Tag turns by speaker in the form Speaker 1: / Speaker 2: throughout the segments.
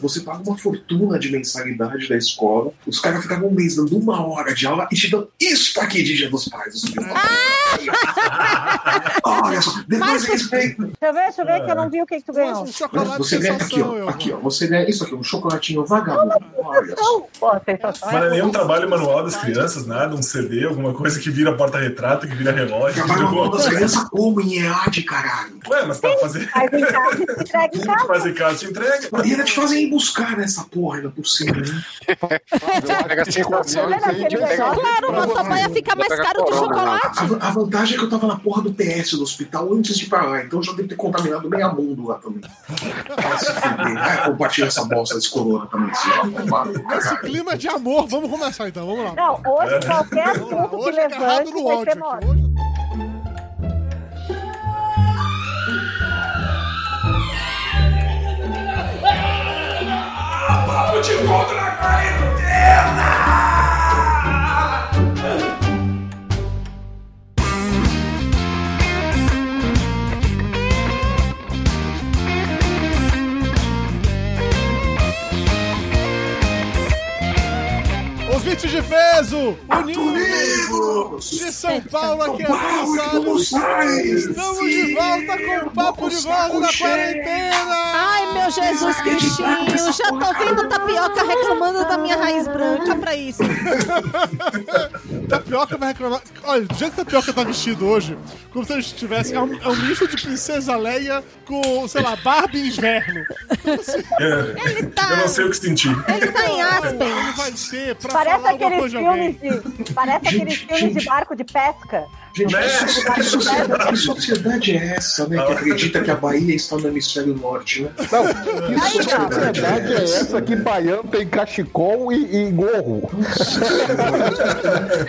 Speaker 1: Você paga uma fortuna de mensalidade da escola, os caras ficavam um mês dando uma hora de aula e te dão isso aqui de Dia dos Pais. Os filhos. Olha só, depois
Speaker 2: Mas-
Speaker 1: respeito.
Speaker 2: Deixa eu ver, deixa eu ver que eu não vi o que, que tu ganhou.
Speaker 3: um chocolate
Speaker 1: Você ganha aqui,
Speaker 3: sensação,
Speaker 1: ó.
Speaker 3: eu. né?
Speaker 1: Aqui, ó. Você ganha isso aqui, um chocolatinho vagabundo. Olha só.
Speaker 2: Porra, sensação.
Speaker 4: Mas não é nenhum trabalho manual das crianças, nada, um CD, alguma coisa que vira porta-retrato, que vira relógio. que vira
Speaker 1: Trabalho
Speaker 4: alguma
Speaker 1: manual das
Speaker 4: coisa.
Speaker 1: crianças como em EAD, caralho.
Speaker 4: Ué, mas tá fazendo.
Speaker 2: Faz em casa e entrega em casa.
Speaker 4: Fazer casa te entrega.
Speaker 1: E ainda te fazem ir buscar nessa porra ainda por cima, né?
Speaker 5: Pega cinco ações
Speaker 2: Lembra
Speaker 5: aí,
Speaker 2: né, aquele
Speaker 5: pega-
Speaker 2: negócio?
Speaker 6: Claro, mas só vai ficar mais caro que o chocolate.
Speaker 1: A, va- a vantagem é que eu tava na porra do PS do hospital antes de ir pra lá, então eu já devo ter contaminado meia mundo lá também. Vai se fuder, vai compartilhar essa bosta desse corona também. Assim,
Speaker 3: Nesse clima de amor, vamos começar então, vamos lá.
Speaker 2: Não, hoje qualquer
Speaker 3: Vamos lá,
Speaker 2: assunto que
Speaker 3: Hoje é agarrado
Speaker 2: levante
Speaker 3: no
Speaker 2: vai ser
Speaker 3: ódio
Speaker 2: morte.
Speaker 3: aqui. Hoje... é- Ouvinte de peso, unidos de São Paulo, aqui é Bruno Salles. Estamos de volta com o Papo de Voz da Quarentena.
Speaker 6: Ai, meu Jesus Cristinho, já tô vendo tapioca reclamando da minha raiz branca pra isso.
Speaker 3: Tapioca vai reclamar. Olha, do jeito que Tapioca tá vestido hoje, como se a gente tivesse. É um, é um misto de Princesa Leia com, sei lá, Barbie Inverno.
Speaker 4: É.
Speaker 6: Ele tá,
Speaker 4: Eu não sei o que sentir.
Speaker 6: ele tá em Aspen.
Speaker 3: Então, Ele vai ser pra
Speaker 2: Parece
Speaker 3: falar tá alguma
Speaker 2: aqueles
Speaker 3: coisa de alguém.
Speaker 2: filmes de. Parece aqueles
Speaker 1: Gente,
Speaker 2: filmes de
Speaker 1: gente.
Speaker 2: barco de pesca.
Speaker 1: Gente,
Speaker 4: Né?
Speaker 1: que sociedade, que sociedade- que sociedade é essa, né? Que acredita que a Bahia está no hemisfério norte, né?
Speaker 5: Não, que sociedade é essa que baiano tem cachecol e, e gorro?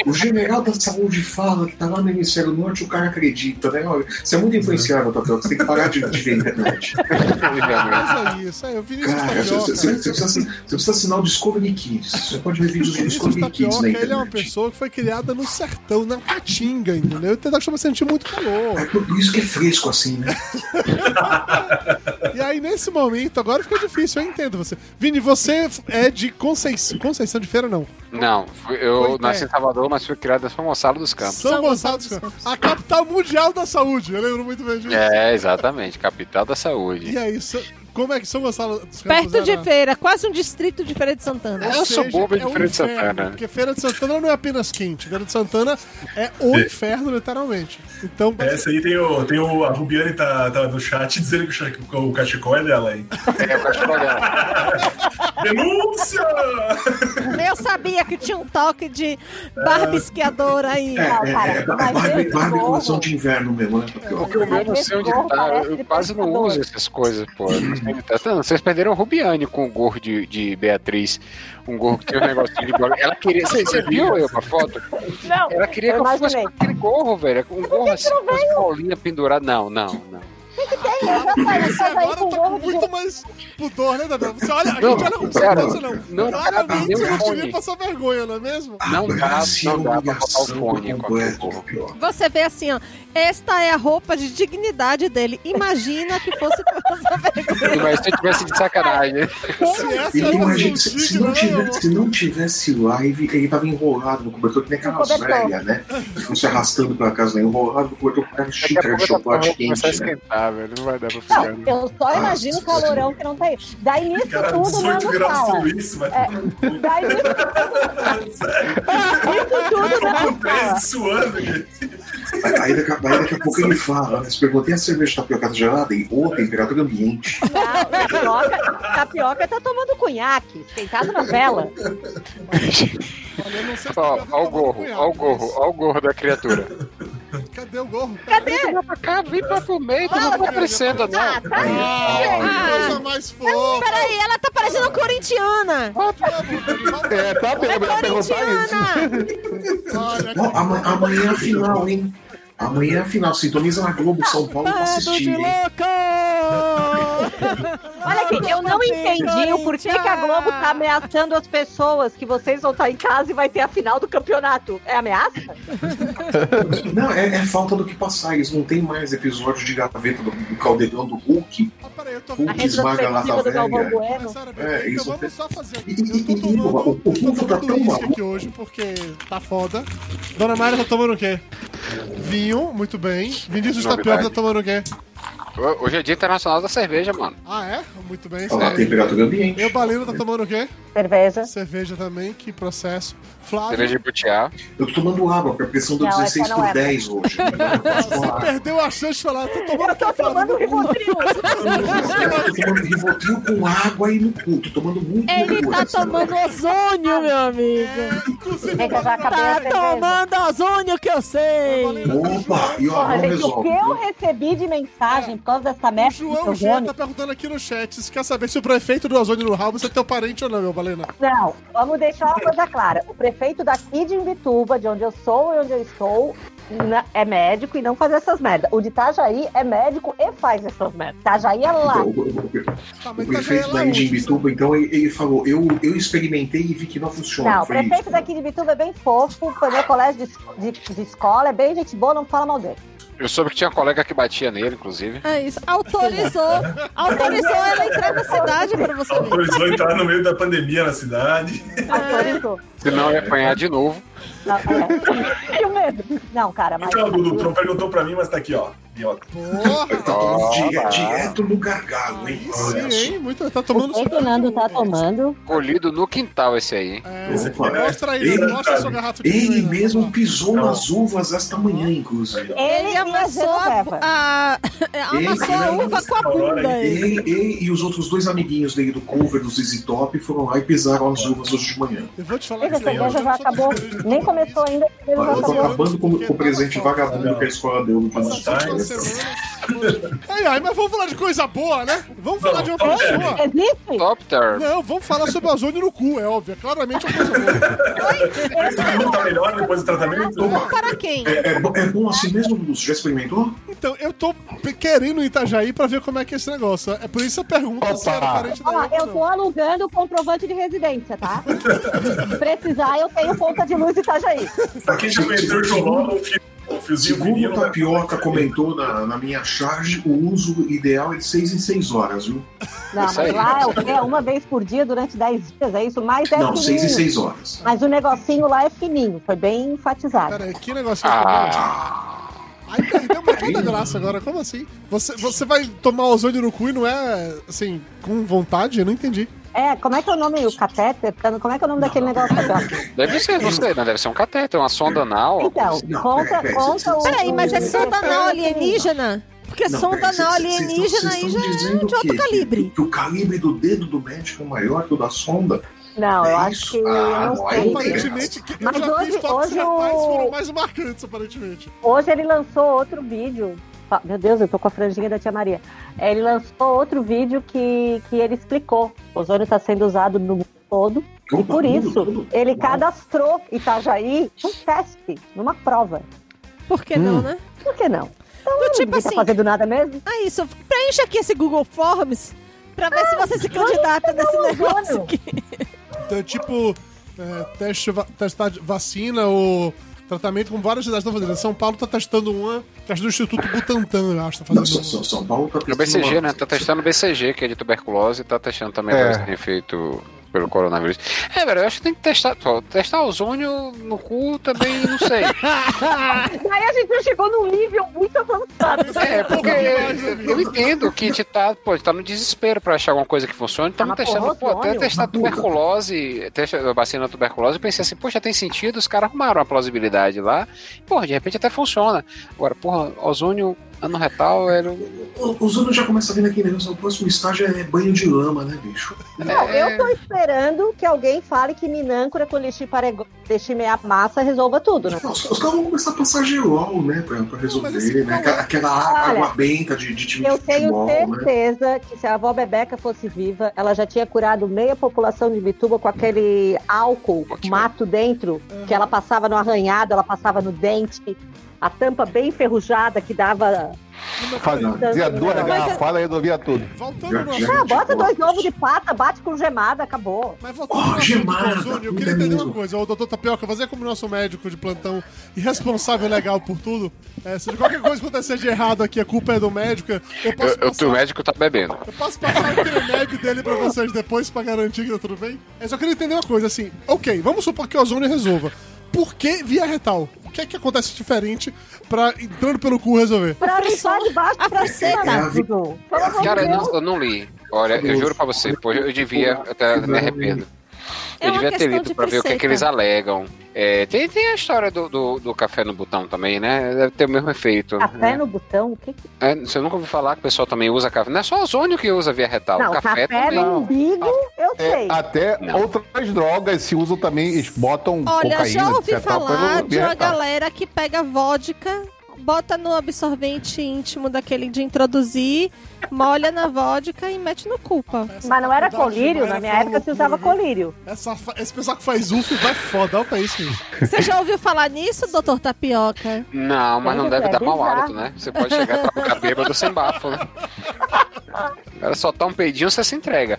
Speaker 1: O general da saúde fala que tá lá no hemisfério norte, o cara acredita, né? Olha, você é muito influenciável, Tatu, você tem que parar de, de ver a internet.
Speaker 3: Mas é isso, aí, o Vinícius
Speaker 1: Cara, você, você-
Speaker 3: Tapioca.
Speaker 1: você- você precisa, assin- você precisa assinar o Discovery Kids. Você pode ver vídeos do
Speaker 3: Vinícius
Speaker 1: Discovery Kids na
Speaker 3: Tapioca, ele é uma
Speaker 1: internet.
Speaker 3: pessoa que foi criada no sertão, na Caatinga, entendeu? Então costuma sentir muito calor.
Speaker 1: É por por isso que é fresco assim, né?
Speaker 3: E aí, nesse momento, agora fica difícil, eu entendo você. Vini, você é de Conceição. Conceição de Feira, não.
Speaker 5: Não, fui- eu
Speaker 3: Coité.
Speaker 5: nasci em Salvador, mas fui criado em São Gonçalo dos Campos.
Speaker 3: São
Speaker 6: São
Speaker 3: Gonçalo
Speaker 6: Gonçalo
Speaker 3: dos
Speaker 6: dos
Speaker 3: Campos. A capital mundial da saúde. Eu lembro muito bem disso.
Speaker 5: É, exatamente, capital da saúde.
Speaker 3: E aí, Sa- como é que São Gonçalo dos Campos
Speaker 6: Perto de
Speaker 3: era?
Speaker 6: Feira, quase um distrito de Feira de Santana.
Speaker 5: É um subúrbio de
Speaker 3: um
Speaker 5: Feira de
Speaker 3: inferno,
Speaker 5: Santana.
Speaker 3: Porque Feira de Santana não é apenas quente. Feira de Santana é o inferno, literalmente. Então,
Speaker 4: Essa aí tem o. Tem o a Rubiane tá, tá no chat dizendo que o cha- que o cachecol é dela, hein?
Speaker 5: É, o cachecol dela.
Speaker 4: Denúncia!
Speaker 6: Eu sabia que tinha um toque de barba esquiadora aí.
Speaker 1: É,
Speaker 2: Não,
Speaker 1: é,
Speaker 2: cara,
Speaker 1: é,
Speaker 2: mas
Speaker 1: Barbie,
Speaker 2: esse
Speaker 1: Barbie
Speaker 2: gorro-
Speaker 1: coleção de inverno mesmo, né?
Speaker 5: Porque o meu eu não sei onde tá. Eu quase não uso essas coisas, pô. Eu não sei onde tá. Não, Vocês perderam o Rubiane com o gorro de, de Beatriz. Um gorro que tinha um negocinho de bola. Ela queria. Você, você viu eu a foto?
Speaker 2: Não,
Speaker 5: Ela queria que eu fosse
Speaker 2: imaginei.
Speaker 5: com aquele gorro, velho. Um gorro assim, com as bolinhas penduradas. Não, não, não.
Speaker 2: Eu já saí-
Speaker 3: Você
Speaker 2: já saí
Speaker 3: agora
Speaker 2: com
Speaker 3: tá com
Speaker 2: gorro de
Speaker 3: muito mais pudor, né, Davi? Você olha, a
Speaker 5: Não,
Speaker 3: gente olha com
Speaker 5: cara,
Speaker 3: segurança, não.
Speaker 5: não, cara, um
Speaker 3: Claramente
Speaker 5: meu
Speaker 3: você não devia
Speaker 5: fone.
Speaker 3: passar vergonha, não é mesmo?
Speaker 5: Não
Speaker 1: Ah,
Speaker 5: dá, não dá pra botar o
Speaker 1: Abraço e
Speaker 5: fone
Speaker 1: humilhação
Speaker 5: com aquele
Speaker 1: completa,
Speaker 5: gorro.
Speaker 1: pior.
Speaker 6: Você vê assim, ó. Esta é a roupa de dignidade dele. Imagina que fosse essa vergonha.
Speaker 5: Mas se eu tivesse de sacanagem.
Speaker 2: um
Speaker 3: Se essa
Speaker 5: um
Speaker 1: Ele
Speaker 3: é uma
Speaker 5: assim,
Speaker 1: imagina, se, se não
Speaker 3: contigo, né,
Speaker 1: tivesse,
Speaker 3: amor?
Speaker 1: se não tivesse live, ele tava enrolado no cobertor, que nem aquela
Speaker 2: No cobertor.
Speaker 1: velha, né? Ficam se arrastando pela casa, né? enrolado no cobertor, com aquela
Speaker 5: Daqui a
Speaker 1: xícara de
Speaker 5: pouco eu vou
Speaker 1: chocolate
Speaker 5: começar a
Speaker 1: quente, né?
Speaker 5: esquentar, velho. Não vai dar pra ficar.
Speaker 2: Não, eu só imagino o calorão que não tá aí. Daí nisso
Speaker 4: Cara,
Speaker 2: tudo, o
Speaker 4: 18
Speaker 2: Nando
Speaker 4: graus
Speaker 2: fala.
Speaker 4: tudo isso, mas.
Speaker 2: Daí nisso nisso tudo, o Nando fala.
Speaker 4: Três suando, gente.
Speaker 1: Aí, aí daqui, a- aí daqui a pouco ele fala, né? Se perguntei a cerveja tá pior gelada e ou a temperatura ambiente.
Speaker 2: Não, tapioca, tapioca tá tomando cunhaque, sentado na vela.
Speaker 3: Olha, eu não sei se tá
Speaker 5: Ó,
Speaker 3: pegando
Speaker 5: ó o
Speaker 3: tá
Speaker 5: gorro,
Speaker 3: vergonha,
Speaker 5: ó o
Speaker 3: mas
Speaker 5: gorro, ó o gorro da criatura.
Speaker 3: Cadê o gorro?
Speaker 2: Cadê?
Speaker 5: Vem pra cá, vem pra pro meio, tu não tá aparecendo,
Speaker 2: Ah,
Speaker 5: não.
Speaker 2: tá aí.
Speaker 3: Ah, que coisa mais fofa.
Speaker 6: Peraí, ela tá parecendo uma corintiana.
Speaker 5: É, tá
Speaker 6: É corintiana.
Speaker 3: Olha,
Speaker 1: Ó, ama- amanhã é a final, hein? Amanhã é a
Speaker 5: Tá
Speaker 6: Tá
Speaker 1: final. Sintoniza na Globo São Paulo pra
Speaker 6: Bando
Speaker 1: assistir,
Speaker 6: de
Speaker 1: hein?
Speaker 6: louco.
Speaker 2: Olha assim, eu não
Speaker 6: Tem
Speaker 2: entendi o porquê que a Globo tá ameaçando as pessoas que vocês vão estar em casa e vai ter a final do campeonato. É ameaça?
Speaker 1: Não, é, é falta do que passar. Eles não tem mais episódio de gaveta do, do caldeirão do Hulk.
Speaker 3: Ah, peraí, eu tô
Speaker 1: A
Speaker 3: vendo.
Speaker 1: esmaga a
Speaker 2: retrospectiva
Speaker 1: lata
Speaker 2: do Galvão
Speaker 1: velha.
Speaker 2: Bueno.
Speaker 3: Começaram a
Speaker 1: É,
Speaker 3: beber, então
Speaker 1: isso
Speaker 3: vamos
Speaker 1: tem-
Speaker 3: só fazer aqui.
Speaker 1: E-
Speaker 3: Eu tô
Speaker 1: e- e-
Speaker 3: tomando,
Speaker 1: o- o
Speaker 3: eu tô
Speaker 1: mundo tá
Speaker 3: tomando
Speaker 1: tão
Speaker 3: uísque
Speaker 1: maluco.
Speaker 3: aqui hoje porque tá foda. Dona Mayra tá tomando o quê? Vinho, muito bem. Vinícius Tapioca tá
Speaker 5: Novidade.
Speaker 3: tomando o quê?
Speaker 5: Hoje é Dia Internacional da Cerveja, mano.
Speaker 3: Ah, é? Muito bem.
Speaker 1: Olha lá, a
Speaker 3: excelente.
Speaker 1: temperatura ambiente.
Speaker 3: Meu baleno tá tomando o quê?
Speaker 2: Cerveja.
Speaker 3: Cerveja também, que processo. Flávio,
Speaker 5: Cerveja de butiá.
Speaker 1: Eu tô tomando água, porque a pressão deu
Speaker 2: Não, essa
Speaker 1: 16
Speaker 2: não
Speaker 1: por
Speaker 2: é.
Speaker 1: 10 hoje.
Speaker 3: você perdeu a chance de falar. Tô Tá
Speaker 2: Eu
Speaker 3: tomando o quê,
Speaker 2: tô Tá tomando
Speaker 3: Flávio?
Speaker 2: Rivotril.
Speaker 1: Eu tô tomando Rivotril com água e no cu. Tô tomando muito
Speaker 6: Ele tá tomando ozônio, meu amigo.
Speaker 3: É, inclusive,
Speaker 2: Vem cagar a cabeça.
Speaker 6: Tá tomando ozônio que eu sei.
Speaker 1: Opa, e ó,
Speaker 2: Porra,
Speaker 1: não
Speaker 2: gente, o que
Speaker 1: resolve.
Speaker 2: eu recebi de mensagem por causa dessa
Speaker 3: O
Speaker 2: merda de
Speaker 3: João G tá perguntando aqui no chat se quer saber se o prefeito do Ozônio no Rabo é teu parente ou não, meu balena.
Speaker 2: Não, vamos deixar uma coisa clara. O prefeito daqui de Imbituba, de onde eu sou e onde eu estou, na- é médico e não faz essas merdas. O de Itajaí é médico e faz essas merdas. Itajaí é lá.
Speaker 1: Então, o- o-
Speaker 3: Tá,
Speaker 1: o
Speaker 3: mas tá
Speaker 1: prefeito
Speaker 3: ganhando
Speaker 1: daí de
Speaker 3: aonde?
Speaker 1: Imbituba, então, ele ele falou: eu, eu experimentei e vi que não funciona.
Speaker 2: Não, o
Speaker 1: Foi isso. né?
Speaker 2: prefeito daqui de Imbituba é bem fofo, foi meu colégio de, de- de escola, é bem gente boa, não fala mal dele.
Speaker 5: Eu soube que tinha um colega que batia nele, inclusive.
Speaker 6: É isso. Autorizou. Autorizou ela a entrar na cidade pra você ver.
Speaker 4: Autorizou entrar no meio da pandemia na cidade.
Speaker 2: Autorizou.
Speaker 5: Senão eu ia apanhar de novo.
Speaker 2: Não, é. Tenho medo. Não, cara, mas. assim,
Speaker 4: Então, o Dudu Tron perguntou pra mim, mas tá aqui, ó. Idiota.
Speaker 1: Ele
Speaker 3: Porra!
Speaker 1: Tá tomando
Speaker 5: Ah,
Speaker 1: dire-
Speaker 5: lá.
Speaker 1: direto no gargalo, hein?
Speaker 3: Aí
Speaker 1: Olha
Speaker 3: sim,
Speaker 1: só.
Speaker 3: hein? Muito, tá
Speaker 2: O
Speaker 3: tomando
Speaker 2: que que o Nando tá tomando?
Speaker 5: Colhido no quintal esse aí, hein?
Speaker 3: É,
Speaker 4: Esse aqui, né?
Speaker 3: mostra aí,
Speaker 4: Ele-
Speaker 3: mostra a sua garrafa de
Speaker 1: Ele
Speaker 3: vinho aí,
Speaker 1: mesmo
Speaker 3: Nando.
Speaker 1: pisou
Speaker 4: Não.
Speaker 1: nas uvas esta manhã, inclusive.
Speaker 6: Ele
Speaker 2: e a
Speaker 6: amassou
Speaker 2: Genoveva.
Speaker 6: a, a, amassou a
Speaker 1: Ele-
Speaker 6: uva com a bunda. ele.
Speaker 1: Ele, ele e os outros dois amiguinhos dele do cover do ZZ Top foram lá e pisaram as uvas hoje de manhã.
Speaker 3: Eu vou te falar
Speaker 2: Essa
Speaker 3: que esse
Speaker 2: cerveja
Speaker 3: negócio
Speaker 2: já
Speaker 3: só tá
Speaker 2: acabou.
Speaker 3: feliz de
Speaker 2: Nem
Speaker 3: tomar
Speaker 2: começou ainda, a cerveja já
Speaker 1: Eu tô
Speaker 2: acabou.
Speaker 1: acabando com com o presente vagabundo que a escola deu no
Speaker 3: isso. Essas últimas
Speaker 1: Palmeiras.
Speaker 3: semanas- Ai, ai, mas vamos falar de coisa boa, né? Vamos falar de uma
Speaker 4: Não,
Speaker 3: pessoa.
Speaker 2: Existe?
Speaker 5: Top Term.
Speaker 3: Não, vamos falar sobre ozônio no cu, é óbvio. é Claramente uma coisa boa.
Speaker 4: Esse Dudu tá melhor depois do tratamento?
Speaker 6: Para quem?
Speaker 1: É, é bo- é bom assim mesmo, Lúcio? Já experimentou?
Speaker 3: Então, eu tô p- querendo ir em Itajaí pra ver como é que é esse negócio. É por isso a pergunta se era parente da
Speaker 2: Ó,
Speaker 3: outra,
Speaker 2: Ah, eu
Speaker 3: não.
Speaker 2: tô alugando o comprovante de residência, tá? Se precisar, eu tenho conta de luz e Itajaí.
Speaker 4: Pra quem já conheceu o Joló, o fi- o fiozinho
Speaker 1: Segundo o
Speaker 4: vinil. né?
Speaker 1: Tapioca comentou na, na minha charge, o uso ideal é de 6 em 6 horas, viu?
Speaker 2: Não,
Speaker 5: Isso
Speaker 2: mas
Speaker 5: aí.
Speaker 2: lá é o quê? Uma vez por dia durante 10 dias, é isso? Mas é
Speaker 1: Não, 6 em
Speaker 2: fininho.
Speaker 1: 6 horas.
Speaker 2: Mas o negocinho lá é fininho, foi bem enfatizado.
Speaker 3: Pera aí, que negócio que eu tô
Speaker 5: Ah,
Speaker 3: Aí perdeu uma toda a graça agora, como assim? Você, você vai tomar ozônio no cu e não é, assim, com vontade? Eu não entendi.
Speaker 2: É, como é que é o nome? O catéter? Como é que é o nome daquele negócio? Tapioca?
Speaker 5: deve ser, não sei, né? Deve ser um cateter, uma sonda anal.
Speaker 2: Então,
Speaker 1: Não,
Speaker 2: conta,
Speaker 1: pera, pera,
Speaker 2: conta o...
Speaker 6: Peraí, mas é
Speaker 2: o-
Speaker 6: sonda anal alienígena? Porque
Speaker 1: Não,
Speaker 6: sonda
Speaker 1: peraí, cês-
Speaker 6: anal
Speaker 1: cês tão-
Speaker 6: alienígena aí
Speaker 1: cês
Speaker 6: já
Speaker 1: tão
Speaker 6: é
Speaker 1: dizendo
Speaker 6: de outro
Speaker 1: que-
Speaker 6: calibre.
Speaker 1: Que, que o calibre do dedo do médico é maior que o da sonda?
Speaker 2: Não, eu
Speaker 1: É
Speaker 2: acho
Speaker 1: isso?
Speaker 2: que... eu
Speaker 1: Ah, não,
Speaker 2: não sei.
Speaker 1: aí tem
Speaker 3: Aparentemente, que eu
Speaker 2: Mas
Speaker 3: já
Speaker 2: hoje-
Speaker 3: fiz tops
Speaker 2: hoje
Speaker 3: retais
Speaker 2: o-
Speaker 3: foram mais marcantes, aparentemente.
Speaker 2: Hoje ele lançou outro vídeo. Fa- Meu Deus, eu tô com a franjinha da tia Maria. É, Ele lançou outro vídeo que, que ele explicou. O ozônio está sendo usado no mundo todo. E por isso, ele cadastrou Itajaí num teste, numa prova.
Speaker 6: Por que não, né?
Speaker 2: Por que não?
Speaker 6: Do tipo
Speaker 2: Ninguém tá
Speaker 6: assim,
Speaker 2: fazendo nada mesmo?
Speaker 6: é isso. Preencha aqui esse Google Forms pra ver se você se candidata nesse
Speaker 2: um
Speaker 6: negócio
Speaker 2: ozônio.
Speaker 6: aqui.
Speaker 3: Então, é tipo, é, teste, va- testar de vacina ou tratamento com várias cidades estão fazendo. São Paulo tá testando uma, que acho do Instituto Butantan, eu acho, tá
Speaker 1: Não,
Speaker 3: fazendo
Speaker 1: São,
Speaker 3: uma.
Speaker 1: São- São Paulo tá
Speaker 5: No BCG, né? Tá testando o BCG, que é de tuberculose, e tá testando também
Speaker 7: É.
Speaker 5: é. tem feito pelo coronavírus. É, velho, eu acho que tem que testar. Pô, testar ozônio no cu também, não sei.
Speaker 2: Aí a gente já chegou num nível muito avançado. né?
Speaker 5: É, porque
Speaker 3: demais,
Speaker 5: eu entendo que a gente tá, pô, a gente tá no desespero pra achar alguma coisa que funcione. Estamos
Speaker 2: Ah, mas
Speaker 5: testando,
Speaker 2: porra,
Speaker 5: pô, até
Speaker 2: ozônio.
Speaker 5: testar tuberculose, testa, vacina da tuberculose. Eu pensei assim, poxa, tem sentido, os caras arrumaram uma plausibilidade lá. Porra, de repente até funciona. Agora, porra, ozônio um- ano retal, velho.
Speaker 1: O, os anos já começam a né? vir naquele negócio. O próximo estágio é banho de lama, né, bicho?
Speaker 2: Não,
Speaker 5: é.
Speaker 2: eu tô esperando que alguém fale que Minâncora com leximeia massa resolva tudo, né?
Speaker 1: Não, os, os caras vão começar a passar gelol, né? Pra, pra resolver,
Speaker 3: Não, mas assim,
Speaker 1: né? Aquela, aquela água,
Speaker 2: Olha,
Speaker 1: água benta de, de time
Speaker 2: Eu
Speaker 1: de
Speaker 2: tenho
Speaker 1: futebol, né?
Speaker 2: certeza que se a avó Bebeca fosse viva, ela já tinha curado meia população de Bituba com aquele álcool,
Speaker 5: Ótimo.
Speaker 2: mato dentro, que ela passava no arranhado, ela passava no dente. a tampa bem enferrujada que dava.
Speaker 7: Uma Fazia duas
Speaker 2: Mas é-
Speaker 7: garrafadas e resolvia tudo.
Speaker 3: Voltando no
Speaker 1: Gente,
Speaker 2: Ah,
Speaker 3: assunto.
Speaker 2: bota
Speaker 1: boa.
Speaker 2: dois ovos de pata, bate com gemada, acabou.
Speaker 3: Mas voltando
Speaker 1: Oh,
Speaker 3: no assunto
Speaker 1: gemada,
Speaker 3: do Bolsonaro, eu
Speaker 1: puta
Speaker 3: queria entender uma
Speaker 1: mesmo.
Speaker 3: coisa. O doutor Tapioca, você é como nosso médico de plantão e responsável legal por tudo, é, se de qualquer coisa acontecer de errado aqui, a culpa é do médico, eu
Speaker 5: Eu,
Speaker 3: posso
Speaker 5: eu,
Speaker 3: passar,
Speaker 5: o médico tá bebendo.
Speaker 3: eu posso passar o Cremeg dele pra vocês depois pra garantir que tá tudo bem? Eu só queria entender uma coisa, assim, ok, vamos supor que o ozônio resolva. Por que via retal? O que é que acontece diferente pra entrando pelo cu resolver?
Speaker 2: Pra limpar de baixo
Speaker 6: A
Speaker 2: pra
Speaker 1: É a
Speaker 2: cima, né,
Speaker 1: vi-
Speaker 2: Dudu. Pelo amor de
Speaker 5: Cara, eu
Speaker 2: Deus.
Speaker 5: não, eu não li. Olha, eu juro pra você, pô, eu devia, até me arrependo.
Speaker 6: É
Speaker 5: Eu
Speaker 6: uma
Speaker 5: devia ter
Speaker 6: questão
Speaker 5: lido
Speaker 6: de
Speaker 5: pra ver o que, é que
Speaker 6: preceito.
Speaker 5: eles alegam. É, tem, tem a história do, do, do café no botão também, né? Deve ter o mesmo efeito.
Speaker 2: Café no botão? O que que...
Speaker 5: É, você nunca ouviu falar que o pessoal também usa café. Não é só ozônio que usa via retal.
Speaker 2: Não,
Speaker 5: café,
Speaker 2: café,
Speaker 5: também.
Speaker 2: no umbigo, eu
Speaker 7: É,
Speaker 2: sei.
Speaker 7: até
Speaker 5: Não.
Speaker 7: outras drogas se usam também, eles botam
Speaker 6: Olha,
Speaker 7: cocaína,
Speaker 6: já ouvi
Speaker 7: etc, pra tá?
Speaker 6: falar de uma
Speaker 7: libertar.
Speaker 6: galera que pega vodka, bota no absorvente íntimo daquele de introduzir, molha na vodka e mete no culpa.
Speaker 2: Mas não era colírio,
Speaker 3: Era
Speaker 2: na minha
Speaker 3: uma
Speaker 2: época se
Speaker 3: loucura,
Speaker 2: usava
Speaker 3: viu?
Speaker 2: colírio.
Speaker 3: Essa fa- esse pessoal que faz UF vai foda, olha pra isso, gente.
Speaker 6: Você já ouviu falar nisso, doutor Tapioca?
Speaker 5: Não, mas não
Speaker 2: Olha,
Speaker 5: deve
Speaker 2: é
Speaker 5: dar mau
Speaker 2: bizarro.
Speaker 5: hálito, né? Você pode chegar pra ficar bêbado sem bafo, né? Agora soltar um peidinho, você se entrega.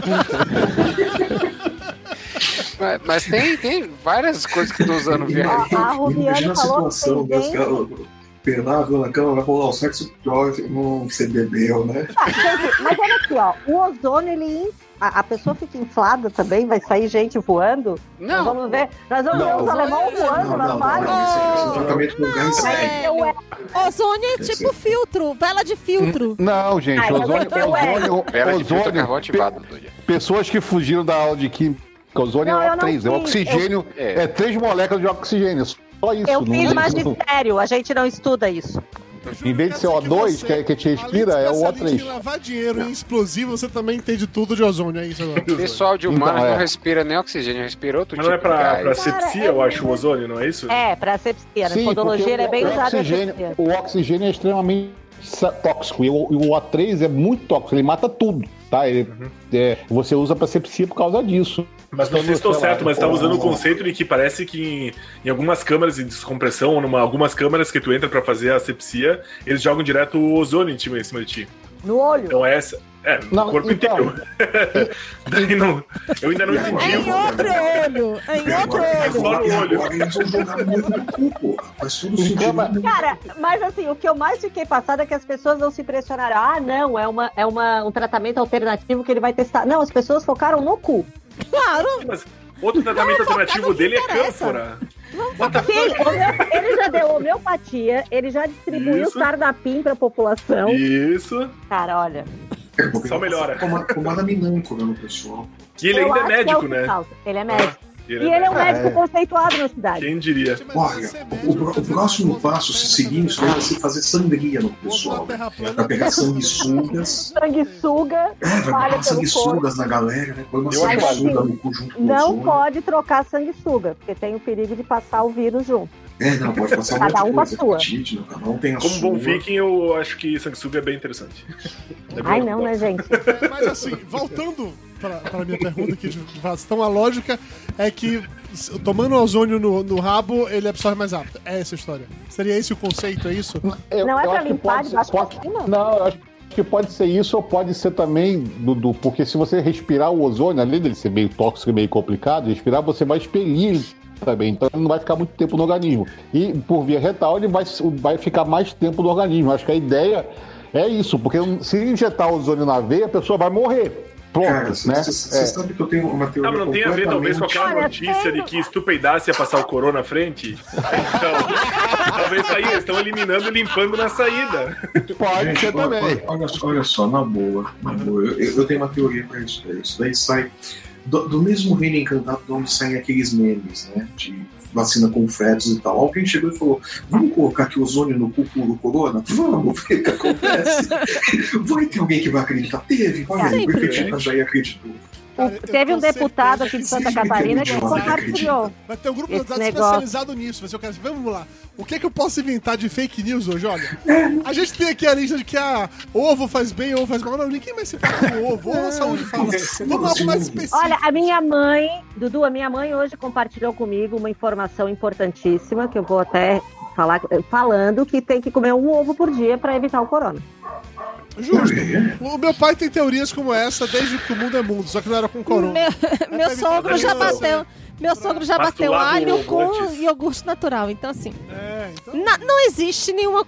Speaker 5: mas mas tem, tem várias coisas que eu tô usando via
Speaker 2: Ó, a
Speaker 1: Imagina
Speaker 2: Rubiane
Speaker 1: a
Speaker 2: falou
Speaker 1: situação,
Speaker 2: que
Speaker 1: Deus,
Speaker 2: tem gente-
Speaker 1: cara, pelado na cama, vai rolar o sexo, droga, não, você bebeu, né?
Speaker 2: Ah, gente, Mas olha aqui, ó. O ozônio, ele. in- A, a pessoa fica inflada também, vai sair gente voando. Nós
Speaker 5: Não,
Speaker 2: vamos ver. Nós vamos ver
Speaker 7: Não.
Speaker 2: os alemão voando
Speaker 1: Não,
Speaker 2: na
Speaker 1: não, não,
Speaker 2: palha.
Speaker 1: isso é- isso é um tratamento com gás sério.
Speaker 6: Velho, é. Ozônio é
Speaker 1: Deve
Speaker 6: tipo filtro, vela de filtro.
Speaker 7: Não, gente,
Speaker 2: Ai,
Speaker 7: ozônio,
Speaker 2: eu- eu-
Speaker 7: ozônio,
Speaker 5: Vera de filtro é carvão
Speaker 7: ozônio, pe-
Speaker 5: ativado. doido.
Speaker 7: pessoas que fugiram da aula de química, ozônio
Speaker 2: Não, eu não
Speaker 7: é O3, é
Speaker 2: fiz,
Speaker 7: oxigênio,
Speaker 5: É.
Speaker 7: é três moléculas de oxigênio, só isso.
Speaker 2: Eu
Speaker 7: não-
Speaker 2: fiz
Speaker 7: não-
Speaker 2: magistério, a gente não estuda isso.
Speaker 7: Em vez de ser
Speaker 3: Quer dizer
Speaker 7: O2,
Speaker 3: você,
Speaker 7: que, é- que te respira,
Speaker 3: além de
Speaker 7: é o
Speaker 3: especialista em
Speaker 7: O3.
Speaker 3: lavar dinheiro em explosivo, você também entende tudo de ozônio, é isso agora.
Speaker 5: Pessoal de humanos
Speaker 7: Então, é.
Speaker 5: não respira nem oxigênio, respira outro
Speaker 4: Mas
Speaker 5: tipo
Speaker 4: não é pra,
Speaker 5: de
Speaker 4: pra
Speaker 5: gás.
Speaker 4: sepsia, eu acho, o ozônio, não é isso?
Speaker 2: É, pra asepsia. Na
Speaker 7: Sim,
Speaker 2: podologia
Speaker 7: porque
Speaker 2: ele é bem
Speaker 7: o,
Speaker 2: usado. a
Speaker 7: oxigênio,
Speaker 2: asepsia.
Speaker 7: o oxigênio é extremamente sa- tóxico e o, e o O3 é muito tóxico, ele mata tudo, tá? Ele,
Speaker 4: Uhum.
Speaker 7: é, você usa pra sepsia por causa disso.
Speaker 4: Mas não sei se estou
Speaker 7: Sei lá,
Speaker 4: certo, mas estava usando o
Speaker 7: como-
Speaker 4: conceito de que parece que em, em algumas câmaras de descompressão, ou numa, algumas câmaras que tu entra pra fazer a asepsia, eles jogam direto o ozônio em ti- em cima de ti.
Speaker 2: No olho.
Speaker 4: Então é essa. É, no
Speaker 7: Não,
Speaker 4: corpo
Speaker 7: então-
Speaker 4: inteiro. Daí não, eu ainda não
Speaker 6: É
Speaker 4: entendi.
Speaker 6: em outro olho, é em outro
Speaker 1: Agora,
Speaker 6: olho.
Speaker 4: Só no olho.
Speaker 1: agora eles vão jogar muito no cu, porra. Faz tudo
Speaker 7: Em
Speaker 1: sentido.
Speaker 7: cama-
Speaker 2: Cara, mas assim, o que eu mais fiquei passada é que as pessoas não se impressionaram. Ah, não, é, uma, é uma, um tratamento alternativo que ele vai testar. Não, as pessoas focaram no cu.
Speaker 6: Claro,
Speaker 4: Outro tratamento alternativo
Speaker 6: no que
Speaker 4: dele é
Speaker 6: interessa.
Speaker 4: cânfora.
Speaker 2: Sim, homeo- ele já deu homeopatia, ele já distribuiu
Speaker 4: Isso.
Speaker 2: sarnapim pra população.
Speaker 4: Isso.
Speaker 2: Cara, olha.
Speaker 1: É, porque
Speaker 4: Só melhora.
Speaker 1: Toma- Tomada minâncora no pessoal.
Speaker 4: Que ele
Speaker 2: eu
Speaker 4: ainda é
Speaker 2: acho que o
Speaker 4: médico,
Speaker 2: que
Speaker 4: né?
Speaker 2: falta. Ele é médico.
Speaker 4: Ele
Speaker 2: E
Speaker 4: é
Speaker 2: ele é um
Speaker 4: médico.
Speaker 2: médico conceituado na cidade.
Speaker 4: Quem diria?
Speaker 1: Olha, o, pro- o próximo passo, se seguir isso, aí, vai ser fazer sangria no pessoal. né? Vai pegar sanguessugas.
Speaker 2: Sanguessuga,
Speaker 1: É, vai
Speaker 2: Olha
Speaker 1: pegar
Speaker 2: pelo corpo.
Speaker 1: sanguessugas na galera, né? Põe uma
Speaker 4: Eu acho
Speaker 1: sanguessuga no cu junto com o
Speaker 2: não
Speaker 1: ozônio.
Speaker 2: pode trocar sanguessuga, porque tem o perigo de passar o vírus junto.
Speaker 1: É, não, pode passar um monte
Speaker 2: Cada
Speaker 1: de
Speaker 2: um com a
Speaker 1: coisa.
Speaker 2: sua.
Speaker 1: Hepatite, não, cada um tem a
Speaker 4: Como
Speaker 1: sua.
Speaker 4: bom viking, eu acho que sanguessuga é bem interessante. É bem
Speaker 2: Ai, não, né, gente?
Speaker 3: Mas assim, voltando pra, pra minha pergunta aqui de vaso, então a lógica é que s- tomando ozônio no, no rabo, ele absorve mais rápido. É essa a história. Seria esse o conceito, é isso?
Speaker 7: Eu-
Speaker 2: Não é
Speaker 7: eu
Speaker 2: pra
Speaker 7: acho que
Speaker 2: limpar
Speaker 7: pode
Speaker 2: de
Speaker 7: ser-
Speaker 2: baixo pra
Speaker 7: pode-
Speaker 2: cima?
Speaker 7: Não, eu acho que pode ser isso ou pode ser também, Dudu, porque se você respirar o ozônio, além dele ser meio tóxico e meio complicado, respirar você vai expelir ele também, então ele não vai ficar muito tempo no organismo. E por via retal, ele vai, vai ficar mais tempo no organismo. Acho que a ideia é isso, porque se injetar ozônio na veia, a pessoa vai morrer. Pronto,
Speaker 1: Cara, você
Speaker 7: né? É.
Speaker 1: sabe que eu tenho uma teoria
Speaker 4: Não, Ah, mas não tem a ver talvez com
Speaker 1: completamente-
Speaker 4: aquela
Speaker 2: Olha, tem-
Speaker 4: notícia de que estupeidasse ia passar o corona à frente? Então, talvez aí eles estão eliminando e limpando na saída.
Speaker 7: Pode
Speaker 1: Gente,
Speaker 7: ser
Speaker 1: olha,
Speaker 7: é também.
Speaker 1: Olha, olha só, olha só, na boa, na boa. Eu, eu- eu tenho uma teoria pra isso. pra isso. Daí sai do, do mesmo reino encantado de onde saem aqueles memes, né? De vacina com fetos e tal. Alguém chegou e falou: vamos colocar aqui ozônio no cucu do corona? Vamos ver o que acontece. vai ter alguém que vai acreditar. Teve, olha aí, o
Speaker 6: Sempre.
Speaker 1: prefeito já acreditou.
Speaker 3: Cara, eu
Speaker 2: Teve um
Speaker 3: tenho
Speaker 2: deputado
Speaker 3: certeza
Speaker 2: aqui de
Speaker 3: que
Speaker 2: Santa
Speaker 3: sim,
Speaker 2: Catarina
Speaker 1: que
Speaker 2: que
Speaker 1: idiota
Speaker 2: compartilhou.
Speaker 3: Vai ter um grupo
Speaker 2: Esse
Speaker 3: do WhatsApp
Speaker 2: negócio.
Speaker 3: especializado nisso. Vai ser o cara assim, vamos lá. O que, é que eu posso inventar de fake news hoje? Olha, a gente tem aqui a lista de que a ovo faz bem, ovo faz mal. Não, ninguém mais se fala com ovo. Ovo a saúde fala. Vamos algo mais específico.
Speaker 2: Olha, a minha mãe, Dudu, a minha mãe hoje compartilhou comigo uma informação importantíssima que eu vou até falar, falando que tem que comer um ovo por dia para evitar o corona.
Speaker 3: Justo. O meu pai tem teorias como essa desde que o mundo é mundo, só que não era com corona.
Speaker 6: Meu, meu sogro já bateu. Meu sogro já bateu
Speaker 4: Masturado
Speaker 6: alho com
Speaker 4: iogurtes.
Speaker 6: iogurte natural, então assim.
Speaker 3: É, então,
Speaker 6: na- não existe nenhuma.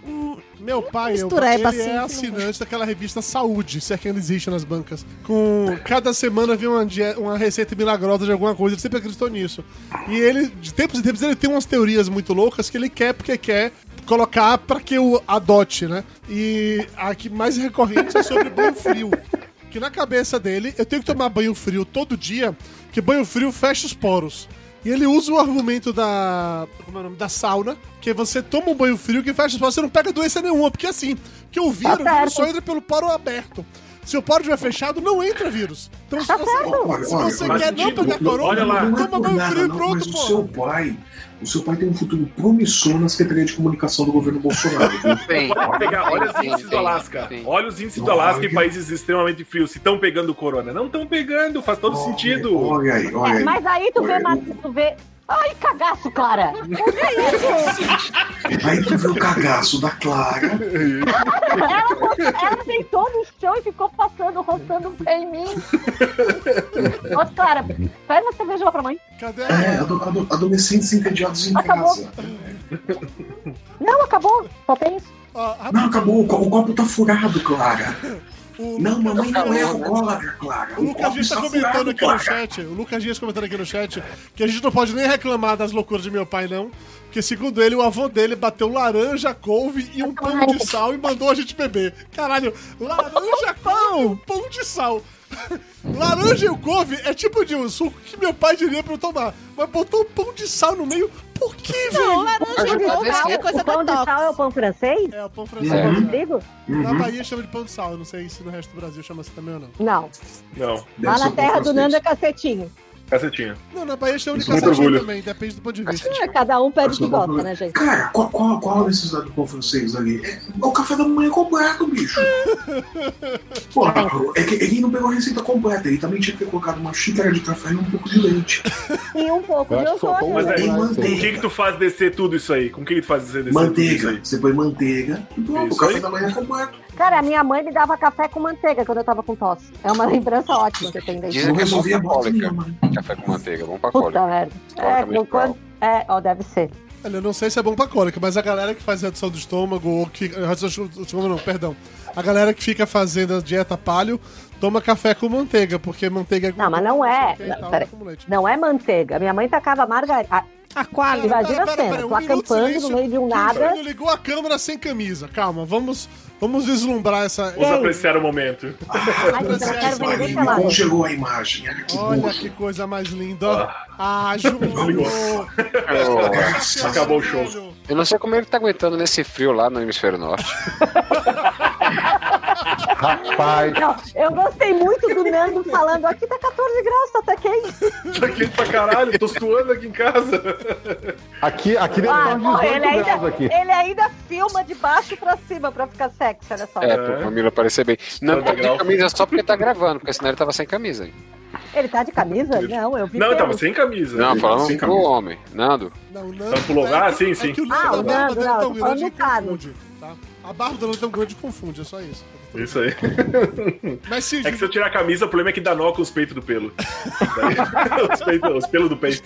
Speaker 3: meu pai, eu,
Speaker 6: mistura, é
Speaker 3: ele
Speaker 6: paciente,
Speaker 3: é
Speaker 6: não
Speaker 3: assinante daquela revista Saúde, se é que ainda existe nas bancas. Com cada semana vem uma, die- uma receita milagrosa de alguma coisa, ele sempre acreditou nisso. E ele, de tempos em tempos, ele tem umas teorias muito loucas que ele quer porque quer colocar pra que eu adote, né? E a que mais recorrente é sobre banho frio. Que na cabeça dele, eu tenho que tomar banho frio todo dia, que banho frio fecha os poros. E ele usa o argumento da. Como é o nome? Da sauna, que você toma um banho frio que fecha os poros, você não pega doença nenhuma, porque assim, que o vírus
Speaker 2: Tá certo.
Speaker 3: só entra pelo poro aberto. Se o poro estiver fechado, não entra vírus. Então
Speaker 2: Tá
Speaker 3: se você,
Speaker 1: Olha,
Speaker 3: se
Speaker 1: olha,
Speaker 3: você
Speaker 1: olha,
Speaker 3: quer não
Speaker 4: sentido.
Speaker 3: pegar corona,
Speaker 4: Olha lá.
Speaker 1: Não é
Speaker 3: toma
Speaker 1: por
Speaker 3: banho
Speaker 1: nada,
Speaker 3: frio e
Speaker 1: não,
Speaker 3: pronto,
Speaker 1: mas o
Speaker 3: pô.
Speaker 1: seu pai, o seu pai tem um futuro promissor na Secretaria de Comunicação do governo Bolsonaro. viu?
Speaker 5: Tem.
Speaker 4: Pode pegar, assim olha os
Speaker 5: Tem,
Speaker 4: índices do
Speaker 5: tem,
Speaker 4: Alasca.
Speaker 5: tem.
Speaker 4: Olha os índices do
Speaker 1: Olha.
Speaker 4: Alasca em países extremamente frios. Se estão pegando corona. Não estão pegando, faz todo
Speaker 1: Olha,
Speaker 4: sentido.
Speaker 1: Olha aí, olha
Speaker 2: É,
Speaker 1: aí.
Speaker 2: mas aí tu vê,
Speaker 1: Olha,
Speaker 2: mas
Speaker 1: eu-
Speaker 2: tu vê. Ai, cagaço, Clara!
Speaker 1: Aí tu vê o cagaço da Clara.
Speaker 2: Ela deitou no chão e ficou passando, roçando em mim. Ô, Clara, faz uma cerveja lá pra mãe.
Speaker 3: Cadê
Speaker 1: É,
Speaker 3: a.
Speaker 1: ado- ado- adolescentes entediados em
Speaker 2: Acabou.
Speaker 1: casa.
Speaker 2: Não, acabou. Só tem isso.
Speaker 3: ó, rapidinho,
Speaker 1: Não, acabou, o co- o copo tá furado, Clara.
Speaker 3: o
Speaker 1: Não,
Speaker 3: Lucas-
Speaker 1: mamãe não é alcoólatra, Clara.
Speaker 3: O Lucas Dias tá comentando aqui no chat. O Lucas Dias comentando aqui no chat que a gente não pode nem reclamar das loucuras de meu pai, não. Porque, segundo ele, o avô dele bateu laranja, couve e um pão de sal e mandou a gente beber. Caralho, laranja, pão, pão de sal. Laranja e o couve é tipo de um suco que meu pai diria pra eu tomar. Mas botou um pão de sal no meio, por que, velho?
Speaker 6: Não, laranja
Speaker 5: Ajuda
Speaker 6: não,
Speaker 5: desse-
Speaker 6: é
Speaker 2: o
Speaker 6: coisa
Speaker 2: pão
Speaker 6: da
Speaker 2: de sal é o
Speaker 6: tox.
Speaker 2: pão francês?
Speaker 3: É, o pão francês.
Speaker 2: É.
Speaker 1: Uhum,
Speaker 3: né?
Speaker 2: Trigo?
Speaker 3: Na Bahia chama de pão de sal, não sei se no resto do Brasil chama assim também ou não.
Speaker 2: Não.
Speaker 4: Não,
Speaker 2: Lá na terra do Nando é cacetinho.
Speaker 4: cacetinho.
Speaker 3: Não, na Bahia chama de
Speaker 1: Isso é muito
Speaker 3: cacetinho
Speaker 4: orgulho.
Speaker 3: também, depende do ponto de vista.
Speaker 2: É, Cada um pede o que gosta, né, gente?
Speaker 1: Cara, qual, qual, qual a necessidade do pão francês ali? É, é o café da manhã completo, bicho. Porra, é que ele não pegou a receita completa. Ele também tinha que ter colocado uma xícara de café e um pouco de leite.
Speaker 2: E um pouco
Speaker 7: Eu
Speaker 2: de
Speaker 7: acho que só
Speaker 2: ozônio.
Speaker 7: pão
Speaker 4: Mas
Speaker 2: né?
Speaker 4: aí,
Speaker 1: Tem
Speaker 4: com o
Speaker 1: manteiga.
Speaker 4: que que tu faz descer tudo isso aí? Com o que que tu faz descer, descer tudo
Speaker 1: Manteiga.
Speaker 4: isso
Speaker 1: Você põe manteiga e pronto,
Speaker 4: é Isso
Speaker 1: o café
Speaker 4: aí.
Speaker 1: da manhã é completo.
Speaker 2: Cara, a minha mãe me dava café com manteiga quando eu tava com tosse. É uma lembrança ótima que eu tenho daí.
Speaker 5: Dizem
Speaker 1: Não
Speaker 5: que é bom
Speaker 1: resolvia
Speaker 5: pra
Speaker 1: bosta
Speaker 5: cólica.
Speaker 1: nenhuma. né?
Speaker 5: Café com manteiga, bom pra cólica.
Speaker 2: Puta merda. É,
Speaker 5: Coloca
Speaker 2: no quando... é, ó, deve ser.
Speaker 3: Olha, eu não sei se é bom pra cólica, mas a galera que faz redução do estômago, ou que. Redução do estômago não, perdão. A galera que fica fazendo a dieta palio toma café com manteiga, porque manteiga é
Speaker 2: Não, mas não é.
Speaker 3: sei o que e tal,
Speaker 2: Peraí.
Speaker 3: como leite.
Speaker 2: Não é manteiga. Minha mãe tacava margarina. Ah,
Speaker 3: Tá
Speaker 6: Aquário.
Speaker 2: Imagina a
Speaker 3: Pera, pera,
Speaker 2: cena,
Speaker 3: pera,
Speaker 2: tu
Speaker 3: um minuto de
Speaker 2: acampando
Speaker 3: silêncio.
Speaker 2: no meio de um
Speaker 3: Quem
Speaker 2: nada.
Speaker 3: não ligou a câmera sem camisa. Calma, vamos, vamos vislumbrar essa.
Speaker 4: aí? Vamos
Speaker 2: Ei.
Speaker 4: apreciar o momento.
Speaker 3: um
Speaker 2: Ai, gente, eu quero ver
Speaker 1: Olha,
Speaker 2: ninguém
Speaker 1: me
Speaker 2: falar.
Speaker 1: congelou a imagem. Olha que
Speaker 3: Olha
Speaker 1: nojo.
Speaker 3: que coisa mais linda. ó. Ah, Júlio!
Speaker 5: Eu-
Speaker 4: Acabou o show.
Speaker 3: Velho.
Speaker 5: Eu não sei como ele tá aguentando nesse frio lá no hemisfério norte.
Speaker 7: Rapaz,
Speaker 2: Não, eu gostei muito do Nando falando aqui tá 14 graus, tá até quente.
Speaker 4: Tá quente pra caralho, tô suando aqui em casa.
Speaker 7: aqui, aqui deve
Speaker 2: Ah,
Speaker 7: estar uns 18
Speaker 2: ele,
Speaker 7: graus
Speaker 2: ainda,
Speaker 7: aqui.
Speaker 2: ele é ainda filma de baixo pra cima pra ficar sexy, olha só.
Speaker 5: É, pro Camilo aparecer bem. Não
Speaker 4: Tá
Speaker 5: tá de
Speaker 4: legal.
Speaker 5: camisa só porque tá gravando, porque senão ele tava sem camisa. hein?
Speaker 2: Ele tá de camisa? Não, eu vi.
Speaker 4: Não,
Speaker 2: pelo-
Speaker 4: eu
Speaker 5: tá,
Speaker 4: tava sem camisa.
Speaker 5: Não, falando
Speaker 1: sem
Speaker 5: pro
Speaker 1: camisa.
Speaker 5: homem. Nando,
Speaker 3: Não, o
Speaker 4: Tá pro lugar? Sim,
Speaker 3: que- é
Speaker 4: sim.
Speaker 3: que o Nando,
Speaker 2: Ah,
Speaker 3: a
Speaker 2: o
Speaker 3: barba
Speaker 2: Nando,
Speaker 3: dele
Speaker 2: não,
Speaker 3: tão
Speaker 2: tô
Speaker 3: grande que
Speaker 2: falando
Speaker 3: confunde, tá? A barba do Nando tão grande que confunde, é só isso.
Speaker 4: Isso aí.
Speaker 3: Mas se
Speaker 4: É que se eu tirar a camisa, o problema é que dá nó com os peitos do pelo. Daí- os, peitos- os pelos do peito.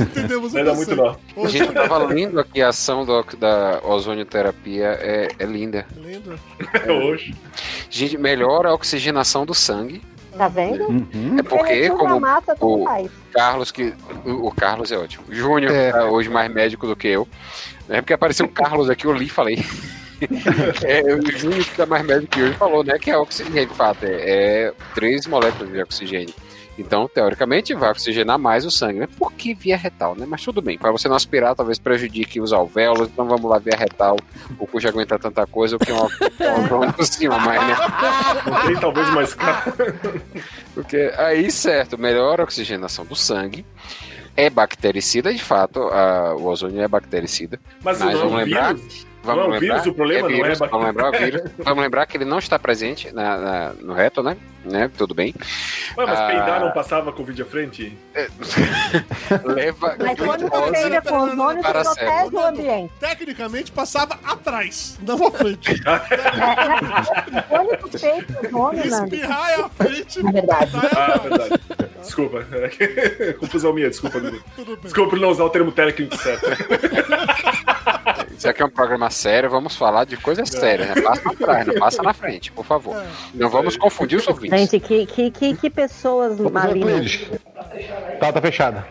Speaker 3: Entendemos
Speaker 4: Vai dar muito nó.
Speaker 3: Ô,
Speaker 5: gente, eu tava lendo aqui a ação do, da ozonioterapia é, é linda.
Speaker 3: Lembra?
Speaker 4: É hoje.
Speaker 5: Gente, melhora a oxigenação do sangue.
Speaker 2: Tá vendo?
Speaker 7: Uhum.
Speaker 5: É porque,
Speaker 2: Ele
Speaker 5: como
Speaker 2: massa, tudo
Speaker 5: o-
Speaker 2: faz.
Speaker 5: Carlos, que. O o Carlos é ótimo. Júnior,
Speaker 7: É.
Speaker 5: tá hoje mais médico do que eu. É porque apareceu o Carlos aqui, eu li e falei. É, o Júnior, que tá mais médico que hoje, falou, né? Que é oxigênio, de fato. É, é três moléculas de oxigênio. Então, teoricamente, vai oxigenar mais o sangue, né? Por que via retal, né? Mas tudo bem. Para você não aspirar, talvez prejudique os alvéolos. Então, vamos lá, via retal. O cu já aguenta tanta coisa, o que é uma uma por cima mais, né?
Speaker 4: Não tem talvez mais caro.
Speaker 5: Porque aí, certo, melhora a oxigenação do sangue. É bactericida, de fato, a- o ozônio é bactericida.
Speaker 4: Mas, não
Speaker 5: Mas
Speaker 4: é um
Speaker 5: vamos lembrar.
Speaker 4: vírus? Não é um vírus, o problema não é
Speaker 5: vírus,
Speaker 4: bactéria.
Speaker 5: vamos, lembrar, o vírus. vamos lembrar que ele não está presente na- na- no reto, né? né? Tudo bem.
Speaker 4: Ué, mas
Speaker 5: Ah.
Speaker 4: peidar não passava Covid à frente?
Speaker 5: Leva
Speaker 2: Mas quando você
Speaker 5: glicose.
Speaker 2: peida com ozônio, você
Speaker 5: Paracéu.
Speaker 2: protege o ambiente.
Speaker 3: Tecnicamente passava atrás, não à frente.
Speaker 2: Quando tu peida com ozônio, Nando,
Speaker 3: Espirrar é à frente.
Speaker 2: na verdade.
Speaker 4: Ah, verdade. Desculpa. Confusão minha, desculpa. Dudu.
Speaker 3: Tudo bem.
Speaker 4: Desculpa por não usar o termo técnico certo.
Speaker 5: Isso aqui é um programa sério, vamos falar de
Speaker 4: É.
Speaker 5: coisas sérias, né? Passa atrás, não passa na frente, por favor. Não vamos confundir os ouvintes.
Speaker 2: Gente, que, que, que, que pessoas malignas.
Speaker 7: Tá, tá fechada.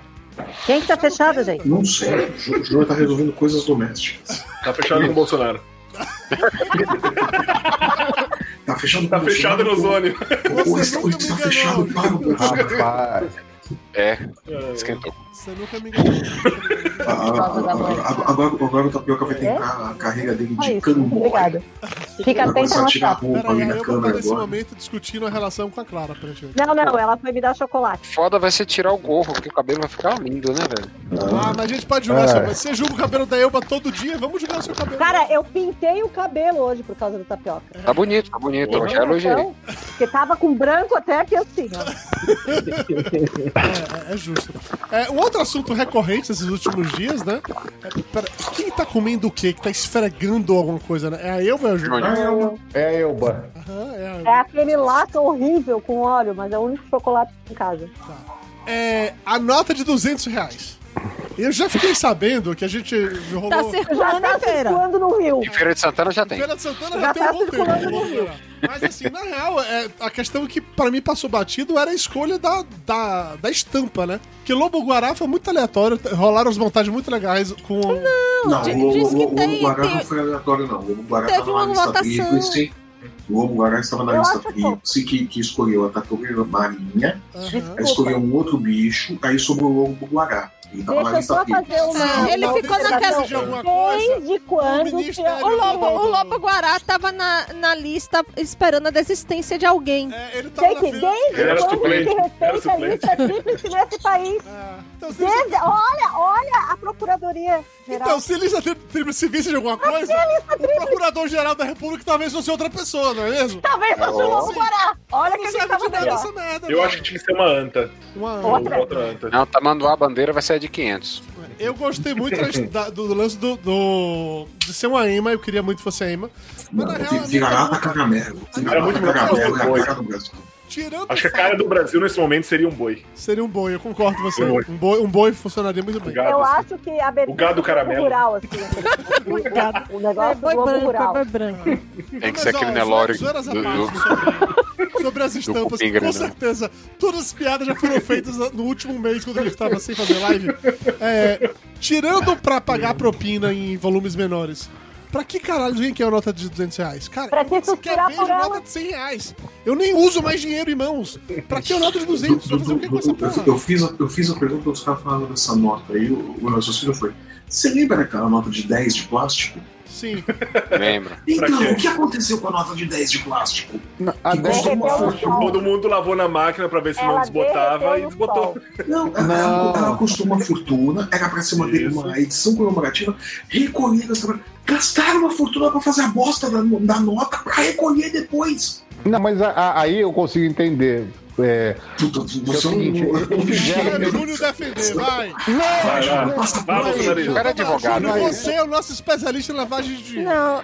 Speaker 2: Quem que tá fechado, gente?
Speaker 1: Não sei, o Ju- Júnior tá resolvendo coisas domésticas.
Speaker 4: Tá fechado com o Bolsonaro.
Speaker 1: Tá fechado
Speaker 4: Tá fechado no zone.
Speaker 1: O
Speaker 3: Você
Speaker 1: está, o
Speaker 3: nunca
Speaker 1: está
Speaker 3: me
Speaker 1: fechado Ah,
Speaker 3: enganou.
Speaker 1: para o Bolsonaro.
Speaker 7: Ah, Rapaz.
Speaker 5: É, Esquentou.
Speaker 3: Você nunca me enganou.
Speaker 1: A- a- a- a- ah, Agora agora o Tapioca vai tentar a carreira dele
Speaker 2: É
Speaker 1: de
Speaker 2: isso.
Speaker 1: cambó.
Speaker 2: Obrigada. Fica
Speaker 1: Vai
Speaker 2: atenta
Speaker 1: começar a
Speaker 2: na
Speaker 1: tirar a
Speaker 2: chapa.
Speaker 1: roupa ali
Speaker 3: Peraí,
Speaker 1: da
Speaker 3: eu vou
Speaker 1: câmera
Speaker 3: estar nesse
Speaker 1: agora.
Speaker 3: momento discutindo a relação com a Clara, aparentemente.
Speaker 2: Não, não, ela foi me dar chocolate.
Speaker 5: Foda vai ser tirar o gorro, porque o cabelo vai ficar lindo, né, velho?
Speaker 3: Ah, mas a gente pode julgar. seu-
Speaker 7: É.
Speaker 3: Você julga o cabelo da Elba todo dia, vamos julgar o seu cabelo.
Speaker 2: Cara, eu pintei o cabelo hoje por causa do tapioca.
Speaker 5: Tá bonito, tá bonito. Eu já
Speaker 2: Então,
Speaker 5: elogiei.
Speaker 2: Porque tava com branco até aqui assim, ó.
Speaker 3: É, é justo. É, um outro assunto recorrente nesses últimos dias, né? É, pera, quem tá comendo o quê? Que tá esfregando alguma coisa, né? É a Elba ou é o Júnior?
Speaker 5: Júnior.
Speaker 7: É, Elba.
Speaker 3: Aham, é a
Speaker 2: É
Speaker 3: Elba.
Speaker 2: aquele lata horrível com óleo, mas é o único chocolate em casa.
Speaker 3: É a nota de 200 reais. Eu já fiquei sabendo que a gente rolou...
Speaker 6: Tá
Speaker 2: Já
Speaker 3: é
Speaker 6: circulando na
Speaker 2: tá
Speaker 6: feira.
Speaker 2: circulando no Rio.
Speaker 5: Em Feira de Santana já tem.
Speaker 3: Feira de Santana já,
Speaker 2: Já
Speaker 3: tem um
Speaker 2: tá
Speaker 3: bom tempo.
Speaker 2: circulando no
Speaker 3: rolou,
Speaker 2: Rio.
Speaker 3: né? Mas assim, na real, é, a questão que pra mim passou batido era a escolha da, da, da estampa, né? Que Lobo Guará foi muito aleatório, rolaram as montagens muito legais com...
Speaker 1: Não,
Speaker 6: Di-
Speaker 1: o Lobo-
Speaker 6: diz que
Speaker 1: o Lobo
Speaker 6: tem-
Speaker 1: Guará não
Speaker 6: tem-
Speaker 1: foi aleatório, não. O Lobo Guará
Speaker 6: Teve
Speaker 1: estava na
Speaker 6: uma
Speaker 1: lista
Speaker 6: votação.
Speaker 1: Tríplice. O Lobo Guará estava na
Speaker 2: Eu
Speaker 1: lista
Speaker 2: acho
Speaker 1: Tríplice, que, que escolheu a categoria marinha,
Speaker 2: Uhum.
Speaker 3: Aham.
Speaker 1: aí escolheu um outro bicho, aí sobrou o Lobo Guará. Ele estava na
Speaker 2: Deixa eu
Speaker 1: lista
Speaker 2: só fazer
Speaker 1: Tríplice.
Speaker 2: uma.
Speaker 6: É, ele
Speaker 2: uma
Speaker 6: ficou naquela-
Speaker 2: observação.
Speaker 3: De alguma coisa.
Speaker 2: Desde quando
Speaker 3: O
Speaker 2: que
Speaker 3: ministério-
Speaker 6: O Lobo, o Lobo Guará tava na, na lista esperando a desistência de alguém.
Speaker 3: É, ele tava
Speaker 2: Gente,
Speaker 3: na fila...
Speaker 4: Era
Speaker 2: desde quando
Speaker 4: suplente,
Speaker 2: se
Speaker 4: era
Speaker 2: respeita a
Speaker 4: suplente.
Speaker 2: lista tríplice nesse país?
Speaker 3: Ah, Então, se eles,
Speaker 2: Desde, olha, olha a Procuradoria Geral.
Speaker 3: então, se eles já tri- se vissem de alguma coisa, o procurador-geral da República talvez fosse outra pessoa, não é mesmo?
Speaker 2: Talvez
Speaker 4: Tá
Speaker 2: fosse o Lobo Guará. Tá, Olha que
Speaker 3: Não
Speaker 2: a gente
Speaker 3: serve de
Speaker 2: tava
Speaker 3: nada
Speaker 2: melhor.
Speaker 3: essa merda.
Speaker 4: Eu
Speaker 3: né?
Speaker 4: acho que tinha que ser uma anta.
Speaker 3: Uma-
Speaker 4: Ou
Speaker 2: Outra.
Speaker 4: outra anta.
Speaker 5: Não, tá mandando a bandeira, vai sair de 500.
Speaker 3: Eu gostei muito da- do, do lance do, do- de ser uma Ema, eu queria muito que fosse a Ema. Mas na
Speaker 1: Não,
Speaker 3: real,
Speaker 1: vi- Vira-lata
Speaker 3: amigo,
Speaker 1: cagamelo.
Speaker 4: Era muito
Speaker 1: Vira-lata
Speaker 4: melhor
Speaker 1: cagamelo
Speaker 4: que
Speaker 1: é
Speaker 4: o
Speaker 1: a
Speaker 4: boi.
Speaker 1: cara do Brasil.
Speaker 3: tirando
Speaker 4: Acho que a
Speaker 3: o fato-
Speaker 4: cara do Brasil nesse momento seria um boi.
Speaker 3: Seria um boi, eu concordo com você.
Speaker 4: Um boi.
Speaker 3: Um boi, um boi funcionaria muito bem.
Speaker 4: Gado,
Speaker 2: Eu
Speaker 4: assim.
Speaker 2: acho que a abertura
Speaker 4: O gado caramelo.
Speaker 2: rural, assim. aquele- o gado- o
Speaker 6: É
Speaker 2: negócio do
Speaker 6: boi
Speaker 2: lobo
Speaker 6: branco, é
Speaker 2: rural.
Speaker 6: boi branco.
Speaker 5: Tem que
Speaker 3: Mas,
Speaker 5: ser
Speaker 3: ó,
Speaker 5: aquele
Speaker 3: zo-
Speaker 5: Nelore
Speaker 3: zoeiras à
Speaker 5: do-
Speaker 3: parte
Speaker 5: do-
Speaker 3: sobre, sobre as estampas,
Speaker 5: Cupim
Speaker 3: com
Speaker 5: Grandão.
Speaker 3: certeza. Todas as piadas já foram feitas no último mês, quando ele estava sem fazer live. É, tirando pra pagar propina em volumes menores. Pra que caralho vem que é a nota de 200 reais? Cara,
Speaker 2: Pra que
Speaker 3: eu sequer
Speaker 2: suspirar
Speaker 3: vejo
Speaker 2: por ela?
Speaker 3: nota de 100 reais. Eu nem uso mais dinheiro em mãos. Pra que a nota de 200? Vou fazer o que com essa
Speaker 1: Eu- eu-
Speaker 3: porra?
Speaker 1: Eu fiz a, eu fiz a pergunta, os caras falaram dessa nota aí, o o meu raciocínio foi. Você lembra aquela nota de 10 de plástico?
Speaker 3: Sim.
Speaker 5: Lembra?
Speaker 1: Então,
Speaker 4: quê?
Speaker 1: o que aconteceu com a nota de 10 de plástico?
Speaker 7: A
Speaker 1: Que
Speaker 7: dez- é
Speaker 1: custou uma
Speaker 2: derreteu no
Speaker 1: fortuna.
Speaker 2: sol.
Speaker 4: Todo mundo lavou na máquina pra ver se não
Speaker 2: Ela
Speaker 4: desbotava e
Speaker 2: derreteu no
Speaker 4: desbotou.
Speaker 2: sol.
Speaker 1: Não, ela,
Speaker 7: Não.
Speaker 1: ela custou uma fortuna, era pra ser uma,
Speaker 4: Isso.
Speaker 1: uma edição comemorativa, recolhida, sabe? gastaram uma fortuna pra fazer a bosta da, da nota pra recolher depois.
Speaker 7: Não, mas a- a- aí eu consigo entender. É,
Speaker 1: Puta, você é
Speaker 7: seguinte,
Speaker 1: um-
Speaker 7: eu- eu fizeram-
Speaker 3: Quero o Júnior defender, vai.
Speaker 4: Vai lá.
Speaker 1: Passa
Speaker 4: Vai,
Speaker 1: por aí.
Speaker 5: O
Speaker 4: bolsonarista.
Speaker 5: cara é advogado.
Speaker 3: Júnior,
Speaker 5: né?
Speaker 3: você é o nosso especialista em lavagem de dinheiro.
Speaker 6: Não,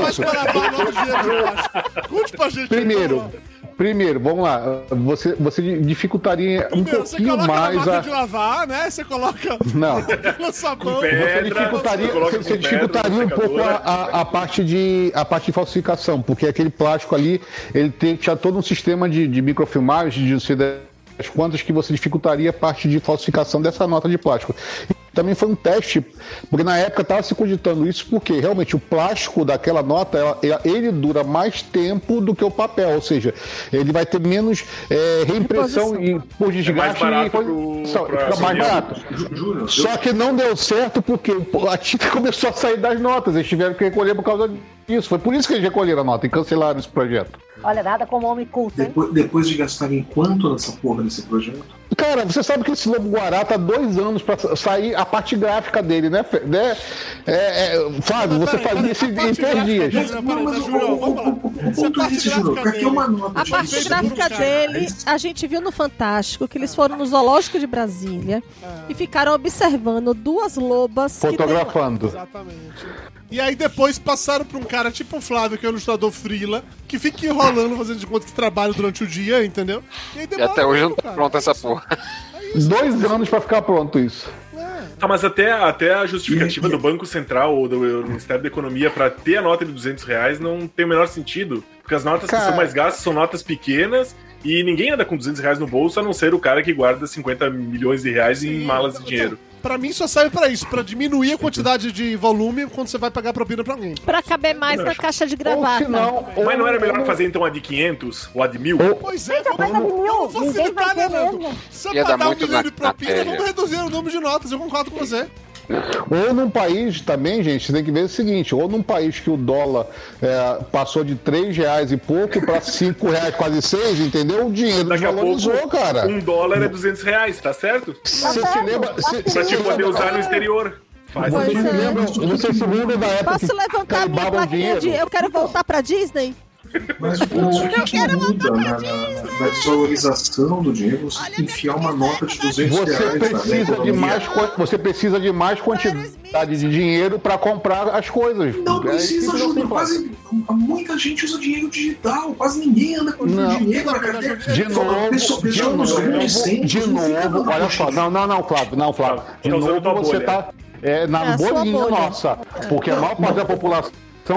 Speaker 3: Mas
Speaker 7: isso.
Speaker 3: pra lavar o nosso dinheiro, eu acho. Conte pra gente.
Speaker 7: Primeiro, primeiro, vamos lá. Você, você dificultaria um
Speaker 3: Primeiro, então, você
Speaker 7: pouquinho
Speaker 3: coloca na
Speaker 7: mais
Speaker 3: máquina
Speaker 7: a.
Speaker 3: de lavar, né? Você coloca
Speaker 7: Não.
Speaker 3: no sabão.
Speaker 7: Você
Speaker 4: Pedra,
Speaker 7: dificultaria,
Speaker 4: coloca
Speaker 7: você
Speaker 4: com pedra,
Speaker 7: dificultaria um pouco a,
Speaker 4: secadora.
Speaker 7: a- a parte de, a parte de falsificação, porque aquele plástico ali, ele tem, tinha todo um sistema de, de microfilmagem, de não sei das quantas, que você dificultaria a parte de falsificação dessa nota de plástico. Também foi um teste, porque na época estava se cogitando isso, porque realmente o plástico daquela nota, ela- ela- ele dura mais tempo do que o papel, ou seja, ele vai ter menos é, reimpressão e, por desgaste
Speaker 4: É barato
Speaker 7: e coisa-
Speaker 4: pro-
Speaker 7: só-
Speaker 4: pra
Speaker 7: fica mais
Speaker 4: Juliano.
Speaker 7: barato.
Speaker 1: Ju- Júnior,
Speaker 7: Só que não deu certo porque a tinta começou a sair das notas. Eles tiveram que recolher por causa disso. Foi por isso que eles recolheram a nota e cancelaram esse projeto.
Speaker 2: Olha, nada como homem culto, hein?
Speaker 1: Depois, depois de gastarem quanto nessa porra desse projeto?
Speaker 7: Cara, você sabe que esse Lobo Guará tá dois anos pra sair a parte gráfica dele, né? Fe- né? É, é, Fábio, você fazia isso em três dias.
Speaker 1: Mas, não, mas o, o, o, o
Speaker 3: Essa
Speaker 4: tá
Speaker 1: ponto é
Speaker 3: parte
Speaker 1: esse, Júlio.
Speaker 3: gráfica
Speaker 1: Pra que uma
Speaker 3: dele.
Speaker 1: nota
Speaker 6: A
Speaker 1: de
Speaker 6: parte
Speaker 1: isso?
Speaker 6: gráfica
Speaker 3: cara.
Speaker 6: dele, a gente viu no Fantástico que eles foram no Zoológico de Brasília e ficaram observando duas lobas. que tem lá.
Speaker 7: Fotografando.
Speaker 3: Exatamente. E aí depois passaram pra um cara tipo o Flávio, que é um ilustrador frila, que fica enrolando, fazendo de conta que trabalha durante o dia, entendeu? E, aí
Speaker 5: E
Speaker 3: demora
Speaker 5: até hoje
Speaker 3: muito,
Speaker 5: não tá
Speaker 3: cara.
Speaker 5: pronta essa porra.
Speaker 7: Dois anos pra ficar pronto isso.
Speaker 4: Tá, mas até, até a justificativa do Banco Central ou do Ministério da Economia pra ter a nota de 200 reais não tem o menor sentido. Porque as notas
Speaker 7: Cara.
Speaker 4: que são mais gastas são notas pequenas e ninguém anda com 200 reais no bolso a não ser o cara que guarda 50 milhões de reais em
Speaker 3: Sim,
Speaker 4: malas de
Speaker 3: então,
Speaker 4: dinheiro.
Speaker 3: Pra mim só serve pra isso, pra diminuir a quantidade de volume quando você vai pagar propina pra alguém.
Speaker 6: Pra caber mais na caixa de
Speaker 7: Ou
Speaker 6: gravata.
Speaker 7: se não.
Speaker 2: assim,
Speaker 7: ou-
Speaker 4: Mas não era melhor fazer então a de 500 ou a de 1000?
Speaker 7: ou-
Speaker 3: Pois é,
Speaker 2: Mas a de mil, ninguém vai ter mesmo.
Speaker 3: Se é
Speaker 5: Ia
Speaker 3: pra
Speaker 5: dar
Speaker 3: dar um
Speaker 5: muito
Speaker 3: milhão
Speaker 5: na- é,
Speaker 3: de propina,
Speaker 5: na
Speaker 3: vamos
Speaker 5: telha.
Speaker 3: reduzir o número de notas, eu concordo com você.
Speaker 7: Ou num país também, gente, você tem que ver o seguinte: ou num país que o dólar é, passou de 3 reais e pouco para 5 reais, quase 6, entendeu? O dinheiro
Speaker 4: Daqui a
Speaker 7: desvalorizou,
Speaker 4: pouco,
Speaker 7: cara.
Speaker 4: um dólar é 200 reais, tá certo?
Speaker 7: Você
Speaker 2: Tá
Speaker 7: se
Speaker 2: certo,
Speaker 7: lembra.
Speaker 2: tá
Speaker 7: Você
Speaker 2: certo.
Speaker 4: Pra
Speaker 7: se
Speaker 4: te poder
Speaker 7: lembra-
Speaker 4: usar no exterior. Faz
Speaker 6: Pois
Speaker 7: vocês
Speaker 6: é.
Speaker 7: lembram- eu não sei se lembra da época.
Speaker 6: Posso
Speaker 7: que
Speaker 6: levantar a minha
Speaker 7: carimbava o
Speaker 6: plaquinha de
Speaker 7: dinheiro.
Speaker 6: eu quero voltar pra Disney?
Speaker 1: Mas o é que, que muda né, na, na- na desvalorização do dinheiro você enfiar uma nota de 200
Speaker 7: Você
Speaker 1: reais né? na- na
Speaker 7: precisa, de
Speaker 1: economia?
Speaker 7: mais, quan- você precisa de mais quantidade de dinheiro para comprar as coisas.
Speaker 1: Não
Speaker 7: É isso
Speaker 1: precisa,
Speaker 7: que não
Speaker 1: Júlio.
Speaker 7: se
Speaker 1: Quase, muita gente usa dinheiro digital, quase ninguém anda com
Speaker 7: Não.
Speaker 1: dinheiro na carteira.
Speaker 4: assim.
Speaker 7: De novo,
Speaker 1: Pessoa-
Speaker 7: de
Speaker 1: pessoa nos
Speaker 7: novo,
Speaker 1: grandes centros
Speaker 7: de
Speaker 1: não fica
Speaker 7: novo,
Speaker 1: na
Speaker 7: olha
Speaker 1: mochila.
Speaker 7: só. Não, não, não, Flávio, não, Flávio.
Speaker 4: Tá,
Speaker 7: De
Speaker 4: tá usando
Speaker 7: novo
Speaker 4: tua
Speaker 7: você
Speaker 4: bolha.
Speaker 7: tá é, na
Speaker 6: É a sua
Speaker 7: bolinha
Speaker 6: bolha.
Speaker 7: nossa, porque a maior parte da população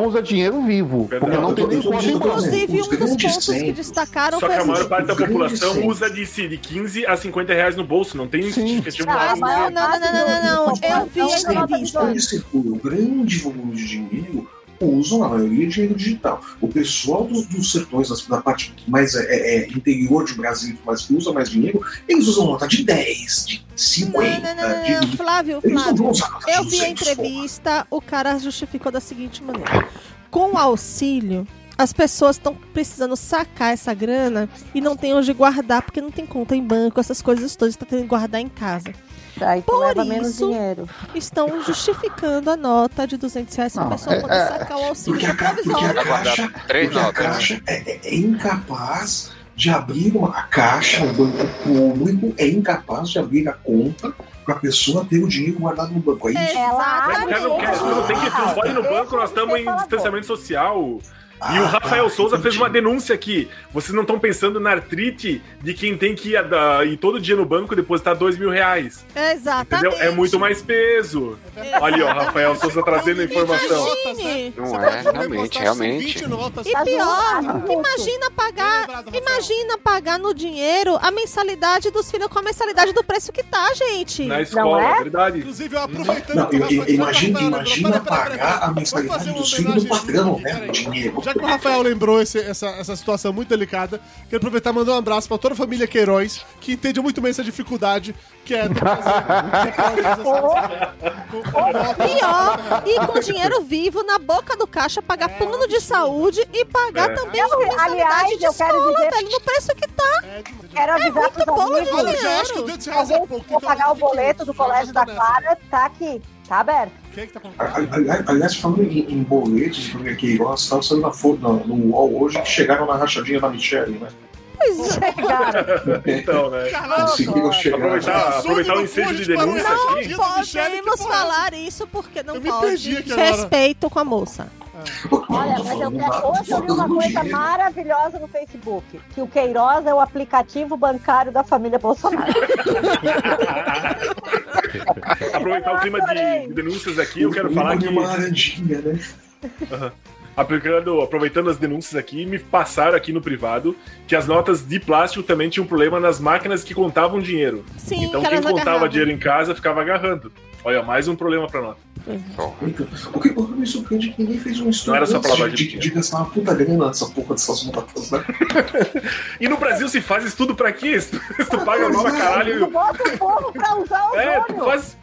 Speaker 7: usa dinheiro vivo,
Speaker 4: Verdade.
Speaker 7: porque não tem nem
Speaker 1: Eu tô- eu tô
Speaker 7: conta
Speaker 4: assim.
Speaker 7: em
Speaker 1: dizendo-
Speaker 7: banco.
Speaker 6: Inclusive,
Speaker 1: Os
Speaker 6: um dos
Speaker 1: grandes
Speaker 6: pontos que
Speaker 1: centros.
Speaker 6: destacaram
Speaker 4: Só
Speaker 6: foi
Speaker 4: que a maior
Speaker 6: assim.
Speaker 4: parte da
Speaker 1: Grande
Speaker 4: população
Speaker 1: centro.
Speaker 4: usa de, si- de 15 a 50 reais no bolso, não tem
Speaker 7: Sim.
Speaker 4: justificativa
Speaker 2: Ah,
Speaker 4: pra
Speaker 6: Mas não, não, não, não, não, não. Eu vi
Speaker 1: Os
Speaker 6: a
Speaker 1: centros
Speaker 6: entrevista.
Speaker 1: onde circula um grande volume de dinheiro usam a maioria dinheiro digital. O pessoal dos, dos sertões, das- da parte mais é, é, interior de Brasil, mas que usa mais dinheiro, eles usam nota de 10, de
Speaker 6: Não,
Speaker 1: 50,
Speaker 6: não, não, não, não.
Speaker 1: de.
Speaker 6: Flávio,
Speaker 1: Eles não
Speaker 6: Flávio.
Speaker 1: vão usar nota de
Speaker 6: Eu vi a
Speaker 1: 200, pô.
Speaker 6: entrevista, o cara justificou da seguinte maneira: com o auxílio, as pessoas estão precisando sacar essa grana e não tem onde guardar, porque não tem conta em banco, essas coisas todas, está tendo que guardar em casa.
Speaker 2: Aí tu
Speaker 6: Por
Speaker 2: leva menos
Speaker 6: isso-
Speaker 2: dinheiro.
Speaker 6: Estão justificando a nota de 200 reais para a
Speaker 7: Não,
Speaker 6: pessoa
Speaker 7: é-
Speaker 6: poder
Speaker 7: é-
Speaker 6: sacar o auxílio
Speaker 1: Porque a, ca- porque a
Speaker 6: provisório.
Speaker 1: caixa,
Speaker 5: Aguardar três
Speaker 1: porque a
Speaker 4: né?
Speaker 5: notas.
Speaker 1: caixa é, é- é incapaz de abrir uma a caixa, o banco público é incapaz de abrir a conta para a pessoa ter o dinheiro guardado no banco. É isso.
Speaker 4: Mas, cara, Ah, não quer- tu não tem que tu não pode ir no banco, nós estamos em distanciamento social. E o
Speaker 1: Ah,
Speaker 4: Rafael
Speaker 1: tá,
Speaker 4: Souza fez
Speaker 1: entendi.
Speaker 4: uma denúncia aqui. Vocês não estão pensando na artrite de quem tem que ir, a- da- ir todo dia no banco depositar dois mil reais. Entendeu?
Speaker 6: Exatamente.
Speaker 4: É muito mais peso. Ali, ó, Rafael Souza trazendo a informação.
Speaker 6: Imagine.
Speaker 5: Não
Speaker 3: Você
Speaker 5: é,
Speaker 3: pode poder
Speaker 5: realmente,
Speaker 3: postar
Speaker 5: realmente.
Speaker 3: 20 notas.
Speaker 6: E
Speaker 2: Tá
Speaker 6: pior,
Speaker 2: zoado.
Speaker 6: imagina pagar.
Speaker 3: Lembrado, Rafael.
Speaker 6: Imagina pagar no dinheiro a mensalidade dos filhos com a mensalidade do preço que tá, gente.
Speaker 4: Na escola,
Speaker 2: é?
Speaker 4: é verdade.
Speaker 3: Inclusive, eu aproveitando.
Speaker 1: Não,
Speaker 3: que o
Speaker 1: eu- eu-
Speaker 3: Rafael-
Speaker 1: imagina,
Speaker 3: Rafael lembrou-
Speaker 1: imagina
Speaker 3: Pera, pera, pera, pera.
Speaker 1: pagar a
Speaker 3: Vamos fazer
Speaker 1: mensalidade
Speaker 3: uma
Speaker 1: dos filhos do
Speaker 3: homenagem
Speaker 1: patrão,
Speaker 3: aqui,
Speaker 1: né?
Speaker 3: peraí.
Speaker 1: O dinheiro.
Speaker 3: Já que o Rafael lembrou esse- essa, essa situação muito delicada, quero aproveitar e mandar um abraço pra toda a família Queiroz, que entende muito bem essa dificuldade, que é do fazer.
Speaker 6: Pior, e com dinheiro vivo na boca do caixa, pagar
Speaker 3: É,
Speaker 6: plano de saúde e pagar
Speaker 4: É.
Speaker 6: também a mensalidade
Speaker 2: aliás,
Speaker 6: de
Speaker 2: eu quero
Speaker 6: escola,
Speaker 2: dizer-
Speaker 6: velho, no preço que tá.
Speaker 2: Quero avisar
Speaker 6: muito
Speaker 2: pros
Speaker 6: bom,
Speaker 2: amigos.
Speaker 3: Olha, já acho que o 200 reais é
Speaker 2: Alguém
Speaker 3: pouco.
Speaker 2: for pagar o boleto do colégio da Clara, tá aqui. Tá aberto.
Speaker 3: Quem é que tá com
Speaker 1: A-
Speaker 4: Ah,
Speaker 1: a- ali- Aliás, falando em, em boletos, de família que gosta, tava saindo na foto no, no UOL hoje que chegaram na rachadinha da Michelle, né?
Speaker 6: Pois é.
Speaker 2: Cara,
Speaker 4: Então, né?
Speaker 1: Conseguiram chegar.
Speaker 4: Aproveitar,
Speaker 3: Assume
Speaker 4: aproveitar o
Speaker 3: Tá no
Speaker 4: ensejo
Speaker 3: cu,
Speaker 4: de
Speaker 3: a gente parou
Speaker 4: denúncia
Speaker 3: nessa
Speaker 4: aqui.
Speaker 3: dia da Michelle, que
Speaker 6: Podemos
Speaker 3: porra é essa?
Speaker 6: falar isso porque não
Speaker 3: Eu me
Speaker 6: pode.
Speaker 3: perdi aqui agora.
Speaker 6: Respeito com a moça.
Speaker 2: olha, mas eu quero... Hoje eu vi uma coisa maravilhosa no Facebook. Que o Queiroz é o aplicativo bancário da família Bolsonaro.
Speaker 4: Aproveitar o clima de
Speaker 2: Adorei.
Speaker 4: de denúncias aqui, eu quero falar que
Speaker 1: Uma laranjinha, né?
Speaker 4: aplicando, aproveitando as denúncias aqui, me passaram aqui no privado que as notas de plástico também tinham problema nas máquinas que contavam dinheiro.
Speaker 6: Sim,
Speaker 4: então
Speaker 6: que
Speaker 4: quem
Speaker 6: elas
Speaker 4: contava
Speaker 6: agarravam.
Speaker 4: dinheiro em casa ficava agarrando. Olha, mais um problema pra nós.
Speaker 1: Então, o que o que me surpreende é que ninguém fez um estudo
Speaker 4: Não era só
Speaker 1: antes
Speaker 4: palavra
Speaker 1: de,
Speaker 4: de
Speaker 1: de, de gastar uma puta grana nessa porra dessas notas, né?
Speaker 4: E no Brasil se faz estudo pra quê? Tu paga mal pra
Speaker 2: Tu
Speaker 4: caralho.
Speaker 2: bota o povo pra usar o
Speaker 4: É,
Speaker 2: ozônio.
Speaker 4: tu faz.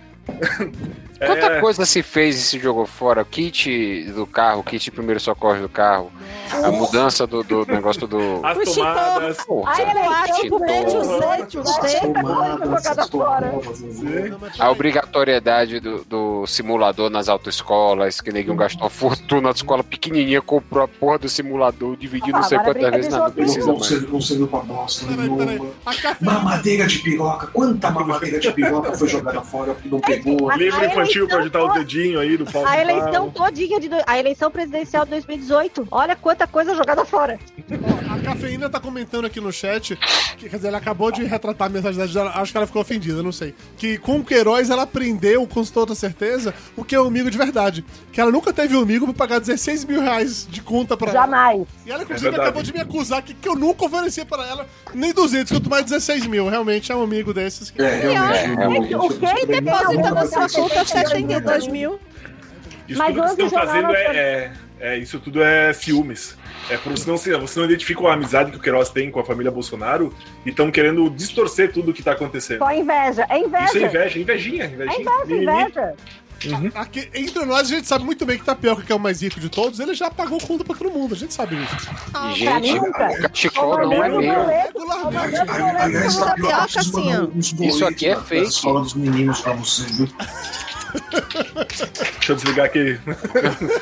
Speaker 5: Quanta coisa se fez e se jogou fora? O kit do carro, o kit primeiro socorro do carro, a mudança do, do negócio do.
Speaker 4: As
Speaker 6: Puxa, então.
Speaker 4: tomadas.
Speaker 5: Porra,
Speaker 2: Ai, ele
Speaker 5: kit
Speaker 2: achou
Speaker 5: do-
Speaker 2: o médio sete, o sete, jogada fora.
Speaker 4: Né?
Speaker 5: a obrigatoriedade do, do simulador nas autoescolas, que neguinho gastou uma fortuna na escola pequenininha, comprou a porra do simulador, dividiu não
Speaker 2: Ah,
Speaker 5: sei
Speaker 2: agora
Speaker 5: quantas
Speaker 2: brinca de
Speaker 5: vezes, não, não
Speaker 2: joguinho.
Speaker 5: precisa
Speaker 1: Não,
Speaker 5: mais.
Speaker 1: serviu- não serviu pra bosta
Speaker 3: Peraí, peraí.
Speaker 1: nenhuma.
Speaker 3: A cafeína.
Speaker 1: Mamadeira de piroca, quanta mamadeira de piroca foi jogada fora porque não pegou. né?
Speaker 2: A-
Speaker 4: Livro
Speaker 2: a
Speaker 4: infantil
Speaker 2: eleição
Speaker 4: pra ajudar o
Speaker 2: toda-
Speaker 4: dedinho aí do pau.
Speaker 2: A
Speaker 4: do
Speaker 2: eleição
Speaker 4: pau.
Speaker 2: todinha de. do- A eleição presidencial de 2018. Olha quanta coisa jogada fora.
Speaker 3: Ó, a cafeína tá comentando aqui no chat, que, quer dizer, ela acabou de retratar a mensagem dela, acho que ela ficou ofendida, não sei. Que com o Queiroz ela aprendeu com toda certeza o que é um amigo de verdade. Que ela nunca teve um amigo pra pagar 16 mil reais de conta pra ela.
Speaker 2: Jamais.
Speaker 3: E ela,
Speaker 4: É
Speaker 3: inclusive,
Speaker 4: verdade.
Speaker 3: acabou de me acusar que, que eu nunca ofereci pra ela nem 200, quanto mais 16 mil. Realmente é um amigo desses. Que...
Speaker 1: É, realmente.
Speaker 6: E,
Speaker 1: realmente,
Speaker 2: o que
Speaker 1: eu também não-
Speaker 6: Deposita
Speaker 1: nunca
Speaker 6: na sua
Speaker 1: pensei
Speaker 6: conta
Speaker 1: nisso.
Speaker 6: 72 mil.
Speaker 4: Isso
Speaker 2: Mas
Speaker 4: tudo que vocês
Speaker 2: hoje
Speaker 4: estão
Speaker 2: já
Speaker 4: fazendo
Speaker 2: não-
Speaker 4: é, é- é- Isso tudo é ciúmes. É porque senão você, você não identifica a amizade que o Queiroz tem com a família Bolsonaro e estão querendo distorcer tudo o que tá acontecendo.
Speaker 2: Só inveja. É
Speaker 4: Isso é
Speaker 2: inveja.
Speaker 4: inveja, invejinha, invejinha.
Speaker 2: É inveja.
Speaker 3: Aqui, entre nós, a gente sabe muito bem que Tapioca, que é o mais rico de todos, ele já pagou conta pra todo mundo, a gente sabe disso.
Speaker 6: Ah,
Speaker 5: E,
Speaker 2: Pra
Speaker 5: gente,
Speaker 2: mim, nunca.
Speaker 5: o cachecol não é
Speaker 2: Mandando
Speaker 5: meu.
Speaker 2: um boleto,
Speaker 3: Regularmente.
Speaker 2: mandando boleto.
Speaker 1: Aliás,
Speaker 6: Tapioca,
Speaker 1: tapioca, eu preciso
Speaker 6: assim,
Speaker 1: mandar
Speaker 6: ó.
Speaker 1: uns
Speaker 5: Isso aqui é
Speaker 1: boletos da- da
Speaker 5: fake.
Speaker 1: escola dos meninos pra vocês, viu?
Speaker 4: Deixa eu desligar aqui. né,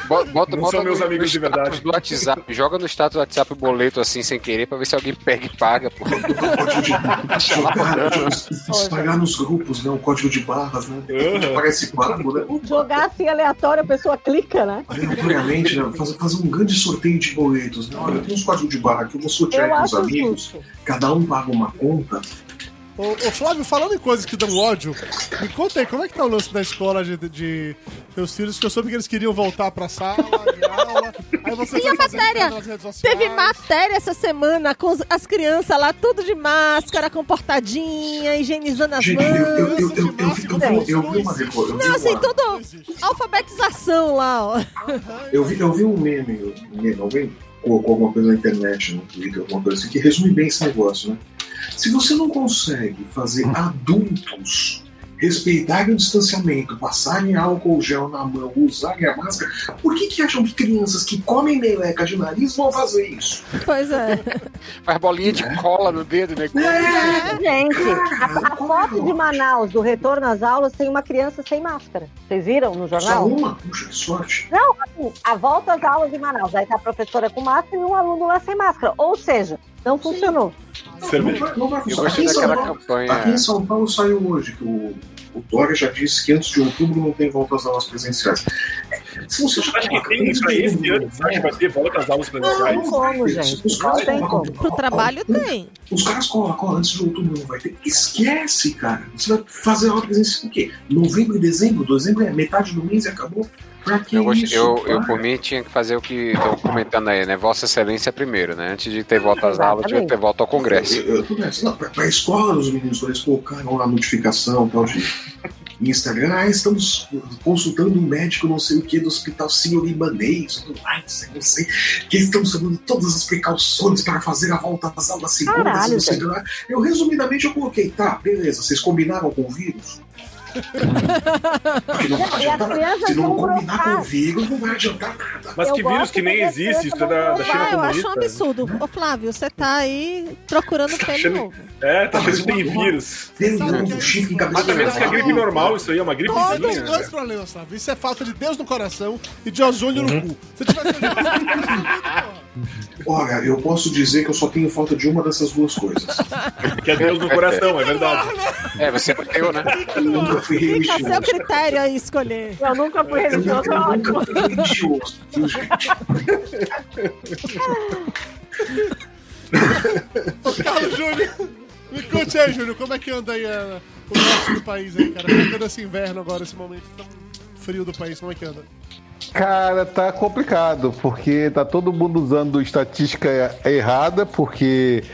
Speaker 5: Bo- Bota,
Speaker 4: Não
Speaker 5: bota
Speaker 4: são meus
Speaker 5: no,
Speaker 4: amigos
Speaker 5: no
Speaker 4: de verdade.
Speaker 5: status do WhatsApp, joga no status do WhatsApp o boleto assim sem querer pra ver se alguém pega e paga, pô.
Speaker 1: Cara, espalhar nos grupos, né? O código de barras, né?
Speaker 4: Uhum.
Speaker 1: Parece barco, né?
Speaker 2: Jogar assim aleatório, a pessoa clica, né?
Speaker 1: Aleatoriamente, né? Fazer, fazer um grande sorteio de boletos. Né? Olha, tem uns códigos de barra que eu vou sortear
Speaker 2: Eu
Speaker 1: com os
Speaker 2: acho
Speaker 1: amigos.
Speaker 2: justo.
Speaker 1: Cada um paga uma conta.
Speaker 3: Ô, ô, Flávio, falando em coisas que dão ódio, me conta aí, como é que tá o lance da escola de, de teus filhos? Que eu soube que eles queriam voltar pra sala, de aula. Aí você foi
Speaker 6: Tinha
Speaker 3: fazer
Speaker 6: matéria.
Speaker 3: nas redes sociais.
Speaker 6: Teve matéria essa semana com os- as crianças lá, tudo de máscara, comportadinha, higienizando as
Speaker 1: Gente, eu,
Speaker 6: mãos.
Speaker 1: eu, eu, eu, eu, eu, vi- eu, vi- eu vi uma reportagem. Eu vi
Speaker 6: Não, assim,
Speaker 1: uma-
Speaker 3: Não
Speaker 6: tudo
Speaker 3: existe.
Speaker 6: alfabetização lá, ó.
Speaker 1: Eu vi, eu vi um meme, um meme, alguém colocou alguma coisa na internet, no Twitter, alguma coisa assim, que resume bem esse negócio, né? Se você não consegue fazer adultos respeitarem o distanciamento, passarem álcool gel na mão, usarem a máscara, por que, que acham que crianças que comem meleca de nariz vão fazer isso?
Speaker 6: Pois é.
Speaker 5: Faz bolinha de cola no dedo, né?
Speaker 2: Gente, a, a foto de Manaus do retorno às aulas tem uma criança sem máscara. Vocês viram no
Speaker 1: Só
Speaker 2: jornal?
Speaker 1: é uma? Puxa, que sorte.
Speaker 2: Assim, a volta às aulas em Manaus. Aí tá a professora com máscara e um aluno lá sem máscara. Ou seja, não funcionou.
Speaker 1: Não
Speaker 4: Cerveja.
Speaker 1: vai, não vai
Speaker 5: Eu
Speaker 1: funcionar. Aqui
Speaker 5: gostei
Speaker 1: em São
Speaker 5: daquela
Speaker 1: Paulo-
Speaker 5: campanha.
Speaker 1: Aqui em São Paulo saiu hoje que o, o Dória já disse que antes de outubro não tem volta às aulas presenciais. É, Se você já
Speaker 4: Acho que
Speaker 1: coloca
Speaker 4: tem
Speaker 1: três
Speaker 4: isso pra
Speaker 1: meses
Speaker 4: esse ano.
Speaker 1: de
Speaker 4: Você acha que vai ter volta às aulas
Speaker 2: Não,
Speaker 4: presenciais?
Speaker 2: não como, gente.
Speaker 1: Os
Speaker 2: Não
Speaker 1: caras
Speaker 2: tem
Speaker 1: colocam-
Speaker 2: como. tá-
Speaker 6: Pro trabalho tem.
Speaker 1: Os caras colocam ó, antes de outubro não vai ter. Esquece, cara. Você vai fazer aula presencial o quê? Novembro e dezembro? Dezembro é metade do mês e acabou. Pra que
Speaker 5: Eu, gost-
Speaker 1: isso?
Speaker 5: eu, eu,
Speaker 1: Para.
Speaker 5: por mim, tinha que fazer o que estão comentando aí, né? Vossa Excelência primeiro, né? Antes de ter volta às aulas, tinha que ter volta ao Congresso.
Speaker 1: Eu, eu tô nessa. Não, pra, pra escola, os meninos, quando eles colocaram lá a notificação tal de Instagram, ah, estamos consultando um médico não sei o que do hospital sírio-libanês, tudo mais, não sei, é que estamos tomando todas as precauções para fazer a volta às aulas segundas,
Speaker 2: Caralho,
Speaker 1: não sei o que lá. Eu, resumidamente, eu coloquei, tá, beleza, vocês combinaram com o vírus? Porque não vai
Speaker 2: E as
Speaker 1: adiantar nada.
Speaker 2: crianças
Speaker 1: Se não
Speaker 2: vão
Speaker 1: combinar com o
Speaker 2: brotar.
Speaker 1: vírus, não vai adiantar nada.
Speaker 4: Mas
Speaker 2: Eu
Speaker 4: que vírus
Speaker 2: gosto
Speaker 4: que nem
Speaker 2: quando as
Speaker 4: existe, isso é da,
Speaker 2: crianças
Speaker 3: Tá
Speaker 4: da
Speaker 2: vão
Speaker 4: China
Speaker 6: Ah, eu acho um
Speaker 4: comunista.
Speaker 6: absurdo. Ô, Flávio, você tá aí procurando
Speaker 4: Tá
Speaker 6: pelo
Speaker 4: achando-
Speaker 6: novo.
Speaker 4: É, tá achando que tem vírus.
Speaker 1: Tem
Speaker 3: Sabe
Speaker 1: um
Speaker 3: que é
Speaker 1: chifre em
Speaker 3: isso?
Speaker 1: cabeça
Speaker 4: Mas tá vendo que é gripe normal, isso aí é uma
Speaker 3: Todos
Speaker 4: gripezinha.
Speaker 3: os dois problemas, sabe? Isso é falta de Deus no coração e de ozônio no cu. Se tivesse.
Speaker 1: Olha, eu posso dizer que eu só tenho falta de uma dessas duas coisas.
Speaker 4: Que é Deus no coração, é verdade.
Speaker 5: É, você bateu, né?
Speaker 1: Eu nunca fui
Speaker 6: Fica a
Speaker 1: religioso.
Speaker 6: seu critério aí escolher.
Speaker 2: Eu nunca fui
Speaker 1: Eu
Speaker 2: religioso.
Speaker 1: nunca, eu nunca fui religioso, viu, gente?
Speaker 3: Ô, Carlos Júnior, me conte aí, Júnior, como é que anda aí eh, o norte do país aí, cara? Como é que anda esse inverno agora, esse momento tão frio do país? Como é que anda?
Speaker 7: Cara, tá complicado, porque tá todo mundo usando estatística errada, porque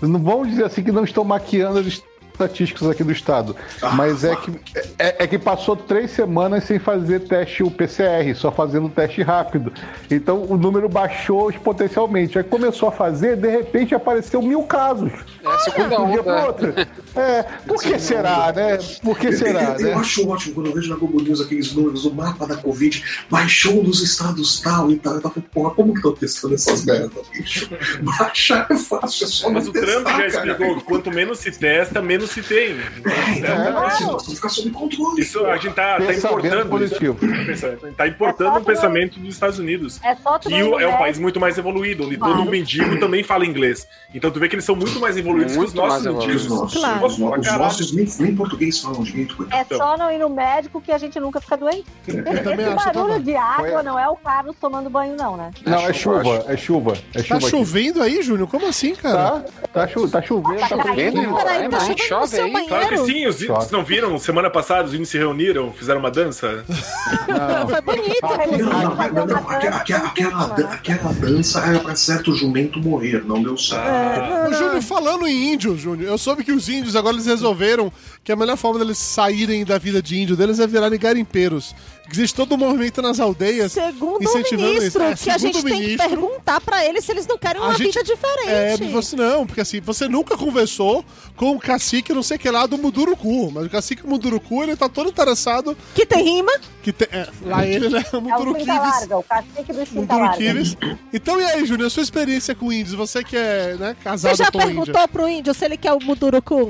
Speaker 7: não vamos dizer assim que não estão maquiando as estatísticas aqui do estado, mas é que é, é que passou três semanas sem fazer teste o PCR, só fazendo teste rápido. Então o número baixou exponencialmente. Aí começou a fazer, de repente apareceu mil casos
Speaker 5: É a segunda
Speaker 7: de um dia pro
Speaker 5: onda.
Speaker 7: outro. É, por que será, né? Por que
Speaker 1: Eu-
Speaker 7: será,
Speaker 1: eu, eu
Speaker 7: né?
Speaker 1: acho ótimo quando eu vejo na Globo News aqueles números, o mapa da Covid baixou nos estados tal e tal. Eu tava falando, porra, como que estão testando essas merdas, bicho? Baixar é fácil, é só
Speaker 4: Mas
Speaker 1: não
Speaker 4: o Trump
Speaker 1: testar,
Speaker 4: já
Speaker 1: cara.
Speaker 4: explicou que quanto menos se testa, menos se tem. Né?
Speaker 1: É, então,
Speaker 7: É.
Speaker 1: cara, a situação fica sob controle.
Speaker 4: Isso a gente tá, tá
Speaker 7: Pensamento
Speaker 4: importando. isso.
Speaker 7: positivo.
Speaker 4: Tá importando um pensamento dos Estados Unidos.
Speaker 2: É só tu
Speaker 4: Que
Speaker 2: não
Speaker 4: o- é um
Speaker 2: ver.
Speaker 4: país muito mais evoluído, onde todo
Speaker 2: Claro.
Speaker 4: mendigo também fala inglês. Então tu vê que eles são muito mais evoluídos que os
Speaker 5: Muito
Speaker 4: nossos
Speaker 5: mais
Speaker 1: E os
Speaker 4: mendigos.
Speaker 1: nossos,
Speaker 6: Claro.
Speaker 1: os, no- os
Speaker 4: Caralho.
Speaker 1: nossos nem, nem português falam direito, coitado.
Speaker 2: É só não ir no médico que a gente nunca fica doente. Esse
Speaker 3: também acho, eu
Speaker 2: barulho
Speaker 3: também.
Speaker 2: de água
Speaker 7: Foi-
Speaker 2: não é o Carlos tomando banho, não, né?
Speaker 7: Não, é chuva, é chuva. É
Speaker 3: Tá
Speaker 7: chuva aqui.
Speaker 3: chovendo aí, Júnior? Como assim, cara?
Speaker 7: Tá, tá, chu tá chovendo, tá
Speaker 5: chovendo,
Speaker 7: chovendo.
Speaker 5: irmão?
Speaker 3: é
Speaker 6: Peraí, tá
Speaker 5: Vai,
Speaker 6: chovendo no
Speaker 5: chove
Speaker 6: seu
Speaker 5: aí,
Speaker 4: Claro que
Speaker 6: banheiro?
Speaker 4: sim, os índios
Speaker 7: Claro.
Speaker 4: vocês não viram? Semana passada os índios se reuniram, fizeram uma dança.
Speaker 6: Foi bonito.
Speaker 2: Ah,
Speaker 1: Não,
Speaker 2: eles
Speaker 1: não,
Speaker 2: vão
Speaker 1: não,
Speaker 2: fazer
Speaker 1: não,
Speaker 2: uma
Speaker 1: não, Tá aquela,
Speaker 2: dança
Speaker 1: aquela- aquela
Speaker 2: antiga,
Speaker 1: dan-
Speaker 2: né?
Speaker 1: aquela dança era pra certo jumento morrer, não deu certo.
Speaker 3: Ô, Júnior, falando em índio, Júnior, eu soube que os índios agora eles resolveram que a melhor forma deles saírem da vida de índio deles é virarem garimpeiros. Existe todo um movimento nas aldeias.
Speaker 6: Segundo o
Speaker 3: Incentivando isso.
Speaker 6: ministro,
Speaker 3: É,
Speaker 6: que a
Speaker 3: segundo
Speaker 6: gente
Speaker 3: o
Speaker 6: tem que
Speaker 3: ministro.
Speaker 6: perguntar pra eles se eles não querem
Speaker 3: A
Speaker 6: uma
Speaker 3: gente-
Speaker 6: vida diferente.
Speaker 3: É, você não, porque assim, você nunca conversou com o cacique não sei que lá do Munduruku, mas o cacique Munduruku, ele tá todo interessado
Speaker 6: Que tem rima.
Speaker 3: que tem, é, lá ele, né,
Speaker 2: É o cinta
Speaker 3: Munduruquives.
Speaker 2: larga, o cacique do cinta larga.
Speaker 3: Munduruquives. Então e aí, Júnior, sua experiência com índios, você que é, né,
Speaker 6: Você
Speaker 3: casado
Speaker 6: já
Speaker 3: com índio.
Speaker 6: perguntou pro índio se ele quer o Muduruku?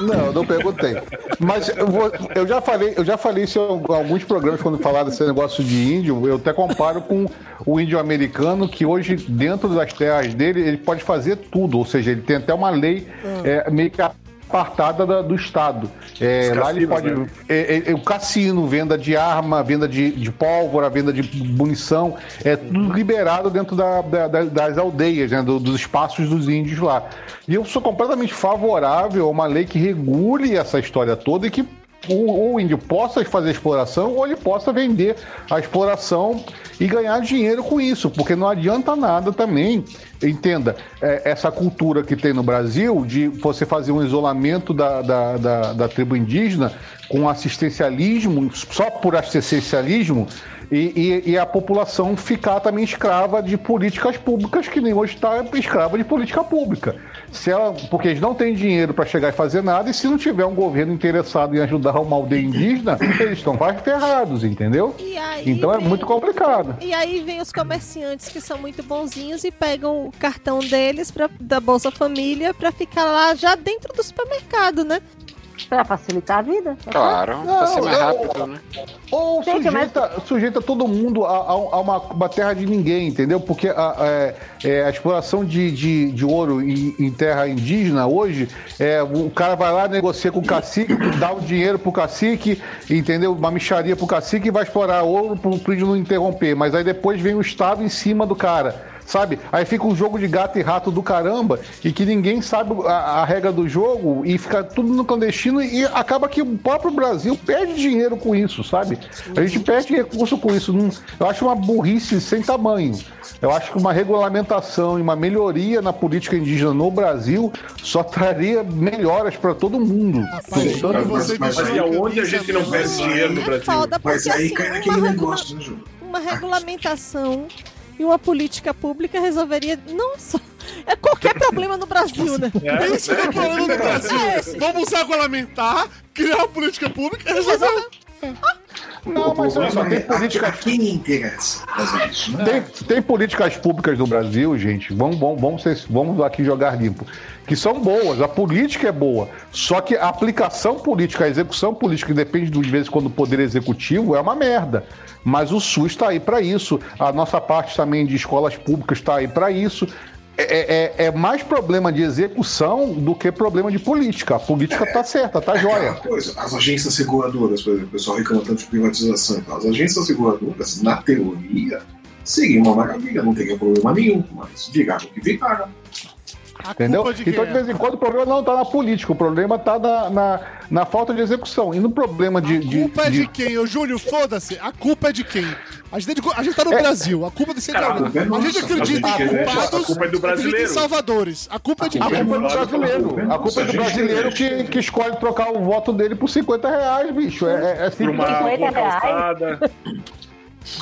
Speaker 7: Não, não perguntei. Mas eu, vou- eu já falei, eu já falei isso em alguns programas quando falaram desse negócio de índio. Eu até comparo com o índio americano que hoje dentro das terras dele ele pode fazer tudo, ou seja, ele tem até uma lei é, meio que apartada da- do estado. É,
Speaker 4: Os
Speaker 7: lá ele pode
Speaker 4: cassinos, né?
Speaker 7: é, é, é o cassino, venda de arma, venda de, de pólvora, venda de munição, é tudo liberado dentro da- da- da- das aldeias, né, do- dos espaços dos índios lá. E eu sou completamente favorável a uma lei que regule essa história toda e que o, o índio possa fazer exploração ou ele possa vender a exploração e ganhar dinheiro com isso, porque não adianta nada também, entenda, é, essa cultura que tem no Brasil de você fazer um isolamento da, da, da, da tribo indígena com assistencialismo, só por assistencialismo, e, e- e a população ficar também escrava de políticas públicas, que nem hoje está escrava de política pública. Se ela, porque eles não têm dinheiro para chegar e fazer nada, e se não tiver um governo interessado em ajudar uma aldeia indígena, eles estão mais ferrados, entendeu?
Speaker 6: E aí
Speaker 7: Então é
Speaker 6: vem-
Speaker 7: muito complicado.
Speaker 6: E aí vem os comerciantes que são muito bonzinhos e pegam o cartão deles pra, da Bolsa Família pra ficar lá já dentro do supermercado, né?
Speaker 2: Pra facilitar a vida.
Speaker 5: Claro,
Speaker 7: Não,
Speaker 5: pra ser mais
Speaker 7: eu-
Speaker 5: rápido, né?
Speaker 7: Ou
Speaker 2: Gente,
Speaker 7: sujeita, sujeita todo mundo a, a- a uma, uma terra de ninguém, entendeu? Porque a, a- é, a exploração de, de, de ouro em, em terra indígena hoje, é, o cara vai lá, negocia com o cacique, dá o dinheiro pro cacique, entendeu? Uma micharia pro cacique e vai explorar ouro pro, pro índio não interromper. Mas aí depois vem o Estado em cima do cara. Sabe? Aí fica um jogo de gato e rato do caramba e que ninguém sabe a, a regra do jogo e fica tudo no clandestino e acaba que o próprio Brasil perde dinheiro com isso, sabe? A gente perde recurso com isso. Não- Eu acho uma burrice sem tamanho. Eu acho que uma regulamentação e uma melhoria na política indígena no Brasil só traria melhoras para todo mundo.
Speaker 3: Rapaz,
Speaker 1: Sim, mas-
Speaker 3: quando você
Speaker 1: mas-
Speaker 3: vestir
Speaker 1: mas
Speaker 4: E aonde a
Speaker 3: camisa
Speaker 4: gente não
Speaker 3: branca-
Speaker 4: perde dinheiro no
Speaker 6: é
Speaker 4: Brasil?
Speaker 6: foda, porque
Speaker 1: Mas aí
Speaker 6: assim,
Speaker 1: cai
Speaker 6: uma,
Speaker 1: naquele
Speaker 6: regula-
Speaker 1: negócio, né, Júlio?
Speaker 6: uma regulamentação e uma política pública resolveria não só... É qualquer problema no Brasil, né?
Speaker 3: Pense no problema do Brasil.
Speaker 6: É esse.
Speaker 3: Vamos regulamentar, criar uma política pública e resolver.
Speaker 7: Não, mas olha só, tem
Speaker 1: a- a,
Speaker 7: política
Speaker 1: quem interessa fazer isso, né?
Speaker 7: Tem, tem políticas públicas no Brasil, gente, vamos, vamos, vamos, ser- vamos aqui jogar limpo, que são boas, a política é boa, só que a aplicação política, a execução política, que depende de vezes quando o poder executivo, é uma merda. Mas o SUS está aí para isso, a nossa parte também de escolas públicas está aí para isso. É, é- é mais problema de execução do que problema de política. A política tá certa, tá
Speaker 1: Aquela
Speaker 7: jóia.
Speaker 1: coisa, as agências seguradoras, por exemplo, o pessoal reclama tanto de privatização e tal. As agências seguradoras, na teoria, seriam uma maravilha, não teria problema nenhum, mas viraram o que né? viraram.
Speaker 3: A
Speaker 7: Entendeu?
Speaker 3: culpa de quem
Speaker 7: Então, de
Speaker 3: é?
Speaker 7: vez em quando, o problema não está na política, o problema está na, na, na falta de execução. E no problema de.
Speaker 3: A culpa é
Speaker 7: de-
Speaker 3: de quem? Ô, Júlio, foda-se. A culpa é de quem? A gente, tem de- a gente tá no Brasil. A culpa tem que ser de
Speaker 4: Cara,
Speaker 3: alguém.
Speaker 1: a culpa é
Speaker 3: A gente
Speaker 1: nossa.
Speaker 3: acredita
Speaker 1: A
Speaker 3: em
Speaker 1: culpa é-
Speaker 3: culpados.
Speaker 4: a culpa é do
Speaker 3: acredita
Speaker 4: brasileiro.
Speaker 3: em salvadores. A culpa é de
Speaker 1: A
Speaker 7: A
Speaker 3: quem?
Speaker 7: culpa é do
Speaker 4: Claro,
Speaker 7: brasileiro. A culpa é do brasileiro que, que escolhe trocar o voto dele por 50 reais, bicho. É, é, é
Speaker 4: Por
Speaker 7: simples
Speaker 4: uma
Speaker 7: assim.
Speaker 4: boa
Speaker 2: 50 reais.
Speaker 4: calçada.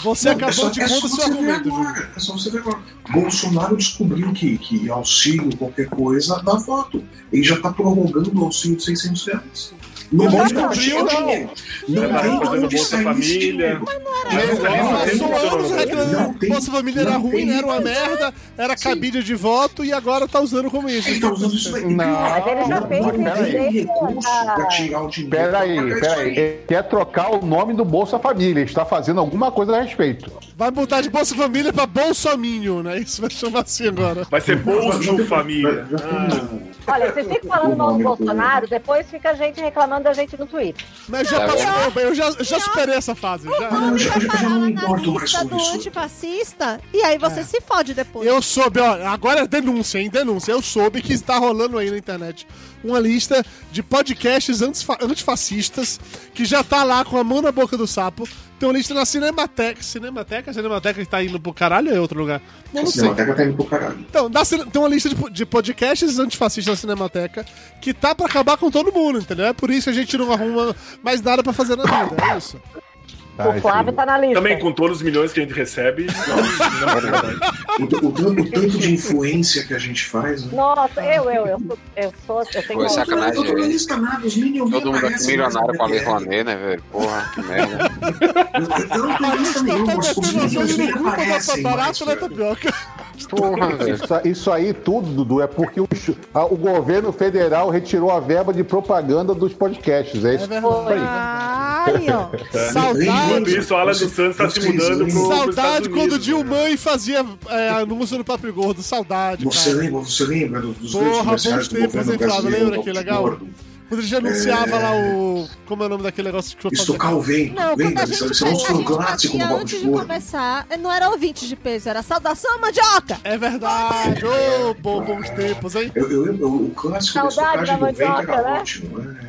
Speaker 3: Você
Speaker 1: Não,
Speaker 3: acabou
Speaker 1: é só-
Speaker 3: de
Speaker 1: é só
Speaker 3: conta
Speaker 1: você
Speaker 3: seu
Speaker 1: ver
Speaker 3: argumento,
Speaker 1: agora, É só você ver agora. Bolsonaro descobriu que, que auxílio, qualquer coisa, dá voto. Ele já está prorrogando o auxílio de 600 reais. Não
Speaker 3: Não
Speaker 1: tem
Speaker 3: descobriu,
Speaker 1: onde
Speaker 3: não.
Speaker 1: dinheiro. Não
Speaker 4: Tá
Speaker 1: tem
Speaker 4: fazendo
Speaker 1: onde
Speaker 4: Bolsa
Speaker 1: sair esse
Speaker 4: Família.
Speaker 1: dinheiro.
Speaker 4: Mas
Speaker 3: um
Speaker 4: ali não tem
Speaker 3: Passou
Speaker 4: funcionando,
Speaker 3: anos
Speaker 4: né?
Speaker 3: reclamando.
Speaker 1: Não tem-
Speaker 3: Nossa família era
Speaker 1: não
Speaker 3: ruim, né,
Speaker 1: tem-
Speaker 3: era uma merda,
Speaker 1: Sim. Então-
Speaker 3: era cabide de voto e agora tá usando como isso.
Speaker 1: é. Ele tá está usando isso daí.
Speaker 2: Mas ele já
Speaker 7: Não,
Speaker 2: fez
Speaker 7: mas
Speaker 2: isso
Speaker 7: peraí.
Speaker 1: Tem
Speaker 2: desde
Speaker 1: recurso
Speaker 2: a-
Speaker 1: para tirar o dinheiro. pra pagar
Speaker 7: Peraí,
Speaker 1: isso
Speaker 7: peraí.
Speaker 1: aí.
Speaker 7: Ele quer trocar o nome do Bolsa Família. Está fazendo alguma coisa a respeito.
Speaker 3: Vai mudar de Bolsa Família pra Bolsominho, né? Isso vai chamar assim agora.
Speaker 4: Vai ser Bolso Família. Ah.
Speaker 1: Já tem um-
Speaker 2: Olha, vocês ficam falando mal do Bolsonaro, depois fica a gente reclamando da gente no Twitter.
Speaker 3: Mas já
Speaker 5: Tá
Speaker 3: passou, eu já, eu já superei essa fase. já.
Speaker 1: eu
Speaker 6: Vamos
Speaker 1: já- eu já
Speaker 6: parar
Speaker 1: não
Speaker 6: lá na
Speaker 1: importo mais
Speaker 6: lista
Speaker 1: sobre
Speaker 6: do
Speaker 1: isso.
Speaker 6: antifascista e aí você se fode depois.
Speaker 3: Eu soube, ó, agora é denúncia, hein? Denúncia. Eu soube que está rolando aí na internet uma lista de podcasts antisfa- antifascistas que já tá lá com a mão na boca do sapo. Tem uma lista na Cinemateca. Cinemateca? Cinemateca que tá indo pro caralho ou é outro lugar? Não,
Speaker 1: A
Speaker 3: não sei.
Speaker 1: Cinemateca tá indo pro caralho.
Speaker 3: Então, da cine- tem uma lista de, po- de podcasts antifascistas na Cinemateca que tá pra acabar com todo mundo, entendeu? É por isso que a gente não arruma mais nada pra fazer na vida, é isso.
Speaker 7: Tá,
Speaker 2: o Flávio
Speaker 7: esse-
Speaker 2: tá na lista.
Speaker 4: Também com todos os milhões que a gente recebe.
Speaker 1: Então, O, t- o tanto, o tanto de influência que a gente faz, né?
Speaker 2: Nossa, eu, eu, eu, sou- eu sou, eu tenho um
Speaker 5: Pô,
Speaker 2: ódio.
Speaker 5: sacanagem.
Speaker 1: Eu tô na lista nada, os Minions
Speaker 5: Todo
Speaker 1: nem
Speaker 5: mundo aqui
Speaker 1: aparecem né? mais
Speaker 5: milionário com a
Speaker 1: na
Speaker 5: Lei
Speaker 1: BR.
Speaker 5: Rouanet, né, velho? Porra, que merda.
Speaker 1: Eu eu não tô em lista
Speaker 3: tá
Speaker 1: nenhuma, os os
Speaker 3: um
Speaker 1: Minions nem aparecem né? mais.
Speaker 3: né,
Speaker 1: cara.
Speaker 3: Tapioca?
Speaker 5: Porra, velho.
Speaker 7: Isso, isso aí tudo, Dudu, é porque o, a- o governo federal retirou a verba de propaganda dos podcasts. É
Speaker 3: É
Speaker 7: isso
Speaker 3: verdade.
Speaker 6: Ai, ó.
Speaker 4: Enquanto
Speaker 3: Saudade.
Speaker 4: isso, a Alan dos Santos tá se mudando pro. pros Estados
Speaker 3: Saudade
Speaker 4: Unidos,
Speaker 3: quando o
Speaker 4: né?
Speaker 3: Dilmãe fazia é, anúncio no Papo Gordo. Saudade,
Speaker 1: Você
Speaker 3: cara.
Speaker 1: lembra, você lembra dos, dos
Speaker 3: Porra,
Speaker 1: grandes
Speaker 3: bons
Speaker 1: comerciais do
Speaker 3: tempos,
Speaker 1: governo
Speaker 3: hein, Flávio?
Speaker 1: brasileiro?
Speaker 3: Lembra que
Speaker 1: do
Speaker 3: legal?
Speaker 1: Gordo?
Speaker 3: Quando ele já anunciava lá o... Como é o nome daquele negócio que eu falei?
Speaker 1: Estocar o vento,
Speaker 6: Não, quando
Speaker 1: lembra?
Speaker 6: a
Speaker 1: Isso
Speaker 6: gente,
Speaker 1: isso é um
Speaker 6: a
Speaker 1: som
Speaker 6: gente
Speaker 1: clássico do
Speaker 6: fazia
Speaker 1: Bob
Speaker 6: antes de
Speaker 1: Gordo.
Speaker 6: começar, não era ouvinte de peso, era saudação mandioca.
Speaker 3: É verdade. Ô, bom, bons tempos, hein?
Speaker 1: Eu, eu lembro, o clássico
Speaker 2: Saudade
Speaker 1: da estocagem
Speaker 2: da
Speaker 1: do vento era
Speaker 2: mandioca, né?
Speaker 1: ótimo, né?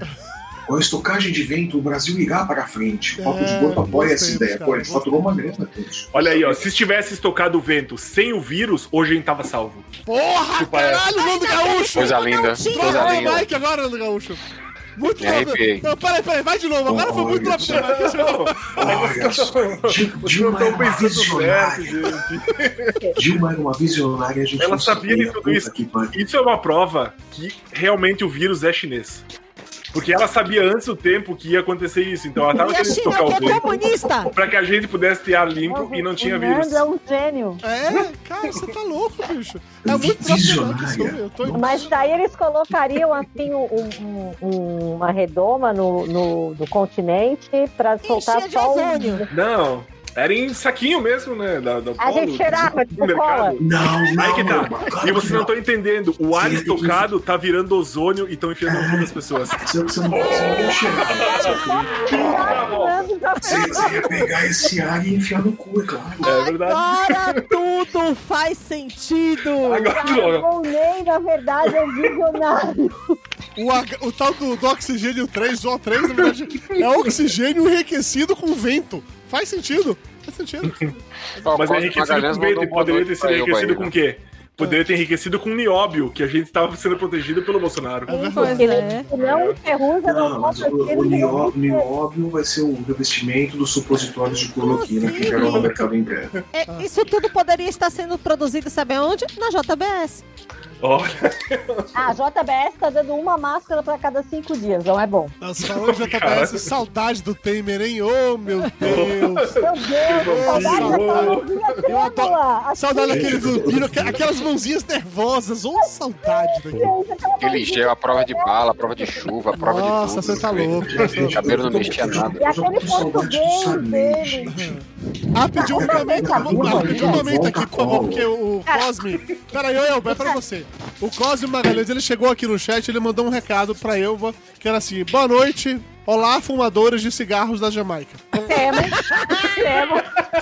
Speaker 1: Com a estocagem de vento, o Brasil irá para a frente. O Papo de
Speaker 3: É,
Speaker 1: Gordo apoia
Speaker 3: bons
Speaker 1: essa
Speaker 3: tempos,
Speaker 1: ideia.
Speaker 3: cara,
Speaker 1: Pô, ele
Speaker 3: bons
Speaker 1: faturou uma grana com isso.
Speaker 4: Olha aí, ó. Se tivesse estocado o vento sem o vírus, hoje a gente tava salvo.
Speaker 3: Porra,
Speaker 4: Chupa essa.
Speaker 3: caralho, Nando Gaúcho!
Speaker 5: Coisa linda, coisa
Speaker 3: Troca o
Speaker 5: linda.
Speaker 3: né, é Mike agora, Nando Gaúcho. Muito
Speaker 5: um Me
Speaker 3: novo.
Speaker 5: arrepiei.
Speaker 3: Não, peraí, peraí, vai de novo. Agora foi muito
Speaker 1: Olha
Speaker 3: top. Mike.
Speaker 1: Olha só,
Speaker 4: Não
Speaker 1: Dilma era
Speaker 4: tão
Speaker 1: uma
Speaker 4: pensando certo,
Speaker 1: visionária.
Speaker 4: gente.
Speaker 1: Dilma era uma visionária. A gente
Speaker 4: Ela
Speaker 1: não
Speaker 4: sabia de tudo
Speaker 1: puta
Speaker 4: isso.
Speaker 1: que pariu.
Speaker 4: Isso é uma prova que realmente o vírus é chinês. Porque ela sabia antes do tempo que ia acontecer isso. Então ela tava
Speaker 6: E a
Speaker 4: querendo
Speaker 6: China
Speaker 4: estocar o
Speaker 6: que é
Speaker 4: vento
Speaker 6: comunista.
Speaker 4: pra que a gente pudesse ter ar limpo
Speaker 2: Nossa,
Speaker 4: e não tinha
Speaker 2: o Nando
Speaker 4: vírus.
Speaker 2: é um gênio.
Speaker 3: É, cara, você tá louco, bicho. É muito
Speaker 1: Visionária.
Speaker 3: impressionante isso. Eu tô
Speaker 2: Mas daí eles colocariam assim um- um- um- uma redoma no, no- do continente pra soltar
Speaker 6: Enchia de
Speaker 2: só um...
Speaker 6: ozônio.
Speaker 4: Não, era em saquinho mesmo, né? Da, da
Speaker 2: A gente cheirava, tipo, cola.
Speaker 1: Não, não.
Speaker 4: Aí que tá.
Speaker 1: não, claro
Speaker 4: E vocês não
Speaker 1: não.
Speaker 4: estão entendendo. O ar
Speaker 1: Sim,
Speaker 4: estocado tá virando ozônio e estão enfiando no cu das pessoas.
Speaker 1: Você você não você não quer chegar. né,
Speaker 4: É
Speaker 2: Nando já
Speaker 1: Você, você ia pegar esse ar e enfiar no cu, é claro.
Speaker 4: É verdade.
Speaker 6: Agora tudo faz sentido.
Speaker 4: Agora droga.
Speaker 2: Ou nem, na verdade, é um visionário.
Speaker 3: O, H- o tal do, do oxigênio 3, o 3, na verdade, é oxigênio enriquecido com vento. Faz sentido. Faz sentido.
Speaker 5: Ó,
Speaker 4: Mas
Speaker 5: Cosmo
Speaker 4: enriquecido
Speaker 5: Magalhães
Speaker 4: com vento.
Speaker 5: mandou boa
Speaker 4: Poderia
Speaker 5: noite
Speaker 4: ter sido
Speaker 5: pra eu,
Speaker 4: enriquecido com
Speaker 5: Bahia.
Speaker 4: o quê? Poderia ter enriquecido com nióbio, que a gente tava sendo protegido pelo Bolsonaro.
Speaker 6: Pois é.
Speaker 2: Se não, ferruja
Speaker 1: Não,
Speaker 2: não
Speaker 1: mas
Speaker 2: pode
Speaker 1: o,
Speaker 2: ser
Speaker 1: o nió-
Speaker 2: nenhum.
Speaker 1: nióbio vai ser o revestimento dos supositórios de cloroquina que
Speaker 6: Inclusive.
Speaker 1: chegaram no mercado em breve.
Speaker 6: É, Isso tudo poderia estar sendo produzido, sabe onde? Na JBS.
Speaker 4: Olha,
Speaker 2: Ah, a JBS tá dando uma máscara pra cada cinco dias, não é bom.
Speaker 3: Nossa, falando de JBS, saudade do Temer, hein? Ô, meu Deus.
Speaker 2: Meu Deus, saudade daquela mãozinha trêmula.
Speaker 3: Saudade daquele vampiro, aqua- aquelas mãozinhas nervosas. Ô, saudade daquilo.
Speaker 5: Aquele gel, a prova de bala, a prova de chuva, a prova de
Speaker 3: Nossa,
Speaker 5: tudo.
Speaker 3: você tá
Speaker 5: velho.
Speaker 3: louco.
Speaker 5: cabelo não mexia nada.
Speaker 2: E aquele português dele.
Speaker 3: Ah, pediu um momento, ah, pediu um momento aqui, por favor, porque o Cosme. Peraí, eu, eu, é pra você. O Cosme Magalhães, ele chegou aqui no chat, ele mandou um recado pra Elba, que era assim: boa noite, olá, fumadores de cigarros da Jamaica.
Speaker 2: Temos, temos.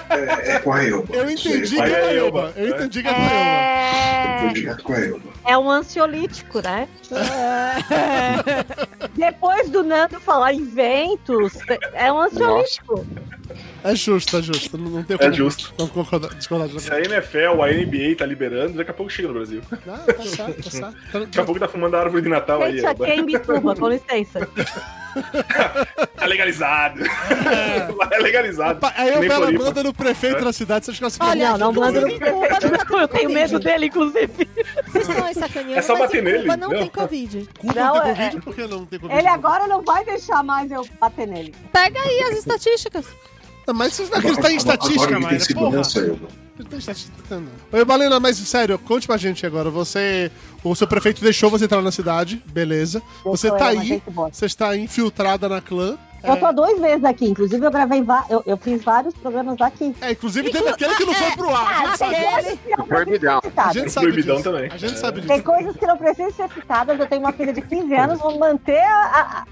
Speaker 1: É, é com a Elba.
Speaker 3: Eu entendi que
Speaker 1: Isso aí,
Speaker 3: era
Speaker 4: vai,
Speaker 3: Elba.
Speaker 4: Elba.
Speaker 3: Eu entendi que era Elba.
Speaker 1: Foi
Speaker 2: É...
Speaker 1: direto com a Elba.
Speaker 2: é um ansiolítico, né? É. Depois do Nando falar em ventos, é um ansiolítico.
Speaker 3: É justo, é justo. Ah, Não, não tem
Speaker 4: é justo.
Speaker 3: Não concordar, discordar de
Speaker 4: Se a NFL, a NBA tá liberando, daqui a pouco chega no Brasil.
Speaker 3: Ah, tá certo, tá certo.
Speaker 4: Daqui a pouco tá fumando a árvore de Natal aí.
Speaker 2: Gente,
Speaker 4: Elba.
Speaker 2: aqui é em Bituba, com licença.
Speaker 4: tá legalizado. Lá É legalizado.
Speaker 3: Pa- Aí o
Speaker 4: Nem
Speaker 3: Bela
Speaker 4: Floripa.
Speaker 3: manda no prefeito da cidade, vocês ficam assim,
Speaker 6: Olha,
Speaker 2: Não, não manda no
Speaker 6: Covid,
Speaker 2: prefeito. Não, eu tenho medo dele, inclusive.
Speaker 6: Vocês estão aí sacaneando,
Speaker 4: É só
Speaker 6: mas
Speaker 4: bater
Speaker 6: em Cuba
Speaker 4: nele,
Speaker 6: não
Speaker 4: não.
Speaker 6: tem Covid.
Speaker 3: Cuba não,
Speaker 2: Não,
Speaker 3: tem
Speaker 2: é-
Speaker 3: Covid, por que não tem Covid?
Speaker 2: Ele agora não vai deixar mais eu bater nele.
Speaker 6: Pega aí as estatísticas.
Speaker 3: Não, Mas vocês
Speaker 4: tá
Speaker 3: não acreditam em estatística,
Speaker 1: Agora que tem
Speaker 3: Mayra, porra.
Speaker 1: segurança, eu.
Speaker 3: Acreditam em estatística, não. tá Oi, Balena, mas sério, conte pra gente agora. Você, o seu prefeito deixou você entrar na cidade, beleza. Você
Speaker 2: Deixou
Speaker 3: tá
Speaker 2: eu, mas
Speaker 3: aí,
Speaker 2: gente boa.
Speaker 3: você está infiltrada na clã.
Speaker 2: Eu tô há dois meses aqui, inclusive eu gravei, va- eu, eu fiz vários programas daqui.
Speaker 3: É, inclusive teve aquele que não foi pro ar, a Ah, gente sabe.
Speaker 2: Não, mas
Speaker 5: Proibidão.
Speaker 2: isso é,
Speaker 3: A
Speaker 2: sabe. É.
Speaker 3: gente sabe
Speaker 4: Proibidão
Speaker 3: disso.
Speaker 4: também.
Speaker 3: A gente sabe disso.
Speaker 2: Tem coisas que não precisam ser citadas. Eu tenho uma filha de 15 anos, vou manter a. a-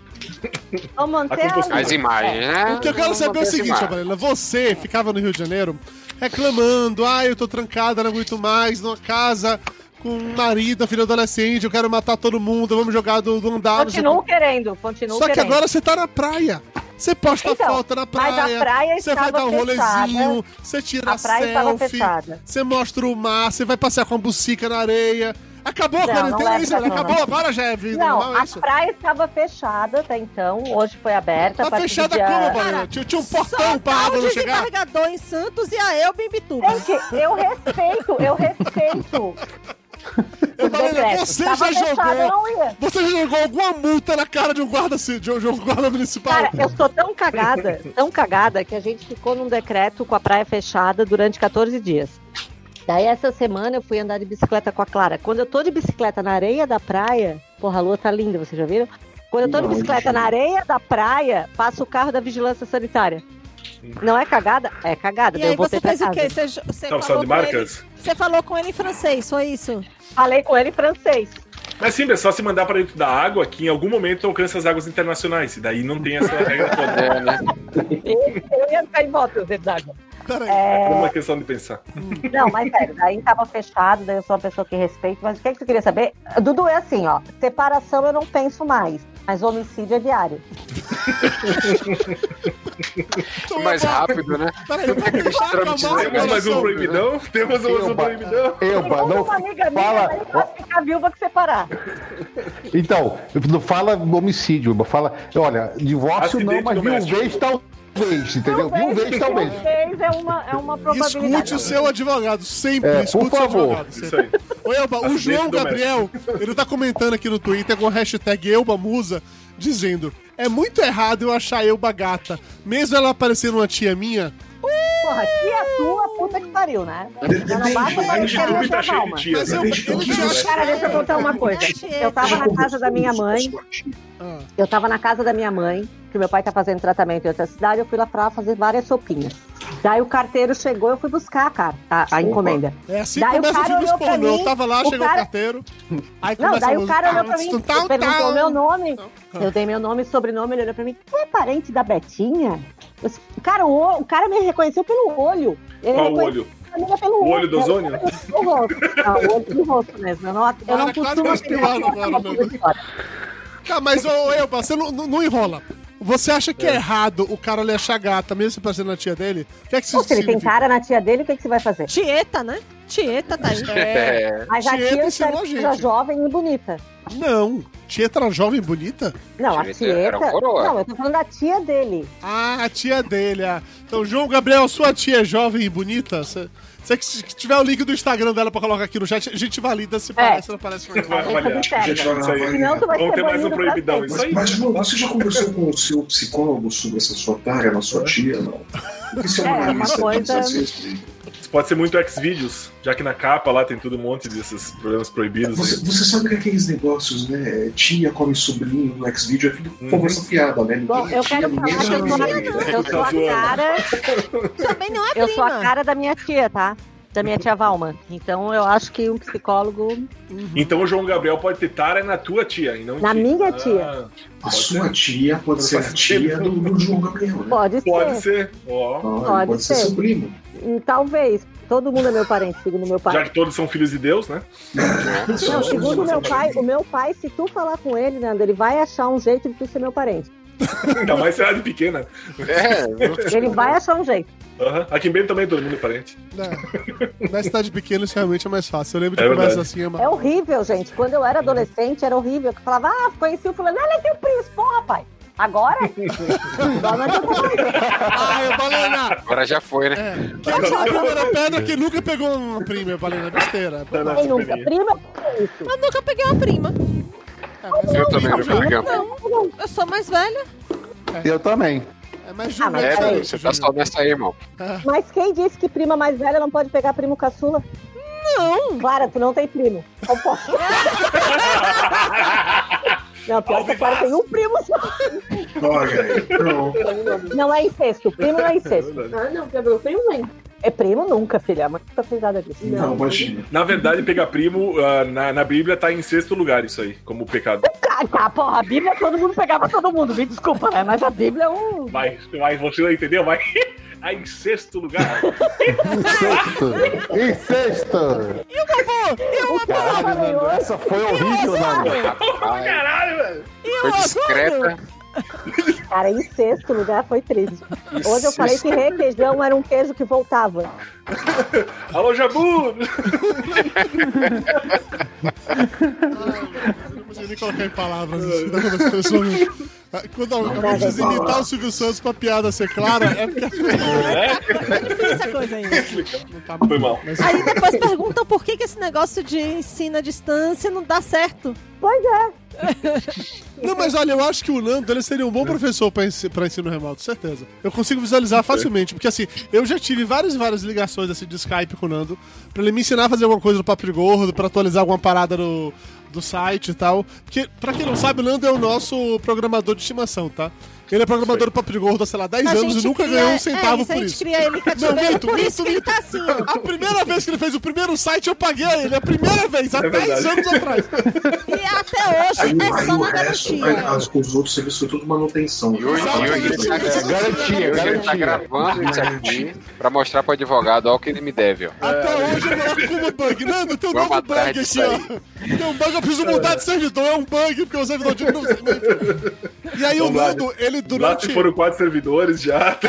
Speaker 2: Vou manter
Speaker 4: A compostagem.
Speaker 5: As imagens, né?
Speaker 3: O que eu quero
Speaker 5: Vamos
Speaker 3: saber é o
Speaker 5: manter as
Speaker 3: seguinte,
Speaker 5: imagens.
Speaker 3: Amarela. Você ficava no Rio de Janeiro reclamando, ah, eu tô trancada, não aguento mais, numa casa com um marido, filho adolescente, eu quero matar todo mundo, vamos jogar do, do andar. não sei
Speaker 2: Continuo querendo,
Speaker 3: o quê.
Speaker 2: continuo
Speaker 3: Só que
Speaker 2: querendo.
Speaker 3: agora você tá na praia. Você posta
Speaker 2: Então,
Speaker 3: foto na
Speaker 2: mas a
Speaker 3: praia,
Speaker 2: praia
Speaker 3: você
Speaker 2: estava
Speaker 3: vai
Speaker 2: né?
Speaker 3: dar um rolezinho, você tira
Speaker 2: a praia estava
Speaker 3: selfie,
Speaker 2: fechada.
Speaker 3: você mostra o mar, você vai passear com a bucica na areia. Acabou a
Speaker 2: Não,
Speaker 3: quarentena,
Speaker 2: não é
Speaker 3: é isso, Amarela?
Speaker 2: pra-
Speaker 3: acabou agora já é vida
Speaker 2: Não,
Speaker 3: normal, é
Speaker 2: a
Speaker 3: isso?
Speaker 2: praia estava fechada até então, hoje foi aberta. a
Speaker 3: Tá
Speaker 2: partir do
Speaker 3: fechada
Speaker 2: dia...
Speaker 3: como, Amarela?
Speaker 6: Cara,
Speaker 3: Tinha tinha um
Speaker 6: Só
Speaker 3: portão pra
Speaker 6: tá o
Speaker 3: Pablo chegar.
Speaker 6: desembargador em Santos e a Elba em Bituba.
Speaker 2: Gente, eu respeito, eu respeito.
Speaker 3: Eu
Speaker 2: os
Speaker 3: falei,
Speaker 2: decretos.
Speaker 3: você
Speaker 2: Tava
Speaker 3: já
Speaker 2: fechado, eu
Speaker 3: jogou.
Speaker 2: não ia.
Speaker 3: Você já jogou alguma multa na cara de um guarda, ci- de um, de um guarda municipal?
Speaker 2: Cara, eu sou tão cagada, tão cagada, que a gente ficou num decreto com a praia fechada durante 14 dias. Daí essa semana eu fui andar de bicicleta com a Clara. Quando eu tô de bicicleta na areia da praia, porra, a lua tá linda, vocês já viram? Quando eu tô de
Speaker 1: Não,
Speaker 2: bicicleta
Speaker 1: gente.
Speaker 2: na areia da praia, passa o carro da vigilância sanitária. Não é cagada? É cagada.
Speaker 6: E
Speaker 2: Daí
Speaker 6: aí
Speaker 2: eu voltei
Speaker 6: você
Speaker 2: pra
Speaker 6: fez o
Speaker 2: casa.
Speaker 6: quê? Você, você,
Speaker 4: Tá precisando
Speaker 6: falou
Speaker 4: de
Speaker 6: com ele,
Speaker 4: marcas?
Speaker 6: você falou com ele em francês, foi isso?
Speaker 2: Falei com ele em francês.
Speaker 4: Mas sim, é só se mandar pra dentro da água que em algum momento alcança as águas internacionais. E daí não tem essa regra toda.
Speaker 5: É, né?
Speaker 2: Eu ia ficar em
Speaker 6: é
Speaker 2: volta, verdade.
Speaker 3: Peraí.
Speaker 4: É
Speaker 2: É...
Speaker 4: uma questão de pensar.
Speaker 2: Não, mas sério, daí tava fechado, daí eu sou uma pessoa que respeito, mas o que, que você queria saber? Dudu é assim, ó, separação eu não penso mais, mas homicídio é diário.
Speaker 3: Então,
Speaker 5: Mais
Speaker 3: eu-
Speaker 5: rápido, né?
Speaker 3: Peraí, eu vou é tentar acalmar
Speaker 5: trâmite dele,
Speaker 3: o
Speaker 5: né?
Speaker 4: Temos mais um
Speaker 3: coração.
Speaker 4: proibidão? Temos mais um
Speaker 7: Opa.
Speaker 4: proibidão?
Speaker 7: Euba,
Speaker 2: Segundo
Speaker 7: não.
Speaker 2: uma amiga minha,
Speaker 7: fala-
Speaker 2: daí vai ficar viúva que separar.
Speaker 7: Então, não fala homicídio, Euba, fala. Olha, divórcio
Speaker 4: Acidente
Speaker 7: não, mas
Speaker 4: doméstico.
Speaker 7: viu vez talvez, entendeu? Viu vez talvez.
Speaker 2: Talvez é uma, é uma probabilidade.
Speaker 3: Escute o seu advogado, sempre.
Speaker 7: É, por
Speaker 3: escute o seu
Speaker 7: favor.
Speaker 3: advogado.
Speaker 4: Isso é
Speaker 3: Sempre.
Speaker 4: aí.
Speaker 3: Ô, Elba, o
Speaker 4: Acidente
Speaker 3: João Gabriel,
Speaker 4: doméstico.
Speaker 3: ele tá comentando aqui no Twitter com a hashtag ElbaMusa, dizendo: É muito errado eu achar Elba gata, mesmo ela parecendo uma tia minha.
Speaker 2: Porra, que é a tua puta que pariu, né? Já não basta
Speaker 1: Depende,
Speaker 2: parecer a
Speaker 1: depende,
Speaker 2: minha
Speaker 4: YouTube tá
Speaker 2: tia
Speaker 4: cheio
Speaker 2: Valma.
Speaker 4: de tia.
Speaker 3: Mas eu-
Speaker 4: né?
Speaker 1: Deixa eu-
Speaker 3: ele te acha-
Speaker 2: é Cara, deixa eu contar uma coisa. Eu tava na casa da minha mãe,
Speaker 3: Ah,
Speaker 2: eu tava na casa da minha mãe, que meu pai tá fazendo tratamento em outra cidade, eu fui lá pra fazer várias sopinhas. Daí o carteiro chegou, eu fui buscar, cara, a, a encomenda.
Speaker 3: É assim que
Speaker 2: Daí o
Speaker 3: começa o
Speaker 2: cara
Speaker 3: filme
Speaker 2: olhou pra
Speaker 3: pornô.
Speaker 2: mim,
Speaker 3: Eu tava lá,
Speaker 2: o
Speaker 3: chegou
Speaker 2: cara-
Speaker 3: o carteiro. Aí
Speaker 2: Não,
Speaker 3: começa
Speaker 2: daí
Speaker 3: a "Tá,
Speaker 2: o cara olhou pra mim,
Speaker 3: música. Tal,
Speaker 2: perguntou
Speaker 3: tal.
Speaker 2: o meu nome.
Speaker 3: tá.
Speaker 2: Eu dei meu nome e sobrenome, ele olhou pra mim. Você é parente da Betinha? Eu disse, cara, o, o cara me reconheceu pelo olho. Ele
Speaker 4: Qual o
Speaker 2: reconheceu
Speaker 4: olho?
Speaker 2: a família pelo
Speaker 4: O olho do ozônio?
Speaker 2: O rosto. Não, o olho do rosto mesmo. Eu não, eu não
Speaker 3: Cara, quase
Speaker 2: costumo
Speaker 3: cuspiu
Speaker 2: pegar
Speaker 3: água agora,
Speaker 2: uma
Speaker 3: meu
Speaker 2: coisa de fora.
Speaker 3: Tá, mas ô, ô, Elba, você não, não- não enrola. Você acha que é. errado o cara lhe achar gata, mesmo se parecendo a tia dele? O que é que isso
Speaker 2: Pô, Se ele tem
Speaker 3: significa?
Speaker 2: cara na tia dele, o que, que você vai fazer?
Speaker 6: Tieta, né? Tieta tá aí.
Speaker 3: É,
Speaker 2: Mas a
Speaker 3: Tieta
Speaker 2: tia
Speaker 3: ensinou
Speaker 2: era
Speaker 3: a gente. é
Speaker 2: era jovem e bonita.
Speaker 3: não. Tieta era jovem e bonita?
Speaker 2: Não, a
Speaker 5: Tieta
Speaker 2: tieta.
Speaker 5: era um coroa.
Speaker 2: Não, eu tô falando da tia dele.
Speaker 3: Ah, a tia dele. ah. Então, João Gabriel, sua tia é jovem e bonita? Você você que se que tiver o link do Instagram dela pra colocar aqui no chat, a gente valida se parece ou não parece né? com
Speaker 4: Vai
Speaker 3: ela.
Speaker 2: Essa
Speaker 4: avaliar.
Speaker 2: bichega.
Speaker 1: Gente, vai lá,
Speaker 4: Isso aí.
Speaker 1: vai.
Speaker 2: Senão tu vai
Speaker 4: Vamos
Speaker 2: ser
Speaker 4: ter mais
Speaker 2: banido
Speaker 4: um
Speaker 2: pra
Speaker 4: proibidão.
Speaker 2: sempre.
Speaker 4: Isso aí.
Speaker 1: né? Mas, mas João, você já conversou com o seu psicólogo sobre essa sua tarefa na sua tia, não? Porque isso é
Speaker 2: É,
Speaker 1: uma
Speaker 2: uma
Speaker 1: lista
Speaker 2: coisa-
Speaker 4: Pode ser muito Xvideos, já que na capa lá tem tudo um monte desses problemas proibidos.
Speaker 1: Você,
Speaker 4: aí.
Speaker 1: você sabe que aqueles negócio, né? Tia come sobrinho no X-Video, é tudo
Speaker 4: Uhum.
Speaker 1: conversa fiada, né? Ninguém
Speaker 2: Bom, eu
Speaker 1: tia,
Speaker 2: quero
Speaker 1: ninguém
Speaker 2: falar que eu
Speaker 1: sabe
Speaker 2: sou,
Speaker 1: ninguém, né?
Speaker 2: eu sou a cara.
Speaker 6: Também não é
Speaker 2: Eu
Speaker 6: prima.
Speaker 2: sou a cara da minha tia, tá? Da minha tia Valma. Então eu acho que um psicólogo.
Speaker 4: Então o João Gabriel pode ter tara na tua tia e não em
Speaker 2: Na
Speaker 4: ti.
Speaker 2: minha
Speaker 4: Ah,
Speaker 2: tia.
Speaker 1: A sua tia pode ser a tia do, do João Gabriel, né?
Speaker 2: Pode,
Speaker 4: Pode
Speaker 2: ser.
Speaker 4: ser. Ó.
Speaker 1: Ah,
Speaker 2: Pode
Speaker 1: pode ser
Speaker 2: ser.
Speaker 1: seu primo.
Speaker 2: Hum, Talvez. Todo mundo é meu parente, segundo meu pai.
Speaker 4: Já que todos são filhos de Deus, né?
Speaker 2: Não, segundo meu pai, o meu pai, se tu falar com ele, Nando, ele vai achar um jeito de tu ser meu parente.
Speaker 4: Ainda mais se ela é de pequena.
Speaker 5: É,
Speaker 2: Ele vai achar um jeito.
Speaker 4: Aham. Aqui em Bento também todo mundo é parente.
Speaker 3: É. Na cidade pequena isso realmente é mais fácil. Eu lembro de
Speaker 4: É
Speaker 3: conversas
Speaker 4: verdade.
Speaker 3: assim, é,
Speaker 2: É horrível, gente. Quando eu era adolescente, era horrível. que Eu falava, ah, conheci o fulano. Ah, ele é teu primo, porra, pai. Agora?
Speaker 3: Ah, Balena!
Speaker 5: Agora já foi, né?
Speaker 3: Que atira a primeira pedra que nunca pegou uma prima, Balena. É Besteira.
Speaker 4: Nossa,
Speaker 2: Quem nunca?
Speaker 4: peraí.
Speaker 2: Prima, é isso.
Speaker 6: Eu nunca peguei uma prima.
Speaker 3: É, mas
Speaker 5: Eu também não
Speaker 3: já.
Speaker 5: fui legal.
Speaker 6: Não, eu sou mais velha.
Speaker 7: Eu também.
Speaker 3: É mais
Speaker 2: Ah,
Speaker 3: Juliana.
Speaker 2: mas
Speaker 5: É,
Speaker 3: isso aí,
Speaker 5: você tá só
Speaker 3: Juliana.
Speaker 5: nessa aí, irmão.
Speaker 2: Mas quem disse que prima mais velha não pode pegar primo caçula?
Speaker 6: Não.
Speaker 2: Clara, tu não tem primo. Eu posso. Não, pior que a Clara tem um primo só.
Speaker 1: Olha aí. Então,
Speaker 2: Não é incesto. Primo não é incesto.
Speaker 8: Ah, não, Gabriel, eu tenho nem.
Speaker 2: É primo nunca, filha. Mas nunca fiz nada disso.
Speaker 1: não, imagina.
Speaker 4: Na verdade, pegar primo ah, na, na Bíblia tá em sexto lugar isso aí, como pecado.
Speaker 2: Cara, tá, porra, a Bíblia todo mundo pegava todo mundo. Me desculpa, né? Mas a Bíblia é um.
Speaker 4: Mas, mas você não entendeu? Mas tá em sexto lugar.
Speaker 7: Sexto. E sexto.
Speaker 2: Eu falei
Speaker 7: Caralho,
Speaker 2: hoje.
Speaker 7: essa foi horrível, né, Nando.
Speaker 5: Rapaz,
Speaker 4: Caralho, velho.
Speaker 5: foi discreta.
Speaker 2: Cara, em sexto lugar foi triste. Hoje eu falei que requeijão era um queijo que voltava.
Speaker 4: Alô, Jabu!
Speaker 3: Eu não consigo nem colocar em palavras isso. Dá pra ver se eu sou- Ah, Quando alguém diz imitar o Silvio Santos pra piada ser clara, é porque
Speaker 6: É difícil essa coisa aí.
Speaker 3: não tá
Speaker 4: Foi mal.
Speaker 3: Mas
Speaker 6: Aí depois perguntam por que, que esse negócio de ensino à distância não dá certo.
Speaker 2: Pois é.
Speaker 3: Não, mas olha, eu acho que o Nando ele seria um
Speaker 4: É.
Speaker 3: bom professor para ensino, ensino remoto, certeza. Eu consigo visualizar facilmente, porque assim, eu já tive várias e várias ligações assim, de Skype com o Nando, pra ele me ensinar a fazer alguma coisa no Papo de Gordo, pra atualizar alguma parada no, do site e tal. Porque, pra quem não sabe, o Nando é o nosso programador de estimação, tá? Ele é programador do Papo de Gordo há, sei lá, 10
Speaker 6: A
Speaker 3: anos e
Speaker 6: gente
Speaker 3: nunca
Speaker 6: cria-
Speaker 3: ganhou um
Speaker 6: é,
Speaker 3: centavo
Speaker 6: A
Speaker 3: por
Speaker 6: gente
Speaker 3: isso.
Speaker 6: cria ele
Speaker 3: Não,
Speaker 6: cativeiro,
Speaker 3: minto,
Speaker 6: por
Speaker 3: minto,
Speaker 6: isso que ele
Speaker 3: minto.
Speaker 6: tá assim, ó.
Speaker 3: A primeira vez que ele fez o primeiro site, eu paguei a ele. A primeira vez, há
Speaker 4: É
Speaker 3: 10
Speaker 4: verdade.
Speaker 3: anos atrás.
Speaker 6: E até hoje
Speaker 1: Aí,
Speaker 6: é
Speaker 1: aí
Speaker 6: só
Speaker 1: o
Speaker 6: na
Speaker 1: resto,
Speaker 6: garantia.
Speaker 1: vai- as- os outros serviços são tudo manutenção.
Speaker 5: E hoje, e hoje ele tá,
Speaker 7: É garantia,
Speaker 5: hoje ele tá
Speaker 7: garantia.
Speaker 5: gravando isso aqui pra mostrar pro advogado, ó, o que ele me deve, ó.
Speaker 4: É.
Speaker 3: Até hoje eu coloco como bug. Nando, tem um
Speaker 5: Vamos
Speaker 3: novo
Speaker 5: atrás
Speaker 3: bug aqui,
Speaker 5: disso
Speaker 3: ó. Tem um bug, eu preciso mudar de servidor. É um bug, porque o servidor de não E aí o
Speaker 4: Vamos lá, né?
Speaker 3: Nando, ele
Speaker 4: Lá
Speaker 3: durante.
Speaker 4: se foram quatro servidores já. tá